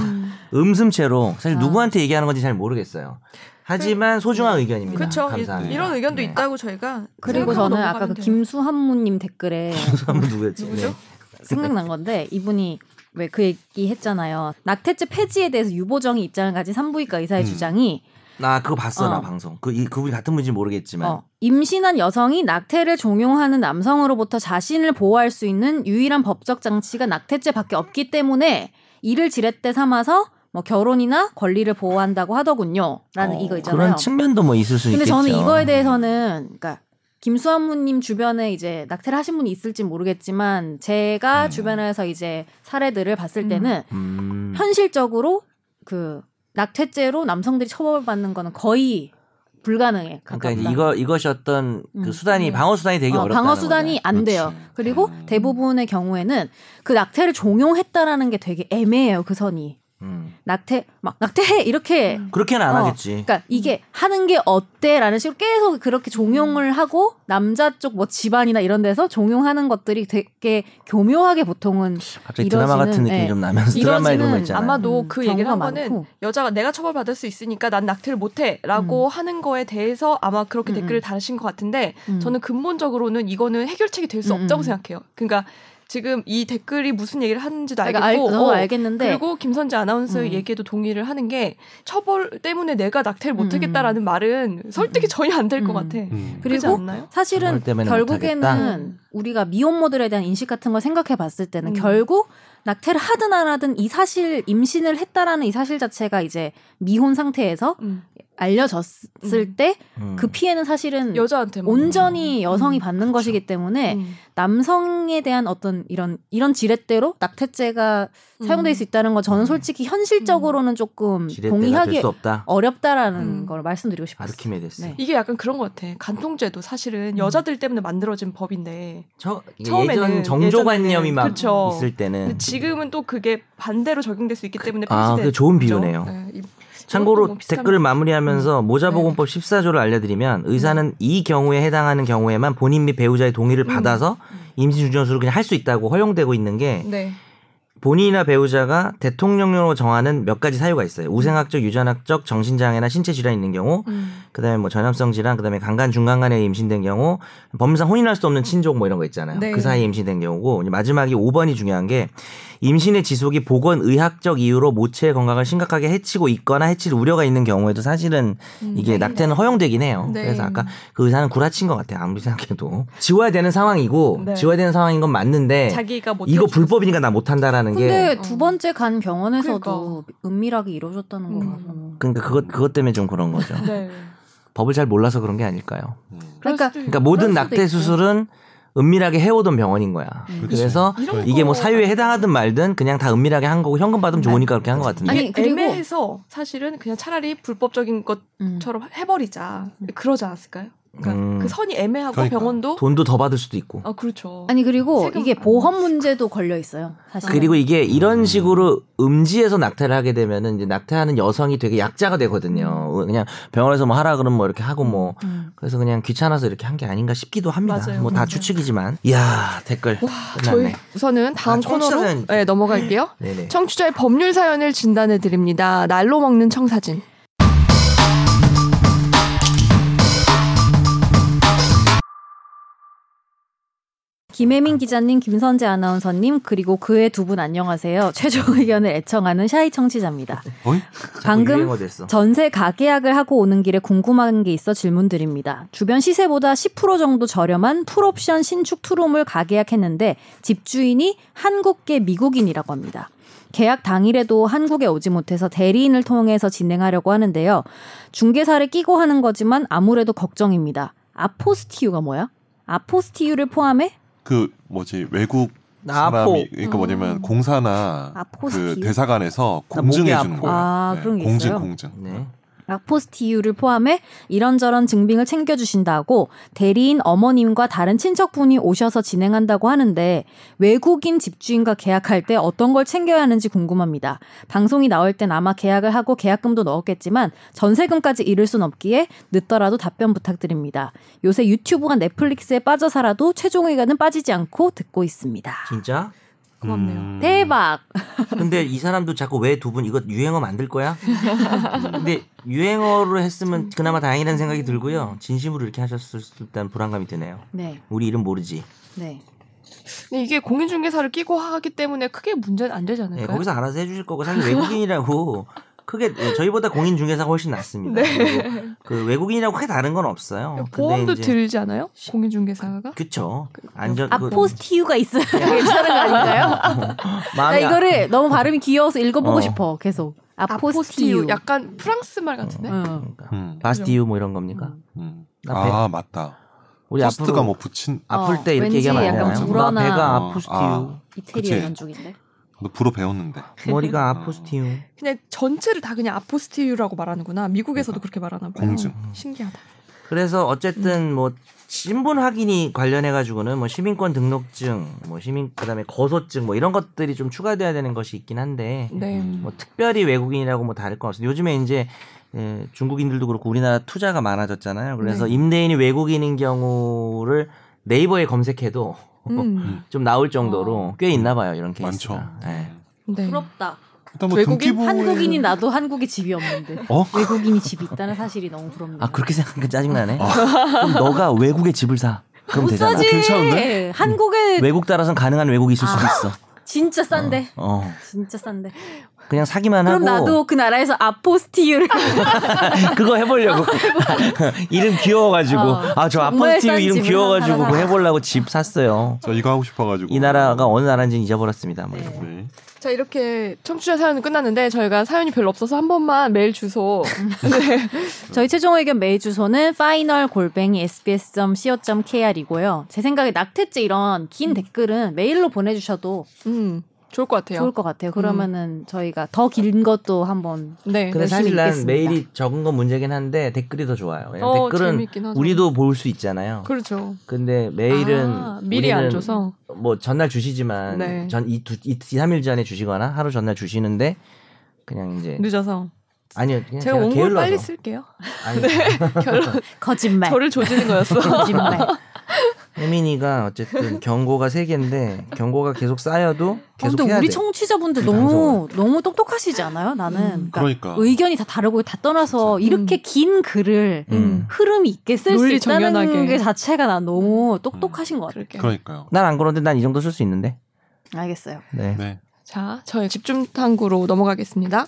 [SPEAKER 3] 음슴체로
[SPEAKER 1] 아.
[SPEAKER 3] 사실 누구한테 얘기하는 건지 잘 모르겠어요. 하지만 소중한 의견입니다.
[SPEAKER 1] 그, 그렇죠.
[SPEAKER 3] 감사합니다.
[SPEAKER 1] 이런 의견도
[SPEAKER 3] 네.
[SPEAKER 1] 있다고 저희가 생각하고
[SPEAKER 2] 그리고 저는 아까
[SPEAKER 1] 넘어가면
[SPEAKER 2] 그
[SPEAKER 1] 돼요.
[SPEAKER 2] 김수한무님 댓글에
[SPEAKER 3] 한번 누구였지? 네.
[SPEAKER 1] 누구죠?
[SPEAKER 2] 생각난 건데 이분이 왜 그 얘기 했잖아요. 낙태죄 폐지에 대해서 유보정의 입장을 가진 산부인과 의사의
[SPEAKER 4] 음.
[SPEAKER 2] 주장이
[SPEAKER 3] 나 그거 봤어 나
[SPEAKER 2] 어.
[SPEAKER 3] 방송. 그 이- 그분이 같은 분인지 모르겠지만
[SPEAKER 2] 어, 임신한 여성이 낙태를 종용하는 남성으로부터 자신을 보호할 수 있는 유일한 법적 장치가 낙태죄밖에 없기 때문에 이를 지렛대 삼아서 뭐 결혼이나 권리를 보호한다고 하더군요라는
[SPEAKER 4] 어,
[SPEAKER 2] 이거 있잖아요.
[SPEAKER 3] 그런 측면도 뭐 있을 수
[SPEAKER 2] 근데
[SPEAKER 3] 있겠죠.
[SPEAKER 2] 저는 이거에 대해서는 그러니까 김수환무님 주변에 이제 낙태를 하신 분이 있을지 모르겠지만 제가
[SPEAKER 4] 음.
[SPEAKER 2] 주변에서 이제 사례들을 봤을 때는
[SPEAKER 3] 음.
[SPEAKER 2] 현실적으로 그 낙태죄로 남성들이 처벌받는 거는 거의 불가능해.
[SPEAKER 3] 그러니까
[SPEAKER 2] 가깝다.
[SPEAKER 3] 이제 이거 이것이 어떤 그
[SPEAKER 2] 음.
[SPEAKER 3] 수단이 방어 수단이 되게
[SPEAKER 2] 어,
[SPEAKER 3] 어렵다.
[SPEAKER 2] 방어 수단이 안 돼요.
[SPEAKER 4] 그렇지.
[SPEAKER 2] 그리고
[SPEAKER 4] 음.
[SPEAKER 2] 대부분의 경우에는 그 낙태를 종용했다라는 게 되게 애매해요. 그 선이 낙태 막 낙태해
[SPEAKER 3] 네.
[SPEAKER 2] 이렇게
[SPEAKER 3] 음.
[SPEAKER 1] 음.
[SPEAKER 3] 그렇게는 안
[SPEAKER 2] 어,
[SPEAKER 3] 하겠지.
[SPEAKER 2] 그러니까 이게 하는 게 어때라는 식으로 계속 그렇게
[SPEAKER 1] 음.
[SPEAKER 2] 종용을 하고 남자 쪽 뭐 집안이나 이런 데서 종용하는 것들이 되게 교묘하게 보통은
[SPEAKER 3] 갑자기 드라마
[SPEAKER 2] 이러지는-
[SPEAKER 3] 같은 느낌이
[SPEAKER 2] 예.
[SPEAKER 3] 좀 나면서 드라마 이런 거
[SPEAKER 2] 이러지는
[SPEAKER 3] 있잖아요.
[SPEAKER 1] 아마도
[SPEAKER 2] 음,
[SPEAKER 1] 그 얘기를 한
[SPEAKER 2] 경우가
[SPEAKER 1] 거는
[SPEAKER 2] 많고.
[SPEAKER 1] 여자가 내가 처벌받을 수 있으니까 난 낙태를 못해라고 하는 거에 대해서 아마 그렇게
[SPEAKER 2] 음,
[SPEAKER 1] 댓글을
[SPEAKER 2] 음.
[SPEAKER 1] 다신 것 같은데
[SPEAKER 2] 음.
[SPEAKER 1] 저는 근본적으로는 이거는 해결책이 될 수
[SPEAKER 2] 음,
[SPEAKER 1] 없다고
[SPEAKER 2] 음.
[SPEAKER 1] 생각해요. 그러니까 지금 이 댓글이 무슨 얘기를 하는지도 알겠고
[SPEAKER 2] 그러니까 알, 너무
[SPEAKER 1] 어,
[SPEAKER 2] 알겠는데
[SPEAKER 1] 그리고 김선재 아나운서의
[SPEAKER 2] 음.
[SPEAKER 1] 얘기에도 동의를 하는 게 처벌 때문에 내가 낙태를 못하겠다라는 말은 설득이 전혀 안 될 것
[SPEAKER 2] 음.
[SPEAKER 1] 같아.
[SPEAKER 4] 음.
[SPEAKER 2] 그리고
[SPEAKER 1] 그렇지 않나요?
[SPEAKER 2] 사실은
[SPEAKER 3] 그걸 때문에
[SPEAKER 2] 결국에는
[SPEAKER 3] 못하겠다.
[SPEAKER 1] 음.
[SPEAKER 2] 우리가 미혼모들에 대한 인식 같은 걸 생각해 봤을 때는
[SPEAKER 1] 음.
[SPEAKER 2] 결국 낙태를 하든 안 하든 이 사실 임신을 했다라는 이 사실 자체가 이제 미혼 상태에서
[SPEAKER 1] 음.
[SPEAKER 2] 알려졌을
[SPEAKER 1] 음.
[SPEAKER 2] 때 그
[SPEAKER 3] 음.
[SPEAKER 2] 피해는 사실은
[SPEAKER 1] 여자한테만
[SPEAKER 2] 온전히 여성이
[SPEAKER 1] 음,
[SPEAKER 2] 받는 것이기 때문에
[SPEAKER 1] 음.
[SPEAKER 2] 남성에 대한 어떤 이런 이런 지렛대로 낙태죄가
[SPEAKER 1] 음.
[SPEAKER 2] 사용될 수 있다는 거 저는 솔직히 현실적으로는 조금
[SPEAKER 3] 음. 지렛대가
[SPEAKER 2] 동의하기
[SPEAKER 3] 될수 없다.
[SPEAKER 2] 어렵다라는
[SPEAKER 1] 음.
[SPEAKER 2] 걸 말씀드리고 싶어요.
[SPEAKER 3] 아르키메데스.
[SPEAKER 2] 네.
[SPEAKER 1] 이게 약간 그런 것 같아. 간통죄도
[SPEAKER 2] 음.
[SPEAKER 1] 사실은 여자들 때문에 만들어진 법인데
[SPEAKER 3] 처, 이게
[SPEAKER 1] 처음에는,
[SPEAKER 3] 예전 정조관념이 막
[SPEAKER 1] 그쵸.
[SPEAKER 3] 있을 때는
[SPEAKER 1] 근데 지금은 또 그게 반대로 적용될 수 있기 때문에
[SPEAKER 3] 아,
[SPEAKER 1] 폐지된
[SPEAKER 3] 그 좋은
[SPEAKER 1] 거죠.
[SPEAKER 3] 비유네요.
[SPEAKER 1] 네, 이- 이것도
[SPEAKER 3] 참고로
[SPEAKER 1] 뭐 비슷한- 음. 네.
[SPEAKER 3] 댓글을 마무리하면서 모자보건법 14조를 알려드리면 의사는 이 경우에 해당하는 경우에만 본인 및 배우자의
[SPEAKER 1] 음.
[SPEAKER 3] 동의를 받아서 임신 중전수를 그냥 할 수 있다고 허용되고 있는 게
[SPEAKER 1] 네.
[SPEAKER 3] 본인이나 배우자가 대통령령으로 정하는 몇 가지 사유가 있어요. 우생학적, 유전학적, 정신장애나 신체 질환이 있는 경우,
[SPEAKER 1] 음.
[SPEAKER 3] 그다음에 뭐 전염성 질환, 그다음에 강간 중간간에 임신된 경우, 범상 혼인할 수 없는 친족 뭐 이런 거 있잖아요.
[SPEAKER 1] 네.
[SPEAKER 3] 그 사이에 임신된 경우고 이제 마지막이 5번이 중요한 게 임신의 지속이 보건 의학적 이유로 모체의 건강을 심각하게 해치고 있거나 해칠 우려가 있는 경우에도 사실은
[SPEAKER 1] 음.
[SPEAKER 3] 이게 낙태는 허용되긴 해요.
[SPEAKER 1] 네.
[SPEAKER 3] 그래서 아까 그 의사는 구라친 것 같아요. 아무리 생각해도 지워야 되는 상황이고
[SPEAKER 1] 네.
[SPEAKER 3] 지워야 되는 상황인 건 맞는데
[SPEAKER 1] 자기가 뭐 못
[SPEAKER 3] 네. 이거
[SPEAKER 1] 해줄 수 있어.
[SPEAKER 3] 불법이니까 나 못한다라는 게
[SPEAKER 2] 근데
[SPEAKER 1] 어.
[SPEAKER 2] 두 번째 간 병원에서도 은밀하게 이루어졌다는
[SPEAKER 1] 그러니까. 음.
[SPEAKER 2] 거라서.
[SPEAKER 3] 그러니까 그것 그것 때문에 좀 그런 거죠.
[SPEAKER 1] 네.
[SPEAKER 3] 법을 잘 몰라서 그런 게 아닐까요?
[SPEAKER 4] 음.
[SPEAKER 1] 그럴
[SPEAKER 2] 그러니까-
[SPEAKER 1] 수도
[SPEAKER 3] 그러니까
[SPEAKER 1] 있-
[SPEAKER 3] 모든
[SPEAKER 2] 그럴 수도
[SPEAKER 3] 낙태
[SPEAKER 2] 있죠.
[SPEAKER 3] 수술은 은밀하게 해오던 병원인 거야.
[SPEAKER 2] 음. 어.
[SPEAKER 4] 그렇지.
[SPEAKER 3] 그래서
[SPEAKER 4] 그렇죠.
[SPEAKER 1] 이런
[SPEAKER 3] 이게 뭐
[SPEAKER 1] 거-
[SPEAKER 3] 사유에 해당하든 말든 그냥 다 은밀하게 한 거고 현금 받으면 좋으니까 그렇게 한 것 같은데.
[SPEAKER 2] 아니,
[SPEAKER 1] 이게
[SPEAKER 2] 그리고-
[SPEAKER 1] 애매해서 사실은 그냥 차라리 불법적인 것처럼
[SPEAKER 2] 음.
[SPEAKER 1] 해버리자 그러지 않았을까요? 그러니까
[SPEAKER 3] 음.
[SPEAKER 1] 그 선이 애매하고
[SPEAKER 4] 그러니까.
[SPEAKER 1] 병원도
[SPEAKER 3] 돈도 더 받을 수도
[SPEAKER 2] 어.
[SPEAKER 3] 있고.
[SPEAKER 1] 아 그렇죠.
[SPEAKER 2] 아니 그리고
[SPEAKER 1] 세금
[SPEAKER 2] 이게
[SPEAKER 1] 안
[SPEAKER 2] 보험 문제도 걸려 있어요. 사실.
[SPEAKER 3] 그리고 이게
[SPEAKER 4] 음.
[SPEAKER 3] 이런 식으로 음지에서 낙태를 하게 되면은 이제 낙태하는 여성이 되게 약자가 되거든요. 어, 그냥 병원에서 뭐 하라 그러면 뭐 이렇게 하고 뭐
[SPEAKER 2] 음.
[SPEAKER 3] 그래서 그냥 귀찮아서 이렇게 한 게 아닌가 싶기도 합니다.
[SPEAKER 1] 맞아요.
[SPEAKER 3] 뭐 다
[SPEAKER 1] 맞아요.
[SPEAKER 3] 추측이지만. 이야 댓글
[SPEAKER 2] 어?
[SPEAKER 1] 저희
[SPEAKER 3] 아, 끝났네.
[SPEAKER 1] 우선은 다음
[SPEAKER 3] 아, 청취자
[SPEAKER 1] 코너로
[SPEAKER 3] 사연.
[SPEAKER 1] 네, 넘어갈게요.
[SPEAKER 3] 네네.
[SPEAKER 1] 청취자의 법률 사연을 진단해 드립니다. 날로 먹는 청사진.
[SPEAKER 3] 아.
[SPEAKER 2] 김혜민 기자님, 김선재 아나운서님, 그리고 그의 두 분 안녕하세요. 최종 의견을 애청하는 샤이 청취자입니다.
[SPEAKER 4] 어이?
[SPEAKER 2] 방금
[SPEAKER 3] 유행어 됐어.
[SPEAKER 2] 전세 가계약을 하고 오는 길에 궁금한 게 있어 질문드립니다. 주변 시세보다 10% 정도 저렴한 풀옵션 신축 투룸을 가계약했는데 집주인이 한국계 미국인이라고 합니다. 계약 당일에도 한국에 오지 못해서 대리인을 통해서 진행하려고 하는데요. 중개사를 끼고 하는 거지만 아무래도 걱정입니다. 아포스티유가 뭐야? 아포스티유를 포함해?
[SPEAKER 4] 그 뭐지 외국
[SPEAKER 3] 아포.
[SPEAKER 4] 사람이 그러니까
[SPEAKER 2] 음.
[SPEAKER 4] 뭐냐면 공사나
[SPEAKER 2] 아포스티유?
[SPEAKER 4] 그 대사관에서
[SPEAKER 3] 나
[SPEAKER 4] 공증해
[SPEAKER 3] 목이
[SPEAKER 4] 주는
[SPEAKER 3] 아파.
[SPEAKER 4] 거예요.
[SPEAKER 2] 아, 그런 게
[SPEAKER 4] 공증
[SPEAKER 2] 있어요?
[SPEAKER 4] 공증.
[SPEAKER 3] 네.
[SPEAKER 2] 아포스티유를 포함해 이런저런 증빙을 챙겨주신다고 대리인 어머님과 다른 친척분이 오셔서 진행한다고 하는데 외국인 집주인과 계약할 때 어떤 걸 챙겨야 하는지 궁금합니다. 방송이 나올 땐 아마 계약을 하고 계약금도 넣었겠지만 전세금까지 잃을 순 없기에 늦더라도 답변 부탁드립니다. 요새 유튜브가 넷플릭스에 빠져 살아도 최종 의견은 빠지지 않고 듣고 있습니다.
[SPEAKER 3] 진짜?
[SPEAKER 1] 고맙네요.
[SPEAKER 4] 음.
[SPEAKER 2] 대박!
[SPEAKER 3] 근데 이 사람도 자꾸 왜 두 분 이거 유행어 만들 거야? 근데 유행어로 했으면 그나마 다행이라는 생각이 들고요. 진심으로 이렇게 하셨을 수 일단 불안감이 드네요.
[SPEAKER 2] 네,
[SPEAKER 3] 우리 이름 모르지.
[SPEAKER 2] 네.
[SPEAKER 1] 근데 이게 공인중개사를 끼고 하기 때문에 크게 문제는 안 되지
[SPEAKER 3] 네,
[SPEAKER 1] 않을까요?
[SPEAKER 3] 거기서 알아서 해주실 거고 사실 외국인이라고 크게 네, 저희보다 공인 중개사가 훨씬 낫습니다.
[SPEAKER 2] 네.
[SPEAKER 3] 그리고 그 외국인이라고 크게 다른 건 없어요. 근데
[SPEAKER 1] 보험도
[SPEAKER 3] 이제-
[SPEAKER 1] 들지 않아요? 공인중개사가?
[SPEAKER 3] 그쵸. 안전 그- 어.
[SPEAKER 2] 아포스티유가 있어요. 괜찮은 거 아닌가요? 나
[SPEAKER 3] 마음이 아-
[SPEAKER 2] 이거를 너무 발음이 귀여워서 읽어보고
[SPEAKER 3] 어.
[SPEAKER 2] 싶어 계속
[SPEAKER 1] 아포스티유 어.
[SPEAKER 2] 아포스티유
[SPEAKER 1] 약간 프랑스 말 같은데?
[SPEAKER 2] 응.
[SPEAKER 3] 그러니까.
[SPEAKER 4] 음,
[SPEAKER 3] 바스티유 뭐 이런 겁니까?
[SPEAKER 4] 음.
[SPEAKER 3] 앞에-
[SPEAKER 4] 아 맞다.
[SPEAKER 3] 우리
[SPEAKER 4] 포스트가
[SPEAKER 3] 앞으로
[SPEAKER 4] 뭐 붙인
[SPEAKER 2] 어,
[SPEAKER 3] 아플 때 이렇게
[SPEAKER 2] 왠지
[SPEAKER 3] 얘기하면 안
[SPEAKER 2] 약간
[SPEAKER 3] 되나요?
[SPEAKER 2] 불어나-
[SPEAKER 3] 나 배가
[SPEAKER 4] 어,
[SPEAKER 3] 아포스티유,
[SPEAKER 4] 아.
[SPEAKER 2] 이태리
[SPEAKER 4] 그치.
[SPEAKER 2] 연쪽인데
[SPEAKER 4] 너 불어 배웠는데.
[SPEAKER 3] 머리가 아포스티유.
[SPEAKER 1] 그냥 전체를 다 그냥 아포스티유라고 말하는구나.
[SPEAKER 3] 그러니까.
[SPEAKER 1] 미국에서도 그렇게 말하나 봐요. 음,
[SPEAKER 4] 공증.
[SPEAKER 1] 신기하다.
[SPEAKER 3] 그래서 어쨌든
[SPEAKER 1] 음.
[SPEAKER 3] 뭐 신분 확인이 관련해 가지고는 뭐 시민권 등록증, 뭐 시민 그다음에 거소증 뭐 이런 것들이 좀 추가돼야 되는 것이 있긴 한데
[SPEAKER 1] 네.
[SPEAKER 4] 음.
[SPEAKER 3] 뭐 특별히 외국인이라고 뭐 다를 건 없어요. 요즘에 이제 예, 중국인들도 그렇고 우리나라 투자가 많아졌잖아요. 그래서
[SPEAKER 1] 네.
[SPEAKER 3] 임대인이 외국인인 경우를 네이버에 검색해도
[SPEAKER 1] 음. 어.
[SPEAKER 3] 좀 나올 정도로 꽤 있나 봐요 이런
[SPEAKER 4] 많죠.
[SPEAKER 3] 케이스가.
[SPEAKER 4] 음.
[SPEAKER 3] 예.
[SPEAKER 1] 네.
[SPEAKER 2] 부럽다
[SPEAKER 4] 일단 뭐
[SPEAKER 1] 외국인?
[SPEAKER 4] 등기부에
[SPEAKER 2] 한국인이 나도 한국에 집이 없는데
[SPEAKER 3] 어?
[SPEAKER 2] 외국인이 집이 있다는 사실이 너무 부럽네요
[SPEAKER 3] 아 그렇게 생각하니까 짜증나네.
[SPEAKER 4] 아.
[SPEAKER 3] 그럼 너가 외국에 집을 사. 그럼
[SPEAKER 2] 못
[SPEAKER 3] 되잖아.
[SPEAKER 2] 사지
[SPEAKER 4] 괜찮은데?
[SPEAKER 2] 한국에
[SPEAKER 1] 네. 아.
[SPEAKER 3] 외국 따라서는 가능한 외국이 있을 수도 있어.
[SPEAKER 2] 진짜 싼데
[SPEAKER 3] 어.
[SPEAKER 2] 진짜 싼데
[SPEAKER 3] 그냥 사기만
[SPEAKER 2] 네. 그럼
[SPEAKER 3] 하고
[SPEAKER 2] 나도 그 나라에서 아포스티유를
[SPEAKER 3] 그거 해보려고 이름 귀여워가지고
[SPEAKER 2] 어,
[SPEAKER 3] 아 저
[SPEAKER 2] 정말
[SPEAKER 3] 아파트
[SPEAKER 2] 싼
[SPEAKER 3] 이름
[SPEAKER 2] 집을
[SPEAKER 3] 귀여워가지고
[SPEAKER 2] 하나
[SPEAKER 3] 그거
[SPEAKER 2] 사라.
[SPEAKER 3] 해보려고 집 샀어요.
[SPEAKER 4] 저 이거 하고 싶어가지고
[SPEAKER 3] 이 나라가 어느 나라인지 는 잊어버렸습니다. 뭐
[SPEAKER 2] 네.
[SPEAKER 3] 이러고.
[SPEAKER 4] 네.
[SPEAKER 1] 자 이렇게 청취자 사연은 끝났는데 저희가 사연이 별로 없어서 한 번만 메일 주소 네.
[SPEAKER 2] 저희 최종 의견 메일 주소는 final 골뱅이 sbs.co.kr이고요. 제 생각에 낙태죄 이런 긴 댓글은 메일로 보내주셔도
[SPEAKER 1] 음 좋을 것 같아요. 음.
[SPEAKER 2] 좋을 것 같아요. 그러면은 저희가 더 긴 것도 한번
[SPEAKER 1] 네.
[SPEAKER 3] 근데
[SPEAKER 2] 열심히
[SPEAKER 3] 사실 난
[SPEAKER 2] 읽겠습니다.
[SPEAKER 3] 메일이 적은 건 문제긴 한데 댓글이 더 좋아요. 왜냐면
[SPEAKER 1] 어,
[SPEAKER 3] 댓글은
[SPEAKER 1] 재밌긴 하죠.
[SPEAKER 3] 우리도 볼 수 있잖아요.
[SPEAKER 1] 그렇죠.
[SPEAKER 3] 근데 메일은
[SPEAKER 1] 아, 미리 안
[SPEAKER 3] 우리는
[SPEAKER 1] 줘서
[SPEAKER 3] 뭐 전날 주시지만
[SPEAKER 1] 네.
[SPEAKER 3] 전이두이 3일 전에 주시거나 하루 전날 주시는데 그냥 이제
[SPEAKER 1] 늦어서
[SPEAKER 3] 아니요 네. 그냥
[SPEAKER 1] 제가
[SPEAKER 3] 제가,
[SPEAKER 1] 원고
[SPEAKER 3] 게을러서 네.
[SPEAKER 1] 빨리 쓸게요.
[SPEAKER 3] 아니
[SPEAKER 1] 결론
[SPEAKER 2] 거짓말.
[SPEAKER 1] 저를 조지는 거였어.
[SPEAKER 2] 거짓말.
[SPEAKER 3] 혜민이가 어쨌든 경고가 세 개인데 경고가 계속 쌓여도
[SPEAKER 2] 아,
[SPEAKER 3] 계속
[SPEAKER 2] 근데
[SPEAKER 3] 해야
[SPEAKER 2] 우리
[SPEAKER 3] 돼.
[SPEAKER 2] 청취자분들
[SPEAKER 3] 그
[SPEAKER 2] 너무 너무 똑똑하시지 않아요? 나는
[SPEAKER 1] 음,
[SPEAKER 2] 그러니까
[SPEAKER 4] 그러니까
[SPEAKER 2] 의견이 다 다르고 다 떠나서 이렇게 긴 글을
[SPEAKER 3] 음.
[SPEAKER 2] 흐름 있게 쓸 수
[SPEAKER 1] 논리
[SPEAKER 2] 있다는
[SPEAKER 1] 정연하게. 음.
[SPEAKER 2] 게 자체가 난 너무 똑똑하신 것 같아요.
[SPEAKER 1] 그럴게요.
[SPEAKER 4] 그러니까요.
[SPEAKER 3] 난 안 그런데 난 이 정도 쓸 수 있는데.
[SPEAKER 2] 알겠어요.
[SPEAKER 3] 네.
[SPEAKER 4] 네.
[SPEAKER 1] 자, 저희 집중 탐구로 넘어가겠습니다.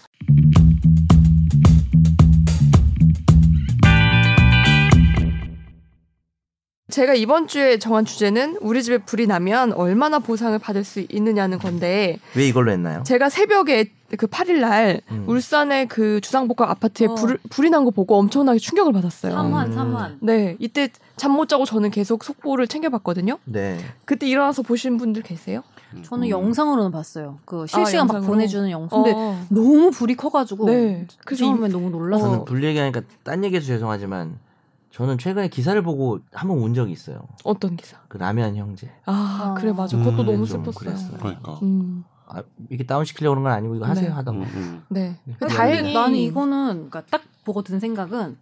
[SPEAKER 1] 제가 이번 주에 정한 주제는 우리 집에 불이 나면 얼마나 보상을 받을 수 있느냐는 건데
[SPEAKER 3] 왜 이걸로 했나요?
[SPEAKER 1] 제가 새벽에 그 8일 날
[SPEAKER 3] 음.
[SPEAKER 1] 울산의 그 주상복합 아파트에
[SPEAKER 2] 어.
[SPEAKER 1] 불, 불이 난 거 보고 엄청나게 충격을 받았어요.
[SPEAKER 3] 참.
[SPEAKER 2] 삼환
[SPEAKER 3] 음.
[SPEAKER 2] 삼환.
[SPEAKER 1] 네, 이때 잠 못 자고 저는 계속 속보를 챙겨봤거든요.
[SPEAKER 3] 네.
[SPEAKER 1] 그때 일어나서 보신 분들 계세요?
[SPEAKER 2] 저는
[SPEAKER 4] 음.
[SPEAKER 2] 영상으로는 봤어요. 그 실시간 막
[SPEAKER 1] 아, 영상으로?
[SPEAKER 2] 보내주는 영상. 근데
[SPEAKER 1] 어.
[SPEAKER 2] 너무 불이 커가지고
[SPEAKER 1] 네. 그래서 이-
[SPEAKER 2] 처음에 너무 놀랐어요.
[SPEAKER 3] 저는 불 얘기하니까 딴 얘기해서 죄송하지만 저는 최근에 기사를 보고 한 번 운 적이 있어요.
[SPEAKER 1] 어떤 기사?
[SPEAKER 3] 그 라면 형제.
[SPEAKER 1] 아,
[SPEAKER 2] 어.
[SPEAKER 1] 그래 맞아. 그것도
[SPEAKER 4] 음,
[SPEAKER 1] 너무
[SPEAKER 3] 네, 좀
[SPEAKER 1] 슬펐어요.
[SPEAKER 3] 그랬어요.
[SPEAKER 4] 그러니까.
[SPEAKER 1] 음,
[SPEAKER 3] 아, 이게 다운 시키려고 그런 건 아니고 이거 하세요
[SPEAKER 1] 네.
[SPEAKER 3] 하다가.
[SPEAKER 4] 음, 음.
[SPEAKER 1] 네.
[SPEAKER 3] 네.
[SPEAKER 1] 근데 다행히
[SPEAKER 2] 아, 나는 이거는 그러니까 딱 보고 든 생각은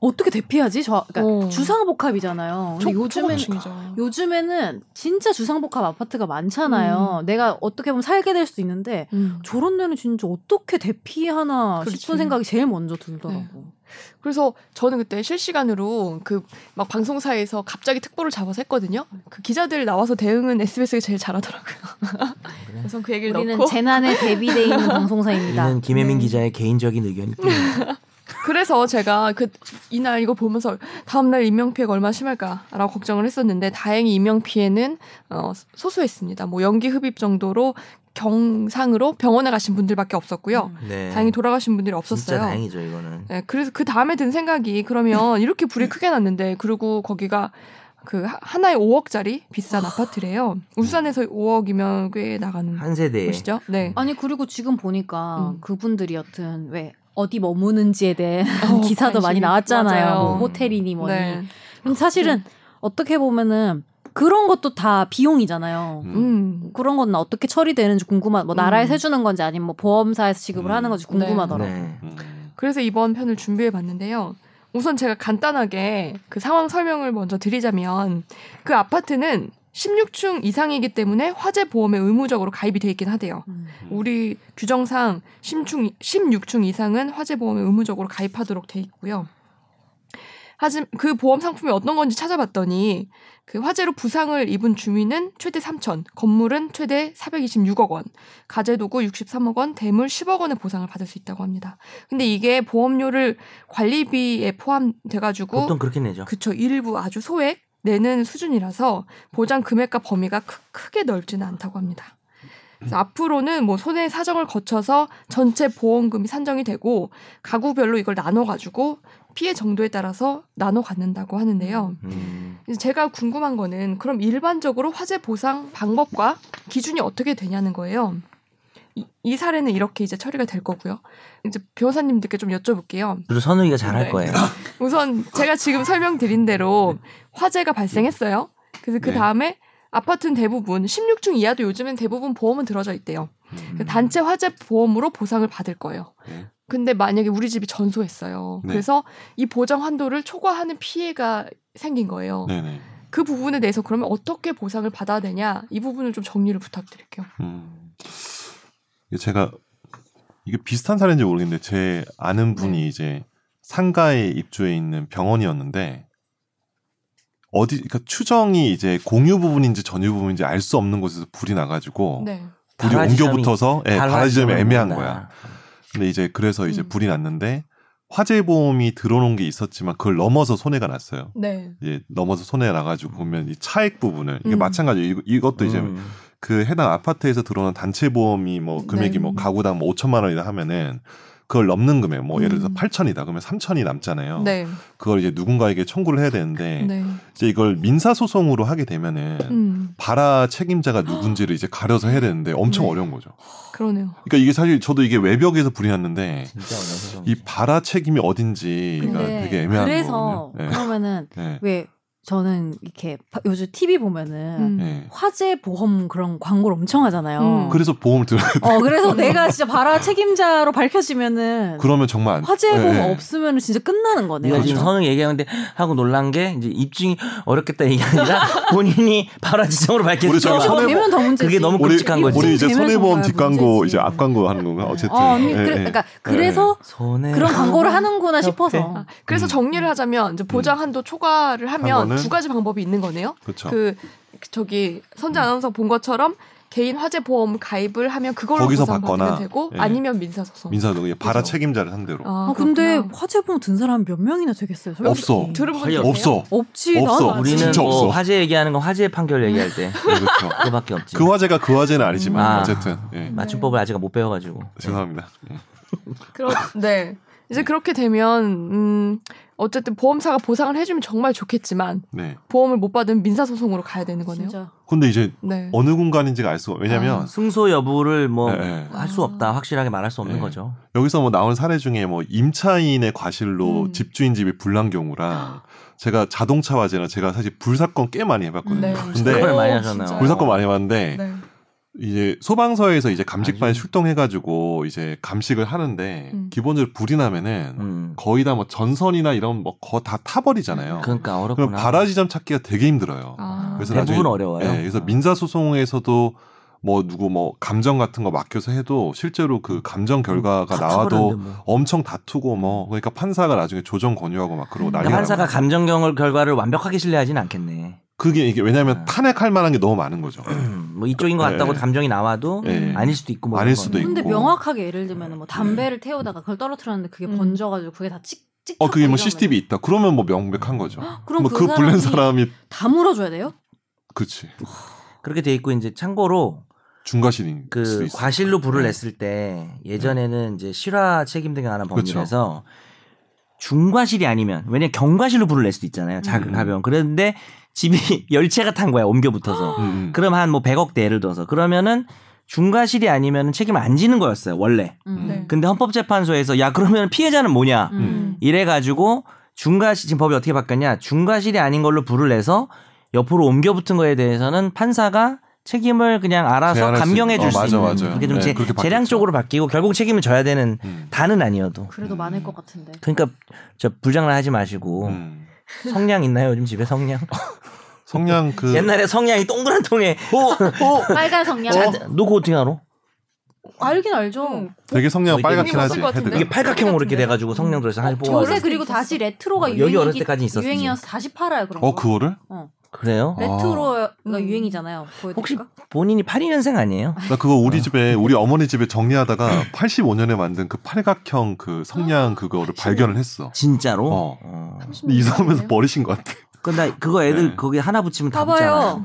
[SPEAKER 2] 어떻게 대피하지? 저 그러니까
[SPEAKER 1] 어.
[SPEAKER 2] 주상복합이잖아요. 근데 요즘에는
[SPEAKER 1] 요즘에는
[SPEAKER 2] 요즘에는 진짜 주상복합 아파트가 많잖아요. 내가 어떻게 보면 살게 될 수도 있는데
[SPEAKER 1] 음.
[SPEAKER 2] 저런 데는 진짜 어떻게 대피하나
[SPEAKER 1] 그렇지.
[SPEAKER 2] 싶은 생각이 제일 먼저 들더라고.
[SPEAKER 1] 그래서 저는 그때 실시간으로 그 막 방송사에서 갑자기 특보를 잡아서 했거든요. 그 기자들 나와서 대응은 SBS가 제일 잘하더라고요.
[SPEAKER 3] 아, 그래.
[SPEAKER 1] 그래서 그 얘기를
[SPEAKER 2] 우리는
[SPEAKER 1] 넣고
[SPEAKER 2] 재난에 대비돼 있는 방송사입니다.
[SPEAKER 3] 이는 김혜민
[SPEAKER 1] 네.
[SPEAKER 3] 기자의 개인적인 의견일 뿐입니다.
[SPEAKER 1] 그래서 제가 그 이날 이거 보면서 다음 날 인명 피해가 얼마나 심할까라고 걱정을 했었는데 다행히 인명 피해는 어, 소소했습니다. 뭐 연기 흡입 정도로 경상으로 병원에 가신 분들밖에
[SPEAKER 2] 음.
[SPEAKER 1] 없었고요.
[SPEAKER 3] 네.
[SPEAKER 1] 다행히 돌아가신 분들이
[SPEAKER 3] 진짜
[SPEAKER 1] 없었어요.
[SPEAKER 3] 다행이죠 이거는.
[SPEAKER 1] 네, 그래서 그 다음에 든 생각이 그러면 이렇게 불이 크게 났는데 그리고 거기가 그 하- 하나에 5억짜리 비싼 아파트래요. 울산에서 5억이면 꽤 나가는
[SPEAKER 3] 한 세대에.
[SPEAKER 1] 곳이죠. 네.
[SPEAKER 2] 아니 그리고 지금 보니까
[SPEAKER 1] 음.
[SPEAKER 2] 그분들이 여튼 왜 어디 머무는지에 대해
[SPEAKER 1] 어,
[SPEAKER 2] 아, 기사도 많이
[SPEAKER 1] 관심이-
[SPEAKER 2] 나왔잖아요. 뭐
[SPEAKER 1] 맞아요.
[SPEAKER 2] 호텔이니 뭐니.
[SPEAKER 1] 네.
[SPEAKER 2] 근데 사실은 어떻게 보면은 그런 것도 다 비용이잖아요.
[SPEAKER 4] 음.
[SPEAKER 1] 음.
[SPEAKER 2] 그런 건 어떻게 처리되는지 궁금한. 뭐 나라에서
[SPEAKER 1] 음.
[SPEAKER 2] 해주는 건지 아니면 뭐 보험사에서 지급을
[SPEAKER 4] 음.
[SPEAKER 2] 하는 건지 궁금하더라고. 요
[SPEAKER 3] 네.
[SPEAKER 4] 음.
[SPEAKER 1] 그래서 이번 편을 준비해 봤는데요. 우선 제가 간단하게 그 상황 설명을 먼저 드리자면 그 아파트는 16층 이상이기 때문에 화재 보험에 의무적으로 가입이 돼 있긴 하대요.
[SPEAKER 2] 음.
[SPEAKER 4] 음.
[SPEAKER 3] 음.
[SPEAKER 1] 우리 규정상 16, 16층 이상은 화재보험에 의무적으로 가입하도록 돼 있고요. 하지만 그 보험 상품이 어떤 건지 찾아봤더니 그 화재로 부상을 입은 주민은 최대 3천, 건물은 최대 426억 원, 가재도구 63억 원, 대물 10억 원의 보상을 받을 수 있다고 합니다. 근데 이게 보험료를 관리비에 포함돼가지고
[SPEAKER 3] 보통 그렇게 내죠.
[SPEAKER 1] 그쵸 일부 아주 소액 내는 수준이라서 보장 금액과 범위가 크- 크게 넓지는 않다고 합니다. 그래서 앞으로는 뭐 손해 사정을 거쳐서 전체 보험금이 산정이 되고 가구별로 이걸 나눠 가지고 피해 정도에 따라서 나눠 갖는다고 하는데요.
[SPEAKER 3] 음.
[SPEAKER 1] 이제 제가 궁금한 거는 그럼 일반적으로 화재 보상 방법과 기준이 어떻게 되냐는 거예요. 이, 이 사례는 이렇게 이제 처리가 될 거고요. 이제 변호사님들께 좀 여쭤볼게요.
[SPEAKER 3] 그리고 선우이가 잘할
[SPEAKER 1] 네.
[SPEAKER 3] 거예요.
[SPEAKER 1] 우선 제가 지금 설명드린 대로 화재가 발생했어요. 그래서 그
[SPEAKER 4] 네.
[SPEAKER 1] 다음에 아파트는 대부분 16층 이하도 요즘엔 대부분 보험은 들어져 있대요.
[SPEAKER 4] 음.
[SPEAKER 1] 그 단체 화재 보험으로 보상을 받을 거예요.
[SPEAKER 4] 네.
[SPEAKER 1] 근데 만약에 우리 집이 전소했어요.
[SPEAKER 4] 네.
[SPEAKER 1] 그래서 이 보장 한도를 초과하는 피해가 생긴 거예요.
[SPEAKER 4] 네네.
[SPEAKER 1] 그 부분에 대해서 그러면 어떻게 보상을 받아야 되냐 이 부분을 좀 정리를 부탁드릴게요.
[SPEAKER 4] 음. 이게 제가 이게 비슷한 사례인지 모르겠는데 제
[SPEAKER 3] 네.
[SPEAKER 4] 아는 분이 이제 상가에 입주해 있는 병원이었는데 어디 그러니까 추정이 이제 공유 부분인지 전유 부분인지 알 수 없는 곳에서 불이 나가지고
[SPEAKER 1] 네.
[SPEAKER 4] 불이
[SPEAKER 3] 발화
[SPEAKER 4] 옮겨
[SPEAKER 3] 지점이-
[SPEAKER 4] 붙어서 예,
[SPEAKER 3] 발화
[SPEAKER 4] 발화 지점이
[SPEAKER 3] 지점을
[SPEAKER 4] 애매한
[SPEAKER 3] 모른다.
[SPEAKER 4] 거야. 근데 이제 그래서 이제
[SPEAKER 1] 음.
[SPEAKER 4] 불이 났는데 화재 보험이 들어놓은 게 있었지만 그걸 넘어서 손해가 났어요.
[SPEAKER 1] 네.
[SPEAKER 4] 예, 넘어서 손해 나가지고 보면 이 차액 부분을 이게
[SPEAKER 1] 음.
[SPEAKER 4] 마찬가지로 이, 것도 이제
[SPEAKER 3] 음.
[SPEAKER 4] 그 해당 아파트에서 들어오는 단체 보험이 뭐 금액이
[SPEAKER 1] 네.
[SPEAKER 4] 뭐 가구당 뭐 5천만 원이다 하면은 그걸 넘는 금액 뭐 예를 들어서
[SPEAKER 1] 음.
[SPEAKER 4] 8천이다 그러면 3천이 남잖아요.
[SPEAKER 1] 네.
[SPEAKER 4] 그걸 이제 누군가에게 청구를 해야 되는데
[SPEAKER 1] 네.
[SPEAKER 4] 이제 이걸 민사 소송으로 하게 되면은
[SPEAKER 1] 음.
[SPEAKER 4] 발화 책임자가 누군지를 이제 가려서 해야 되는데 엄청
[SPEAKER 1] 네.
[SPEAKER 4] 어려운 거죠.
[SPEAKER 1] 그러네요.
[SPEAKER 4] 그러니까 이게 사실 저도 이게 외벽에서 불이 났는데
[SPEAKER 3] 진짜 어려운
[SPEAKER 4] 이 발화 네. 책임이 어딘지가
[SPEAKER 2] 근데
[SPEAKER 4] 되게 애매한
[SPEAKER 2] 네. 그래서
[SPEAKER 4] 거거든요.
[SPEAKER 2] 그러면은
[SPEAKER 4] 예. 예.
[SPEAKER 2] 왜 저는 이렇게 바- 요즘 TV 보면은
[SPEAKER 1] 음.
[SPEAKER 4] 예.
[SPEAKER 2] 화재 보험 그런 광고를 엄청 하잖아요.
[SPEAKER 1] 음.
[SPEAKER 4] 그래서 보험을 들어
[SPEAKER 2] 어 그래서 내가 진짜 발화 책임자로 밝혀지면은
[SPEAKER 4] 그러면 정말 안
[SPEAKER 2] 화재
[SPEAKER 4] 예,
[SPEAKER 2] 보험
[SPEAKER 4] 예.
[SPEAKER 2] 없으면은 진짜 끝나는 거네요.
[SPEAKER 3] 네가 지금
[SPEAKER 4] 그렇죠.
[SPEAKER 3] 선우 얘기하는데 하고 놀란 게 이제 입증이 어렵겠다 얘기 아니라 본인이 발화 지점으로
[SPEAKER 4] 우리
[SPEAKER 3] 밝혀지죠.
[SPEAKER 4] 저기
[SPEAKER 2] 저거
[SPEAKER 4] 손해보-
[SPEAKER 2] 어, 되면 더 문제지.
[SPEAKER 3] 그게 너무
[SPEAKER 4] 우리
[SPEAKER 3] 끔찍한 거지.
[SPEAKER 4] 우리
[SPEAKER 1] 네,
[SPEAKER 4] 이제
[SPEAKER 2] 재면
[SPEAKER 4] 손해보험
[SPEAKER 2] 정말
[SPEAKER 4] 뒷광고
[SPEAKER 2] 문제지.
[SPEAKER 4] 이제 앞광고 하는 건가 어쨌든.
[SPEAKER 2] 어, 언니,
[SPEAKER 4] 예,
[SPEAKER 2] 그래,
[SPEAKER 4] 예.
[SPEAKER 2] 그러니까 그래서
[SPEAKER 3] 손해
[SPEAKER 2] 그런 광고를 하는구나
[SPEAKER 3] 네. 아,
[SPEAKER 2] 싶어서.
[SPEAKER 1] 그래서
[SPEAKER 4] 음.
[SPEAKER 1] 정리를 하자면 이제 보장 한도 초과를
[SPEAKER 4] 한
[SPEAKER 1] 하면
[SPEAKER 4] 거는?
[SPEAKER 1] 두 가지 방법이 있는 거네요.
[SPEAKER 4] 그렇죠.
[SPEAKER 1] 그 저기
[SPEAKER 4] 음.
[SPEAKER 1] 선재 아나운서 본 것처럼 개인 화재 보험 가입을 하면 그걸로
[SPEAKER 4] 거기서
[SPEAKER 1] 보상받으면
[SPEAKER 4] 받거나,
[SPEAKER 1] 되고
[SPEAKER 4] 예.
[SPEAKER 1] 아니면 민사 소송.
[SPEAKER 4] 민사도 그냥 발화
[SPEAKER 1] 그죠.
[SPEAKER 4] 책임자를 상대로
[SPEAKER 3] 어,
[SPEAKER 1] 아,
[SPEAKER 2] 아, 근데
[SPEAKER 1] 그렇구나.
[SPEAKER 2] 화재 보험 든 사람 몇 명이나 되겠어요? 솔직히.
[SPEAKER 4] 없어.
[SPEAKER 1] 들은 분
[SPEAKER 3] 거의
[SPEAKER 1] 계세요?
[SPEAKER 4] 없어.
[SPEAKER 2] 없지.
[SPEAKER 4] 없어.
[SPEAKER 2] 나는 아직.
[SPEAKER 3] 우리는
[SPEAKER 4] 진짜
[SPEAKER 3] 뭐
[SPEAKER 4] 없어.
[SPEAKER 3] 화재 얘기하는 건 화재 판결 얘기할 때
[SPEAKER 4] 그렇죠.
[SPEAKER 3] 그거밖에 없지.
[SPEAKER 4] 그 화제가 그 화제는 아니지만
[SPEAKER 3] 아.
[SPEAKER 4] 어쨌든 예.
[SPEAKER 1] 음.
[SPEAKER 3] 맞춤법을 아직 못 배워가지고.
[SPEAKER 4] 죄송합니다. 예.
[SPEAKER 1] 그렇 네. 이제 그렇게 되면 음 어쨌든 보험사가 보상을 해주면 정말 좋겠지만
[SPEAKER 4] 네.
[SPEAKER 1] 보험을 못 받으면 민사 소송으로 가야 되는 거네요.
[SPEAKER 2] 진짜.
[SPEAKER 4] 근데 이제
[SPEAKER 1] 네.
[SPEAKER 4] 어느 공간인지가 알 수가 왜냐면
[SPEAKER 3] 승소 여부를 뭐
[SPEAKER 4] 예,
[SPEAKER 3] 할
[SPEAKER 4] 예.
[SPEAKER 3] 수 없다 확실하게 말할 수 없는
[SPEAKER 4] 예.
[SPEAKER 3] 거죠.
[SPEAKER 1] 아.
[SPEAKER 4] 여기서 뭐 나온 사례 중에 뭐 임차인의 과실로
[SPEAKER 1] 음.
[SPEAKER 4] 집주인 집이 불난 경우랑 제가 자동차 화재나 제가 사실 불 사건 꽤 많이 해봤거든요.
[SPEAKER 1] 네.
[SPEAKER 4] 근데
[SPEAKER 3] 그걸 많이
[SPEAKER 1] 어,
[SPEAKER 3] 하잖아요.
[SPEAKER 1] 진짜요?
[SPEAKER 4] 불 사건 많이 해봤는데
[SPEAKER 1] 네.
[SPEAKER 4] 이제 소방서에서 이제 감식반에
[SPEAKER 3] 아주-
[SPEAKER 4] 출동해가지고 이제 감식을 하는데
[SPEAKER 1] 음.
[SPEAKER 4] 기본적으로 불이 나면은
[SPEAKER 3] 음.
[SPEAKER 4] 거의 다 뭐 전선이나 이런 뭐 거 다 타버리잖아요.
[SPEAKER 3] 그러니까
[SPEAKER 4] 그럼
[SPEAKER 3] 어렵구나.
[SPEAKER 4] 발화 지점 찾기가 되게 힘들어요.
[SPEAKER 1] 아.
[SPEAKER 4] 그래서
[SPEAKER 3] 대부분
[SPEAKER 4] 나중에-
[SPEAKER 3] 어려워요. 아.
[SPEAKER 4] 예, 그래서 민사 소송에서도 뭐 누구 뭐 감정 같은 거 맡겨서 해도 실제로 그 감정 결과가
[SPEAKER 3] 음, 다
[SPEAKER 4] 나와도
[SPEAKER 3] 쳐버렸는데 뭐.
[SPEAKER 4] 엄청 다투고 뭐 그러니까 판사가 나중에 조정 권유하고 막 그러고 난리가
[SPEAKER 3] 판사가
[SPEAKER 4] 나고.
[SPEAKER 3] 감정 경을 결과를 완벽하게 신뢰하진 않겠네.
[SPEAKER 4] 그게 이게 왜냐하면
[SPEAKER 3] 아.
[SPEAKER 4] 탄핵할 만한 게 너무 많은 거죠.
[SPEAKER 3] 음, 뭐 이쪽인 것 같다고
[SPEAKER 4] 예.
[SPEAKER 3] 감정이 나와도
[SPEAKER 4] 예.
[SPEAKER 3] 아닐 수도 있고 뭐
[SPEAKER 4] 아닐
[SPEAKER 3] 이런
[SPEAKER 4] 수도
[SPEAKER 3] 거는.
[SPEAKER 4] 있고.
[SPEAKER 2] 근데 명확하게 예를 들면 뭐 담배를 태우다가 그걸 떨어뜨렸는데 그게
[SPEAKER 1] 음.
[SPEAKER 2] 번져가지고 그게 다 찍. 찍
[SPEAKER 4] 어 그게 뭐 CCTV 있다. 그러면 뭐
[SPEAKER 3] 음.
[SPEAKER 4] 명백한 거죠.
[SPEAKER 2] 그럼
[SPEAKER 4] 뭐그
[SPEAKER 2] 그 사람이
[SPEAKER 4] 불낸 사람이
[SPEAKER 2] 다 물어줘야 돼요?
[SPEAKER 4] 그렇지
[SPEAKER 3] 그렇게 돼 있고 이제 참고로
[SPEAKER 4] 중과실인 수도
[SPEAKER 3] 그
[SPEAKER 4] 있어.
[SPEAKER 3] 과실로 불을
[SPEAKER 4] 네.
[SPEAKER 3] 냈을 때 예전에는 이제 실화 책임 등에 관한
[SPEAKER 4] 그렇죠.
[SPEAKER 3] 법률에서 중과실이 아니면 왜냐면 경과실로 불을 낼 수도 있잖아요. 작은
[SPEAKER 4] 음.
[SPEAKER 3] 가벼운. 그런데 집이 열체가 탄 거야. 옮겨 붙어서.
[SPEAKER 4] 음, 음.
[SPEAKER 3] 그럼 한 뭐 100억 대 예를 들어서 그러면은 중과실이 아니면 책임 안 지는 거였어요. 원래.
[SPEAKER 4] 음.
[SPEAKER 1] 네.
[SPEAKER 3] 근데 헌법재판소에서 야 그러면 피해자는 뭐냐?
[SPEAKER 2] 음.
[SPEAKER 3] 이래 가지고 중과실 지금 법이 어떻게 바뀌었냐? 중과실이 아닌 걸로 불을 내서 옆으로 옮겨 붙은 거에 대해서는 판사가 책임을 그냥 알아서
[SPEAKER 4] 제한할 수
[SPEAKER 3] 감경해
[SPEAKER 4] 있-
[SPEAKER 3] 줄 수
[SPEAKER 4] 어, 맞아,
[SPEAKER 3] 있는
[SPEAKER 4] 맞아요.
[SPEAKER 3] 그게 좀
[SPEAKER 4] 네,
[SPEAKER 3] 재,
[SPEAKER 4] 그렇게 바뀌었죠.
[SPEAKER 3] 재량 쪽으로 바뀌고 결국 책임을 져야 되는
[SPEAKER 4] 음.
[SPEAKER 3] 다는 아니어도
[SPEAKER 2] 그래도 많을 것 같은데.
[SPEAKER 3] 그러니까 저 불장난 하지 마시고
[SPEAKER 4] 음.
[SPEAKER 3] 성냥 있나요 요즘 집에 성냥
[SPEAKER 4] 성냥 그
[SPEAKER 3] 옛날에 성냥이 동그란 통에
[SPEAKER 2] 어? 빨간 성냥.
[SPEAKER 3] 자- 놓고 어? 어떻게 알아?
[SPEAKER 2] 알긴 알죠.
[SPEAKER 1] 음.
[SPEAKER 4] 되게 성냥
[SPEAKER 3] 어,
[SPEAKER 4] 빨갛긴
[SPEAKER 1] 이게
[SPEAKER 4] 하지
[SPEAKER 1] 있을 것 같은데?
[SPEAKER 4] 헤드가
[SPEAKER 3] 이게 팔각형으로 이렇게
[SPEAKER 1] 같은데?
[SPEAKER 3] 돼가지고 성냥들을 해서 한번 뽑아
[SPEAKER 2] 요새
[SPEAKER 1] 네? 어렸을 때
[SPEAKER 2] 그리고 다시 레트로가
[SPEAKER 3] 어, 여기
[SPEAKER 2] 유행이
[SPEAKER 3] 어렸을 때까지 있었지.
[SPEAKER 2] 유행이어서 다시 팔아요 그런
[SPEAKER 4] 어
[SPEAKER 2] 거.
[SPEAKER 4] 그거를
[SPEAKER 3] 그래요?
[SPEAKER 4] 네.
[SPEAKER 2] 레트로가
[SPEAKER 1] 음.
[SPEAKER 2] 유행이잖아요. 보여드릴까?
[SPEAKER 3] 혹시 본인이 82년생 아니에요?
[SPEAKER 4] 나 그거 우리 집에 우리 어머니 집에 정리하다가 85년에 만든 그 팔각형 그 성냥 그거를 발견을 했어.
[SPEAKER 3] 진짜로?
[SPEAKER 4] 어.
[SPEAKER 3] 어.
[SPEAKER 2] 네.
[SPEAKER 4] 근데 이사하면서 뭐 버리신 것 같아.
[SPEAKER 3] 근데 그거 애들
[SPEAKER 4] 네.
[SPEAKER 3] 거기 하나 붙이면 다
[SPEAKER 2] 봐봐요.
[SPEAKER 3] 붙잖아요.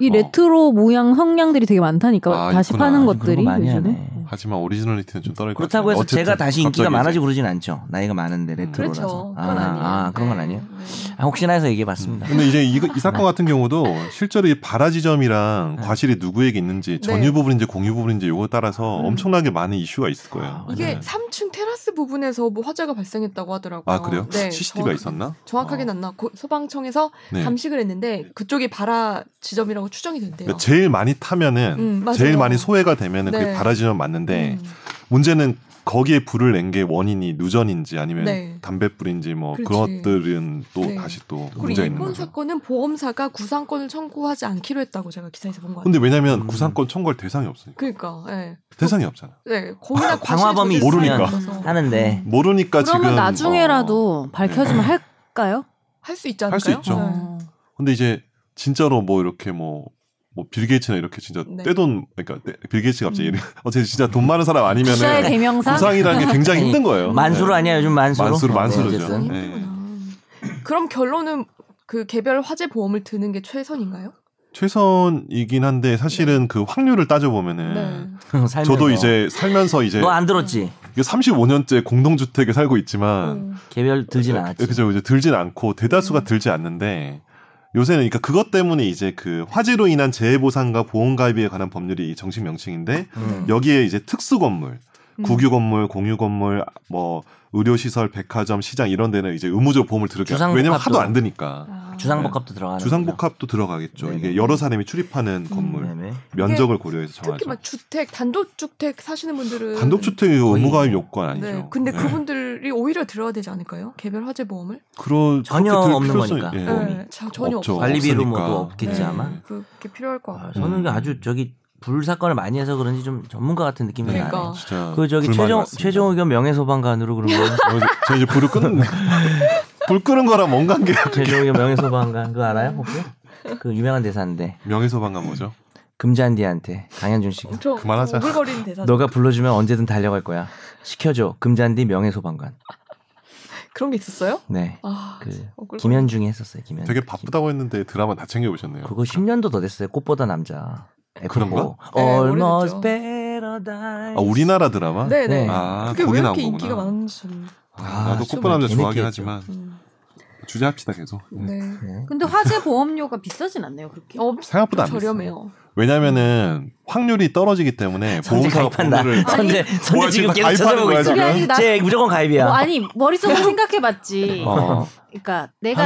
[SPEAKER 2] 이
[SPEAKER 4] 어.
[SPEAKER 2] 레트로 모양 성냥들이 되게 많다니까
[SPEAKER 4] 아,
[SPEAKER 2] 다시
[SPEAKER 4] 있구나.
[SPEAKER 2] 파는
[SPEAKER 3] 그런 거
[SPEAKER 4] 요즘
[SPEAKER 2] 것들이
[SPEAKER 3] 많이
[SPEAKER 2] 요즘에.
[SPEAKER 3] 하네.
[SPEAKER 4] 하지만 오리지널리티는 좀 떨어질 것
[SPEAKER 3] 그렇다고 해서
[SPEAKER 4] 같은데.
[SPEAKER 3] 제가
[SPEAKER 4] 어쨌든
[SPEAKER 3] 다시 인기가
[SPEAKER 4] 갑자기
[SPEAKER 3] 많아지고 그러진 않죠. 나이가 많은데 레트로라서.
[SPEAKER 1] 그렇죠.
[SPEAKER 3] 아,
[SPEAKER 1] 그건 아니에요.
[SPEAKER 3] 아, 그런 건 아니에요.
[SPEAKER 1] 네.
[SPEAKER 3] 아, 혹시나 해서
[SPEAKER 4] 이제.
[SPEAKER 3] 얘기해봤습니다.
[SPEAKER 4] 근데 이제 이, 이 사건 같은 경우도 실제로 이 발화 지점이랑
[SPEAKER 3] 네.
[SPEAKER 4] 과실이 누구에게 있는지 전유 부분인지 공유 부분인지 요거 따라서
[SPEAKER 1] 음.
[SPEAKER 4] 엄청나게 많은 이슈가 있을 거예요.
[SPEAKER 3] 아,
[SPEAKER 1] 이게
[SPEAKER 4] 네.
[SPEAKER 1] 3층 테라스 부분에서 뭐 화재가 발생했다고 하더라고요.
[SPEAKER 4] 아 그래요?
[SPEAKER 1] 네,
[SPEAKER 4] CCTV가
[SPEAKER 1] 정확-
[SPEAKER 4] 있었나?
[SPEAKER 3] 어.
[SPEAKER 1] 정확하게는 안 나왔고 소방청에서
[SPEAKER 4] 네.
[SPEAKER 1] 감식을 했는데 그쪽이 발화 지점이라고 추정이 된대요.
[SPEAKER 4] 그러니까 제일 많이 타면은
[SPEAKER 1] 음, 맞아요.
[SPEAKER 4] 제일 많이 소외가 되면은 그게
[SPEAKER 1] 네.
[SPEAKER 4] 발화 지점 맞는데
[SPEAKER 1] 음.
[SPEAKER 4] 문제는 거기에 불을 낸 게 원인이 누전인지 아니면
[SPEAKER 1] 네.
[SPEAKER 4] 담배불인지 뭐 그
[SPEAKER 1] 그렇지.
[SPEAKER 4] 런 것들은 또
[SPEAKER 1] 네.
[SPEAKER 4] 다시 또
[SPEAKER 1] 그리고
[SPEAKER 4] 문제가 있는
[SPEAKER 1] 이번
[SPEAKER 4] 거죠.
[SPEAKER 1] 사건은 보험사가 구상권을 청구하지 않기로 했다고 제가 기사에서 본 거 같아요.
[SPEAKER 4] 근데 왜냐면
[SPEAKER 3] 음.
[SPEAKER 4] 구상권 청구할 대상이 없으니까
[SPEAKER 1] 그러니까 예.
[SPEAKER 4] 대상이 없잖아.
[SPEAKER 1] 네, 공이나
[SPEAKER 3] 방화범이
[SPEAKER 1] 과실이
[SPEAKER 4] 모르니까.
[SPEAKER 3] 하는데
[SPEAKER 4] 모르니까
[SPEAKER 2] 그러면
[SPEAKER 4] 지금 어, 그렇죠.
[SPEAKER 2] 나중에라도 밝혀지면 할까요?
[SPEAKER 1] 할수 있지 않을까요?
[SPEAKER 4] 할수 있죠.
[SPEAKER 1] 네.
[SPEAKER 2] 어.
[SPEAKER 4] 근데 이제 진짜로 뭐 이렇게 뭐 뭐 뭐 빌게이츠나 이렇게 진짜
[SPEAKER 1] 네. 음.
[SPEAKER 4] 떼돈 그러니까 떼- 빌게이츠가 갑자기 어제 진짜 돈 많은 사람
[SPEAKER 2] 부자의
[SPEAKER 4] 아니면은
[SPEAKER 2] 대명사.
[SPEAKER 4] 부상이라는 게
[SPEAKER 1] 네.
[SPEAKER 4] 굉장히 힘든 거예요.
[SPEAKER 3] 만수로 아니야 요즘 만수로.
[SPEAKER 4] 음. 네. 만수로, 만수로죠.
[SPEAKER 3] 어쨌든.
[SPEAKER 4] 네.
[SPEAKER 1] 그럼 결론은 그 개별 화재 보험을 드는 게 최선인가요?
[SPEAKER 4] 최선이긴 한데 사실은
[SPEAKER 1] 네.
[SPEAKER 4] 그 확률을 따져보면은
[SPEAKER 3] 살면서.
[SPEAKER 4] 네. 저도 이제 살면서 이제
[SPEAKER 3] 너 안 들었지?
[SPEAKER 4] 이게 35년째 공동주택에 살고 있지만
[SPEAKER 1] 음.
[SPEAKER 3] 개별 들진
[SPEAKER 4] 예,
[SPEAKER 3] 않았지.
[SPEAKER 4] 그죠, 그죠. 들진 않고 대다수가 들지 않는데 요새는 그러니까 그것 때문에 이제 그 화재로 인한 재해 보상과 보험 가입에 관한 법률이 정식 명칭인데
[SPEAKER 3] 음.
[SPEAKER 4] 여기에 이제 특수 건물,
[SPEAKER 1] 음.
[SPEAKER 4] 국유 건물, 공유 건물, 뭐 의료 시설, 백화점, 시장 이런 데는 이제 의무적 보험을 들게
[SPEAKER 3] 주상복합도.
[SPEAKER 4] 왜냐면 하도 안 드니까.
[SPEAKER 1] 아.
[SPEAKER 3] 주상복합도 들어가는.
[SPEAKER 4] 네. 주상복합도 들어가겠죠.
[SPEAKER 3] 네네.
[SPEAKER 4] 이게 여러 사람이 출입하는 건물
[SPEAKER 3] 네네.
[SPEAKER 4] 면적을 고려해서
[SPEAKER 1] 음. 특히
[SPEAKER 4] 정하죠.
[SPEAKER 1] 막 주택 단독주택 사시는 분들은
[SPEAKER 4] 단독주택이 의무가입 요건 아니죠.
[SPEAKER 1] 네, 근데
[SPEAKER 4] 네.
[SPEAKER 1] 그분들이 오히려 들어야 되지 않을까요? 개별 화재 보험을?
[SPEAKER 4] 그런
[SPEAKER 3] 전혀
[SPEAKER 4] 그렇게 들
[SPEAKER 3] 없는
[SPEAKER 4] 필요성이-
[SPEAKER 3] 거니까.
[SPEAKER 4] 예.
[SPEAKER 3] 보험이.
[SPEAKER 1] 네, 자, 전혀
[SPEAKER 4] 없죠.
[SPEAKER 1] 없어요.
[SPEAKER 3] 관리비로
[SPEAKER 4] 없으니까.
[SPEAKER 3] 뭐도 없겠지
[SPEAKER 1] 네,
[SPEAKER 3] 아마.
[SPEAKER 1] 그게 필요할 것
[SPEAKER 3] 아,
[SPEAKER 1] 같아요.
[SPEAKER 3] 저는
[SPEAKER 4] 음.
[SPEAKER 3] 아주 저기 불 사건을 많이 해서 그런지 좀 전문가 같은 느낌이
[SPEAKER 1] 그러니까.
[SPEAKER 3] 나네.
[SPEAKER 4] 진짜
[SPEAKER 3] 그 저기
[SPEAKER 4] 아, 불만이
[SPEAKER 3] 최종
[SPEAKER 4] 많습니다.
[SPEAKER 3] 최종 의견 명예 소방관으로 그러면
[SPEAKER 4] 어, 저 이제 불을 끄는 불 끄는 거랑 뭔 관계야?
[SPEAKER 3] 최종 의견 명예 소방관 그거 알아요 혹시? 그 유명한 대사인데
[SPEAKER 4] 명예소방관 뭐죠?
[SPEAKER 3] 금잔디한테 강현준
[SPEAKER 2] 어,
[SPEAKER 3] 씨가
[SPEAKER 1] 저
[SPEAKER 4] 그만하자.
[SPEAKER 1] 오글거리는 대사.
[SPEAKER 3] 너가 불러주면 언제든 달려갈 거야. 시켜줘 금잔디 명예 소방관.
[SPEAKER 1] 그런 게 있었어요?
[SPEAKER 3] 네.
[SPEAKER 1] 아,
[SPEAKER 3] 그
[SPEAKER 1] 오글거리-
[SPEAKER 3] 김현중이 했었어요. 김현.
[SPEAKER 4] 되게 바쁘다고 했는데 드라마 다 챙겨 보셨네요.
[SPEAKER 3] 네. 그거 10년도 더 됐어요. 꽃보다 남자.
[SPEAKER 4] 그런가?
[SPEAKER 1] 네,
[SPEAKER 3] Almost
[SPEAKER 1] 오래됐죠.
[SPEAKER 3] paradise.
[SPEAKER 4] 아 우리나라 드라마?
[SPEAKER 1] 네, 네.
[SPEAKER 3] 네.
[SPEAKER 4] 아
[SPEAKER 1] 그게 왜
[SPEAKER 4] 거기 나온
[SPEAKER 1] 이렇게
[SPEAKER 4] 거구나.
[SPEAKER 1] 인기가 많은지 좀.
[SPEAKER 4] 아, 나도
[SPEAKER 3] 아,
[SPEAKER 4] 꽃보남자
[SPEAKER 3] 정말
[SPEAKER 4] 좋아하긴
[SPEAKER 3] 재밌게
[SPEAKER 4] 하지만
[SPEAKER 1] 음.
[SPEAKER 4] 주제합시다 계속.
[SPEAKER 1] 네.
[SPEAKER 3] 네.
[SPEAKER 2] 근데 화재 보험료가 비싸진 않네요. 그렇게.
[SPEAKER 1] 어,
[SPEAKER 4] 생각보다 안
[SPEAKER 1] 좀 저렴해요.
[SPEAKER 4] 왜냐면은 확률이 떨어지기 때문에
[SPEAKER 3] 선제
[SPEAKER 4] 보험사가
[SPEAKER 3] 가입한다.
[SPEAKER 4] 보험을
[SPEAKER 3] 선제 선제 지금
[SPEAKER 4] 뭐야, 지금
[SPEAKER 3] 계속
[SPEAKER 4] 가입하는
[SPEAKER 3] 찾아보고
[SPEAKER 4] 거야,
[SPEAKER 3] 있어.
[SPEAKER 4] 지금?
[SPEAKER 2] 아니, 나-
[SPEAKER 3] 쟤 무조건 가입이야.
[SPEAKER 2] 뭐 아니 머릿속으로 생각해봤지.
[SPEAKER 1] 아,
[SPEAKER 4] 어.
[SPEAKER 2] 그러니까 내가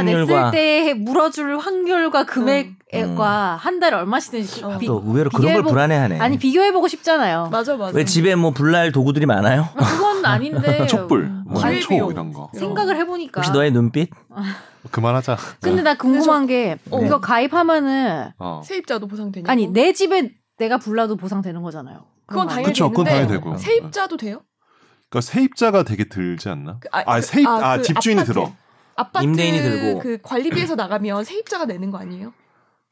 [SPEAKER 2] 냈을
[SPEAKER 3] 확률과-
[SPEAKER 2] 때 물어줄 확률과
[SPEAKER 4] 음.
[SPEAKER 2] 금액과 한 달에 얼마씩 되는지
[SPEAKER 1] 어.
[SPEAKER 2] 비-
[SPEAKER 3] 또 의외로 그런 걸
[SPEAKER 2] 비교해보-
[SPEAKER 3] 불안해하네.
[SPEAKER 2] 아니 비교해보고 싶잖아요.
[SPEAKER 1] 맞아, 맞아.
[SPEAKER 3] 왜 집에 뭐 불날 도구들이 많아요?
[SPEAKER 2] 아, 그건 아닌데
[SPEAKER 4] 촛불, 뭐
[SPEAKER 1] 아니,
[SPEAKER 4] 초
[SPEAKER 1] 비용.
[SPEAKER 4] 이런 거. 어,
[SPEAKER 2] 생각을 해보니까.
[SPEAKER 3] 혹시 너의 눈빛?
[SPEAKER 4] 그만하자.
[SPEAKER 2] 근데 나 궁금한 게
[SPEAKER 1] 어.
[SPEAKER 3] 네.
[SPEAKER 2] 이거 가입하면은
[SPEAKER 4] 어.
[SPEAKER 1] 세입자도 보상되냐?
[SPEAKER 2] 아니
[SPEAKER 4] 네.
[SPEAKER 2] 내 집에 내가 불나도 보상되는 거잖아요.
[SPEAKER 1] 그건
[SPEAKER 2] 그럼
[SPEAKER 1] 당연히
[SPEAKER 4] 그쵸, 그건
[SPEAKER 1] 되는데
[SPEAKER 4] 당연히 되고. 어.
[SPEAKER 1] 세입자도 돼요?
[SPEAKER 4] 그러니까 세입자가 되게 들지 않나?
[SPEAKER 1] 그,
[SPEAKER 4] 아, 세입 아,
[SPEAKER 1] 그
[SPEAKER 4] 집주인이
[SPEAKER 1] 아파트.
[SPEAKER 4] 들어.
[SPEAKER 1] 아파트
[SPEAKER 3] 임대인이 들고.
[SPEAKER 1] 그 관리비에서 나가면 세입자가 내는 거 아니에요?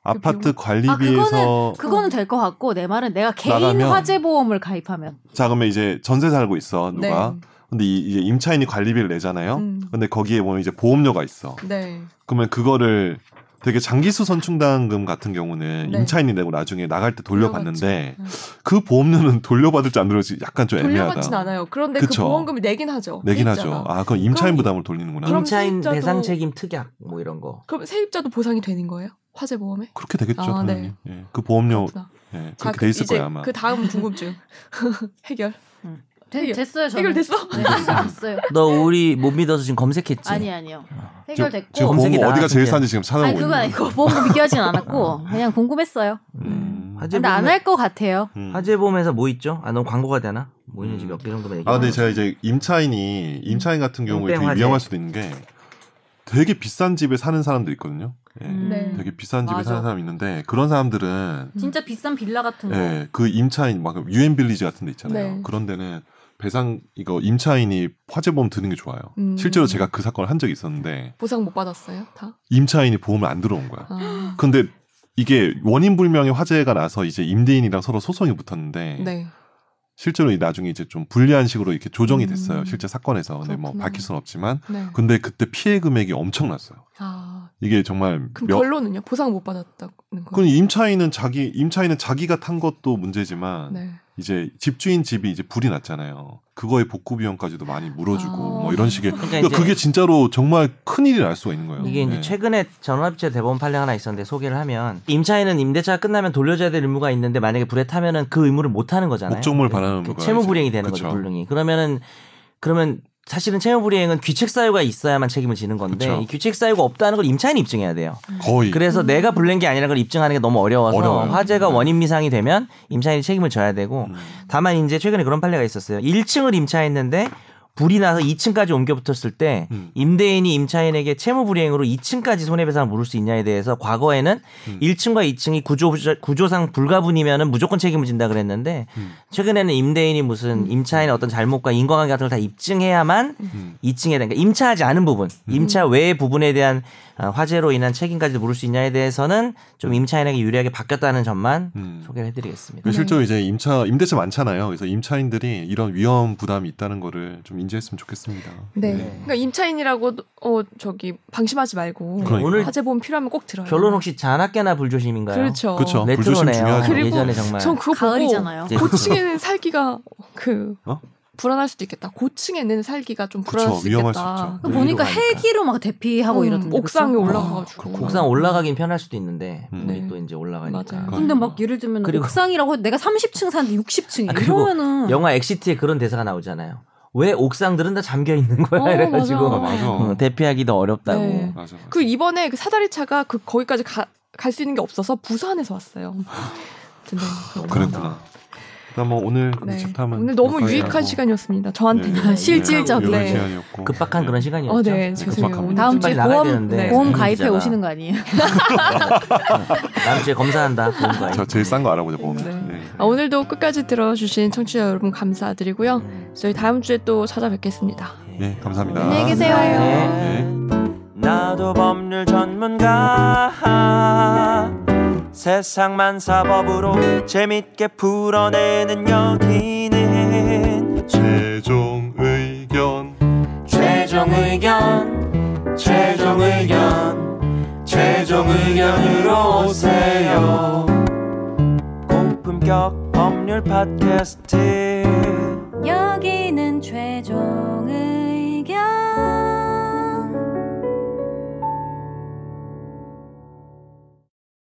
[SPEAKER 4] 아파트
[SPEAKER 1] 비용은-
[SPEAKER 4] 관리비에서
[SPEAKER 2] 그거는 될 것 같고 내 말은 내가 개인
[SPEAKER 4] 나가면-
[SPEAKER 2] 화재 보험을 가입하면
[SPEAKER 4] 자 그러면 이제 전세 살고 있어 누가. 어? 근데 이, 이제 임차인이 관리비를 내잖아요.
[SPEAKER 1] 네. 음.
[SPEAKER 4] 근데 거기에 보면 이제 보험료가 있어.
[SPEAKER 1] 네.
[SPEAKER 4] 그러면 그거를 되게 장기수 선충당금 같은 경우는
[SPEAKER 1] 네.
[SPEAKER 4] 임차인이 내고 나중에 나갈 때 돌려받는데
[SPEAKER 1] 돌려받죠.
[SPEAKER 4] 그 보험료는 돌려받을지 안 돌려받을지 약간 좀
[SPEAKER 1] 돌려받진
[SPEAKER 4] 애매하다.
[SPEAKER 1] 않아요. 그런데 그
[SPEAKER 4] 그쵸.
[SPEAKER 1] 보험금을 내긴 하죠.
[SPEAKER 4] 내긴
[SPEAKER 1] 세입자가.
[SPEAKER 4] 하죠. 아, 그건 임차인
[SPEAKER 1] 그럼-
[SPEAKER 4] 부담을 돌리는구나.
[SPEAKER 1] 그럼
[SPEAKER 3] 임차인
[SPEAKER 1] 세입자도-
[SPEAKER 3] 배상 책임 특약 뭐 이런 거.
[SPEAKER 1] 그럼 세입자도 보상이 되는 거예요? 화재 보험에?
[SPEAKER 4] 그렇게 되겠죠,
[SPEAKER 1] 아,
[SPEAKER 4] 당연히.
[SPEAKER 1] 네.
[SPEAKER 4] 예, 그 보험료
[SPEAKER 1] 그렇구나.
[SPEAKER 4] 예,
[SPEAKER 1] 자,
[SPEAKER 4] 그렇게 돼 있을
[SPEAKER 1] 이제
[SPEAKER 4] 거예요 아마.
[SPEAKER 1] 그 다음 궁금증 해결.
[SPEAKER 2] 되-
[SPEAKER 1] 해결-
[SPEAKER 2] 됐어요. 저는.
[SPEAKER 1] 해결됐어?
[SPEAKER 2] 네, 해결됐어요.
[SPEAKER 3] 너 우리 못 믿어서 지금 검색했지?
[SPEAKER 2] 아니 아니요.
[SPEAKER 4] 지금-
[SPEAKER 2] 해결됐고.
[SPEAKER 4] 지금
[SPEAKER 3] 검색이
[SPEAKER 4] 보험
[SPEAKER 3] 나,
[SPEAKER 4] 어디가 제일
[SPEAKER 3] 심지어.
[SPEAKER 4] 싼지 지금 찾아보고
[SPEAKER 2] 아니 그건
[SPEAKER 4] 있는
[SPEAKER 2] 아니고 보험도 비교하진 않았고 그냥 궁금했어요.
[SPEAKER 4] 거예요.
[SPEAKER 1] 음.
[SPEAKER 3] 화재
[SPEAKER 2] 근데 안
[SPEAKER 3] 보험-
[SPEAKER 2] 할 것 같아요.
[SPEAKER 4] 음.
[SPEAKER 3] 화재보험에서 뭐 있죠? 아, 넌 광고가 되나? 뭐 있는지
[SPEAKER 4] 음.
[SPEAKER 3] 몇 개 정도만 얘기해.
[SPEAKER 4] 아, 근데 제가 이제 임차인이 임차인 같은 경우에
[SPEAKER 3] 뺑뺑
[SPEAKER 4] 되게
[SPEAKER 3] 화재.
[SPEAKER 4] 위험할 수도 있는 게 되게 비싼 집에 사는 사람도 있거든요. 예.
[SPEAKER 2] 음.
[SPEAKER 1] 네.
[SPEAKER 4] 되게 비싼 집에
[SPEAKER 2] 맞아.
[SPEAKER 4] 사는 사람 있는데 그런 사람들은
[SPEAKER 2] 진짜 비싼 빌라 같은 거.
[SPEAKER 4] 예, 그 임차인 막 유엔 빌리지 같은 데 있잖아요.
[SPEAKER 1] 음. 네.
[SPEAKER 4] 그런 데는 배상 이거 임차인이 화재보험 드는 게 좋아요.
[SPEAKER 1] 음.
[SPEAKER 4] 실제로 제가 그 사건을 한 적이 있었는데
[SPEAKER 1] 보상 못 받았어요? 다?
[SPEAKER 4] 임차인이 보험을 안 들어온 거야.
[SPEAKER 1] 아.
[SPEAKER 4] 근데 이게 원인 불명의 화재가 나서 이제 임대인이랑 서로 소송이 붙었는데
[SPEAKER 1] 네.
[SPEAKER 4] 실제로 이 나중에 이제 좀 불리한 식으로 이렇게 조정이 됐어요.
[SPEAKER 1] 음.
[SPEAKER 4] 실제 사건에서. 근데 뭐
[SPEAKER 1] 그렇구나.
[SPEAKER 4] 밝힐 수는 없지만
[SPEAKER 1] 네.
[SPEAKER 4] 근데 그때 피해 금액이 엄청났어요.
[SPEAKER 1] 아.
[SPEAKER 4] 이게 정말
[SPEAKER 1] 그럼
[SPEAKER 4] 몇
[SPEAKER 1] 결론은요? 보상 못 받았다는 거.
[SPEAKER 4] 그 임차인은 자기 임차인은 자기가 탄 것도 문제지만
[SPEAKER 1] 네.
[SPEAKER 4] 이제 집주인 집이 이제 불이 났잖아요. 그거에 복구 비용까지도 많이 물어주고
[SPEAKER 1] 아.
[SPEAKER 4] 뭐 이런 식의
[SPEAKER 3] 그러니까
[SPEAKER 4] 그러니까
[SPEAKER 3] 이제-
[SPEAKER 4] 그게 진짜로 정말 큰 일이 날 수가 있는 거예요.
[SPEAKER 3] 이게 이제
[SPEAKER 4] 네.
[SPEAKER 3] 최근에 전원합체 대법원 판례 하나 있었는데 소개를 하면 임차인은 임대차가 끝나면 돌려줘야 될 의무가 있는데 만약에 불에 타면은 그 의무를 못 하는 거잖아요.
[SPEAKER 4] 목적물 반하는
[SPEAKER 3] 그
[SPEAKER 4] 거가
[SPEAKER 3] 채무
[SPEAKER 4] 이제-
[SPEAKER 3] 불이행이 되는
[SPEAKER 4] 그쵸.
[SPEAKER 3] 거죠 불능이. 그러면은 그러면 사실은 채무 불이행은 규칙 사유가 있어야만 책임을 지는 건데
[SPEAKER 4] 그쵸.
[SPEAKER 3] 이 규칙 사유가 없다는 걸 임차인이 입증해야 돼요.
[SPEAKER 4] 거의
[SPEAKER 3] 그래서 내가 불낸 게 아니라는 걸 입증하는 게 너무 어려워서
[SPEAKER 4] 어려워요.
[SPEAKER 3] 화재가
[SPEAKER 4] 네.
[SPEAKER 3] 원인 미상이 되면 임차인이 책임을 져야 되고
[SPEAKER 4] 음.
[SPEAKER 3] 다만 이제 최근에 그런 판례가 있었어요. 1층을 임차했는데 불이 나서 2층까지 옮겨 붙었을 때
[SPEAKER 4] 음.
[SPEAKER 3] 임대인이 임차인에게 채무 불이행으로 2층까지 손해배상을 물을 수 있냐에 대해서 과거에는
[SPEAKER 4] 음.
[SPEAKER 3] 1층과 2층이 구조 구조상 불가분이면은 무조건 책임을 진다 그랬는데
[SPEAKER 4] 음.
[SPEAKER 3] 최근에는 임대인이 무슨 임차인의 어떤 잘못과 인과관계 같은 걸 다 입증해야만
[SPEAKER 4] 음.
[SPEAKER 3] 2층에 대한 그러니까 임차하지 않은 부분, 임차 외의 부분에 대한 아, 화재로 인한 책임까지 물을 수 있냐에 대해서는 좀 임차인에게 유리하게 바뀌었다는 점만
[SPEAKER 4] 음.
[SPEAKER 3] 소개를 해드리겠습니다.
[SPEAKER 4] 그 실제로 이제 임차 임대차 많잖아요. 그래서 임차인들이 이런 위험 부담이 있다는 거를 좀 인지했으면 좋겠습니다.
[SPEAKER 1] 네. 그러니까 임차인이라고 어 저기 방심하지 말고
[SPEAKER 4] 그러니까.
[SPEAKER 3] 오늘
[SPEAKER 1] 화재 보험 필요하면 꼭 들어요.
[SPEAKER 3] 결론 혹시 잔악계나 불조심인가요?
[SPEAKER 1] 그렇죠.
[SPEAKER 4] 그렇죠.
[SPEAKER 3] 네,
[SPEAKER 4] 불조심
[SPEAKER 3] 트로네요.
[SPEAKER 4] 중요하죠.
[SPEAKER 1] 그리고
[SPEAKER 3] 예전에 정말
[SPEAKER 1] 전 그거
[SPEAKER 2] 가을이잖아요.
[SPEAKER 3] 예.
[SPEAKER 1] 보고 고층에는 살기가 그
[SPEAKER 4] 어?
[SPEAKER 1] 불안할 수도 있겠다. 고층에는 살기가 좀
[SPEAKER 4] 그쵸,
[SPEAKER 1] 불안할 수
[SPEAKER 4] 위험할
[SPEAKER 1] 있겠다.
[SPEAKER 4] 수 있죠.
[SPEAKER 2] 그 보니까
[SPEAKER 3] 위로 가니까.
[SPEAKER 2] 헬기로 막 대피하고
[SPEAKER 1] 음,
[SPEAKER 2] 이러던데.
[SPEAKER 1] 옥상에
[SPEAKER 2] 그쵸? 어.
[SPEAKER 1] 올라가가지고.
[SPEAKER 4] 아, 그렇구나.
[SPEAKER 3] 옥상 올라가긴 편할 수도 있는데
[SPEAKER 4] 음.
[SPEAKER 3] 우리
[SPEAKER 1] 네.
[SPEAKER 3] 또 이제 올라가니까. 네.
[SPEAKER 1] 맞아요. 음.
[SPEAKER 2] 근데 막 예를 들면
[SPEAKER 3] 그리고-
[SPEAKER 2] 옥상이라고 해도 내가 30층 사는데 60층
[SPEAKER 3] 아,
[SPEAKER 2] 이
[SPEAKER 3] 그리고
[SPEAKER 2] 이러면은
[SPEAKER 3] 영화 엑시트에 그런 대사가 나오잖아요. 왜 옥상들은 다 잠겨 있는 거야?
[SPEAKER 1] 어,
[SPEAKER 3] 이래가지고
[SPEAKER 1] 맞아.
[SPEAKER 4] 아, 맞아.
[SPEAKER 3] 어, 대피하기도 어렵다고.
[SPEAKER 1] 네.
[SPEAKER 4] 맞아. 맞아.
[SPEAKER 1] 그 이번에 그 사다리 차가 그 거기까지 갈 수 있는 게 없어서 부산에서 왔어요. 아무튼 네, 그렇구나.
[SPEAKER 4] 그랬구나. 그럼 뭐 오늘
[SPEAKER 1] 네.
[SPEAKER 4] 탑은
[SPEAKER 1] 오늘 너무
[SPEAKER 4] 여기까지
[SPEAKER 1] 유익한
[SPEAKER 4] 하고.
[SPEAKER 1] 시간이었습니다. 저한테는
[SPEAKER 2] 네. 실질적인.
[SPEAKER 4] 유익한
[SPEAKER 1] 네.
[SPEAKER 4] 시간이었고.
[SPEAKER 3] 급박한
[SPEAKER 4] 네.
[SPEAKER 3] 그런 시간이었죠.
[SPEAKER 1] 어, 네,
[SPEAKER 4] 네,
[SPEAKER 1] 죄송해요.
[SPEAKER 4] 급박합니다.
[SPEAKER 2] 다음 주에
[SPEAKER 3] 빨리 나가야
[SPEAKER 2] 보험
[SPEAKER 3] 되는데.
[SPEAKER 2] 보험
[SPEAKER 4] 음,
[SPEAKER 3] 네.
[SPEAKER 2] 가입해
[SPEAKER 3] 일이잖아.
[SPEAKER 2] 오시는 거 아니에요?
[SPEAKER 3] 다음 주에 검사한다. 보험 가입.
[SPEAKER 4] 저 제일 싼 거 알아보자 보험.
[SPEAKER 1] 네.
[SPEAKER 4] 네.
[SPEAKER 1] 아, 오늘도 끝까지 들어주신 청취자 여러분 감사드리고요. 저희 다음 주에 또 찾아뵙겠습니다.
[SPEAKER 4] 네, 감사합니다.
[SPEAKER 2] 안녕히 계세요.
[SPEAKER 4] 네.
[SPEAKER 5] 나도 법률 전문가 세상만 사법으로 재밌게 풀어내는 여기는
[SPEAKER 4] 최종 의견.
[SPEAKER 5] 최종 의견 최종 의견 최종 의견으로 오세요 고품격 법률 팟캐스트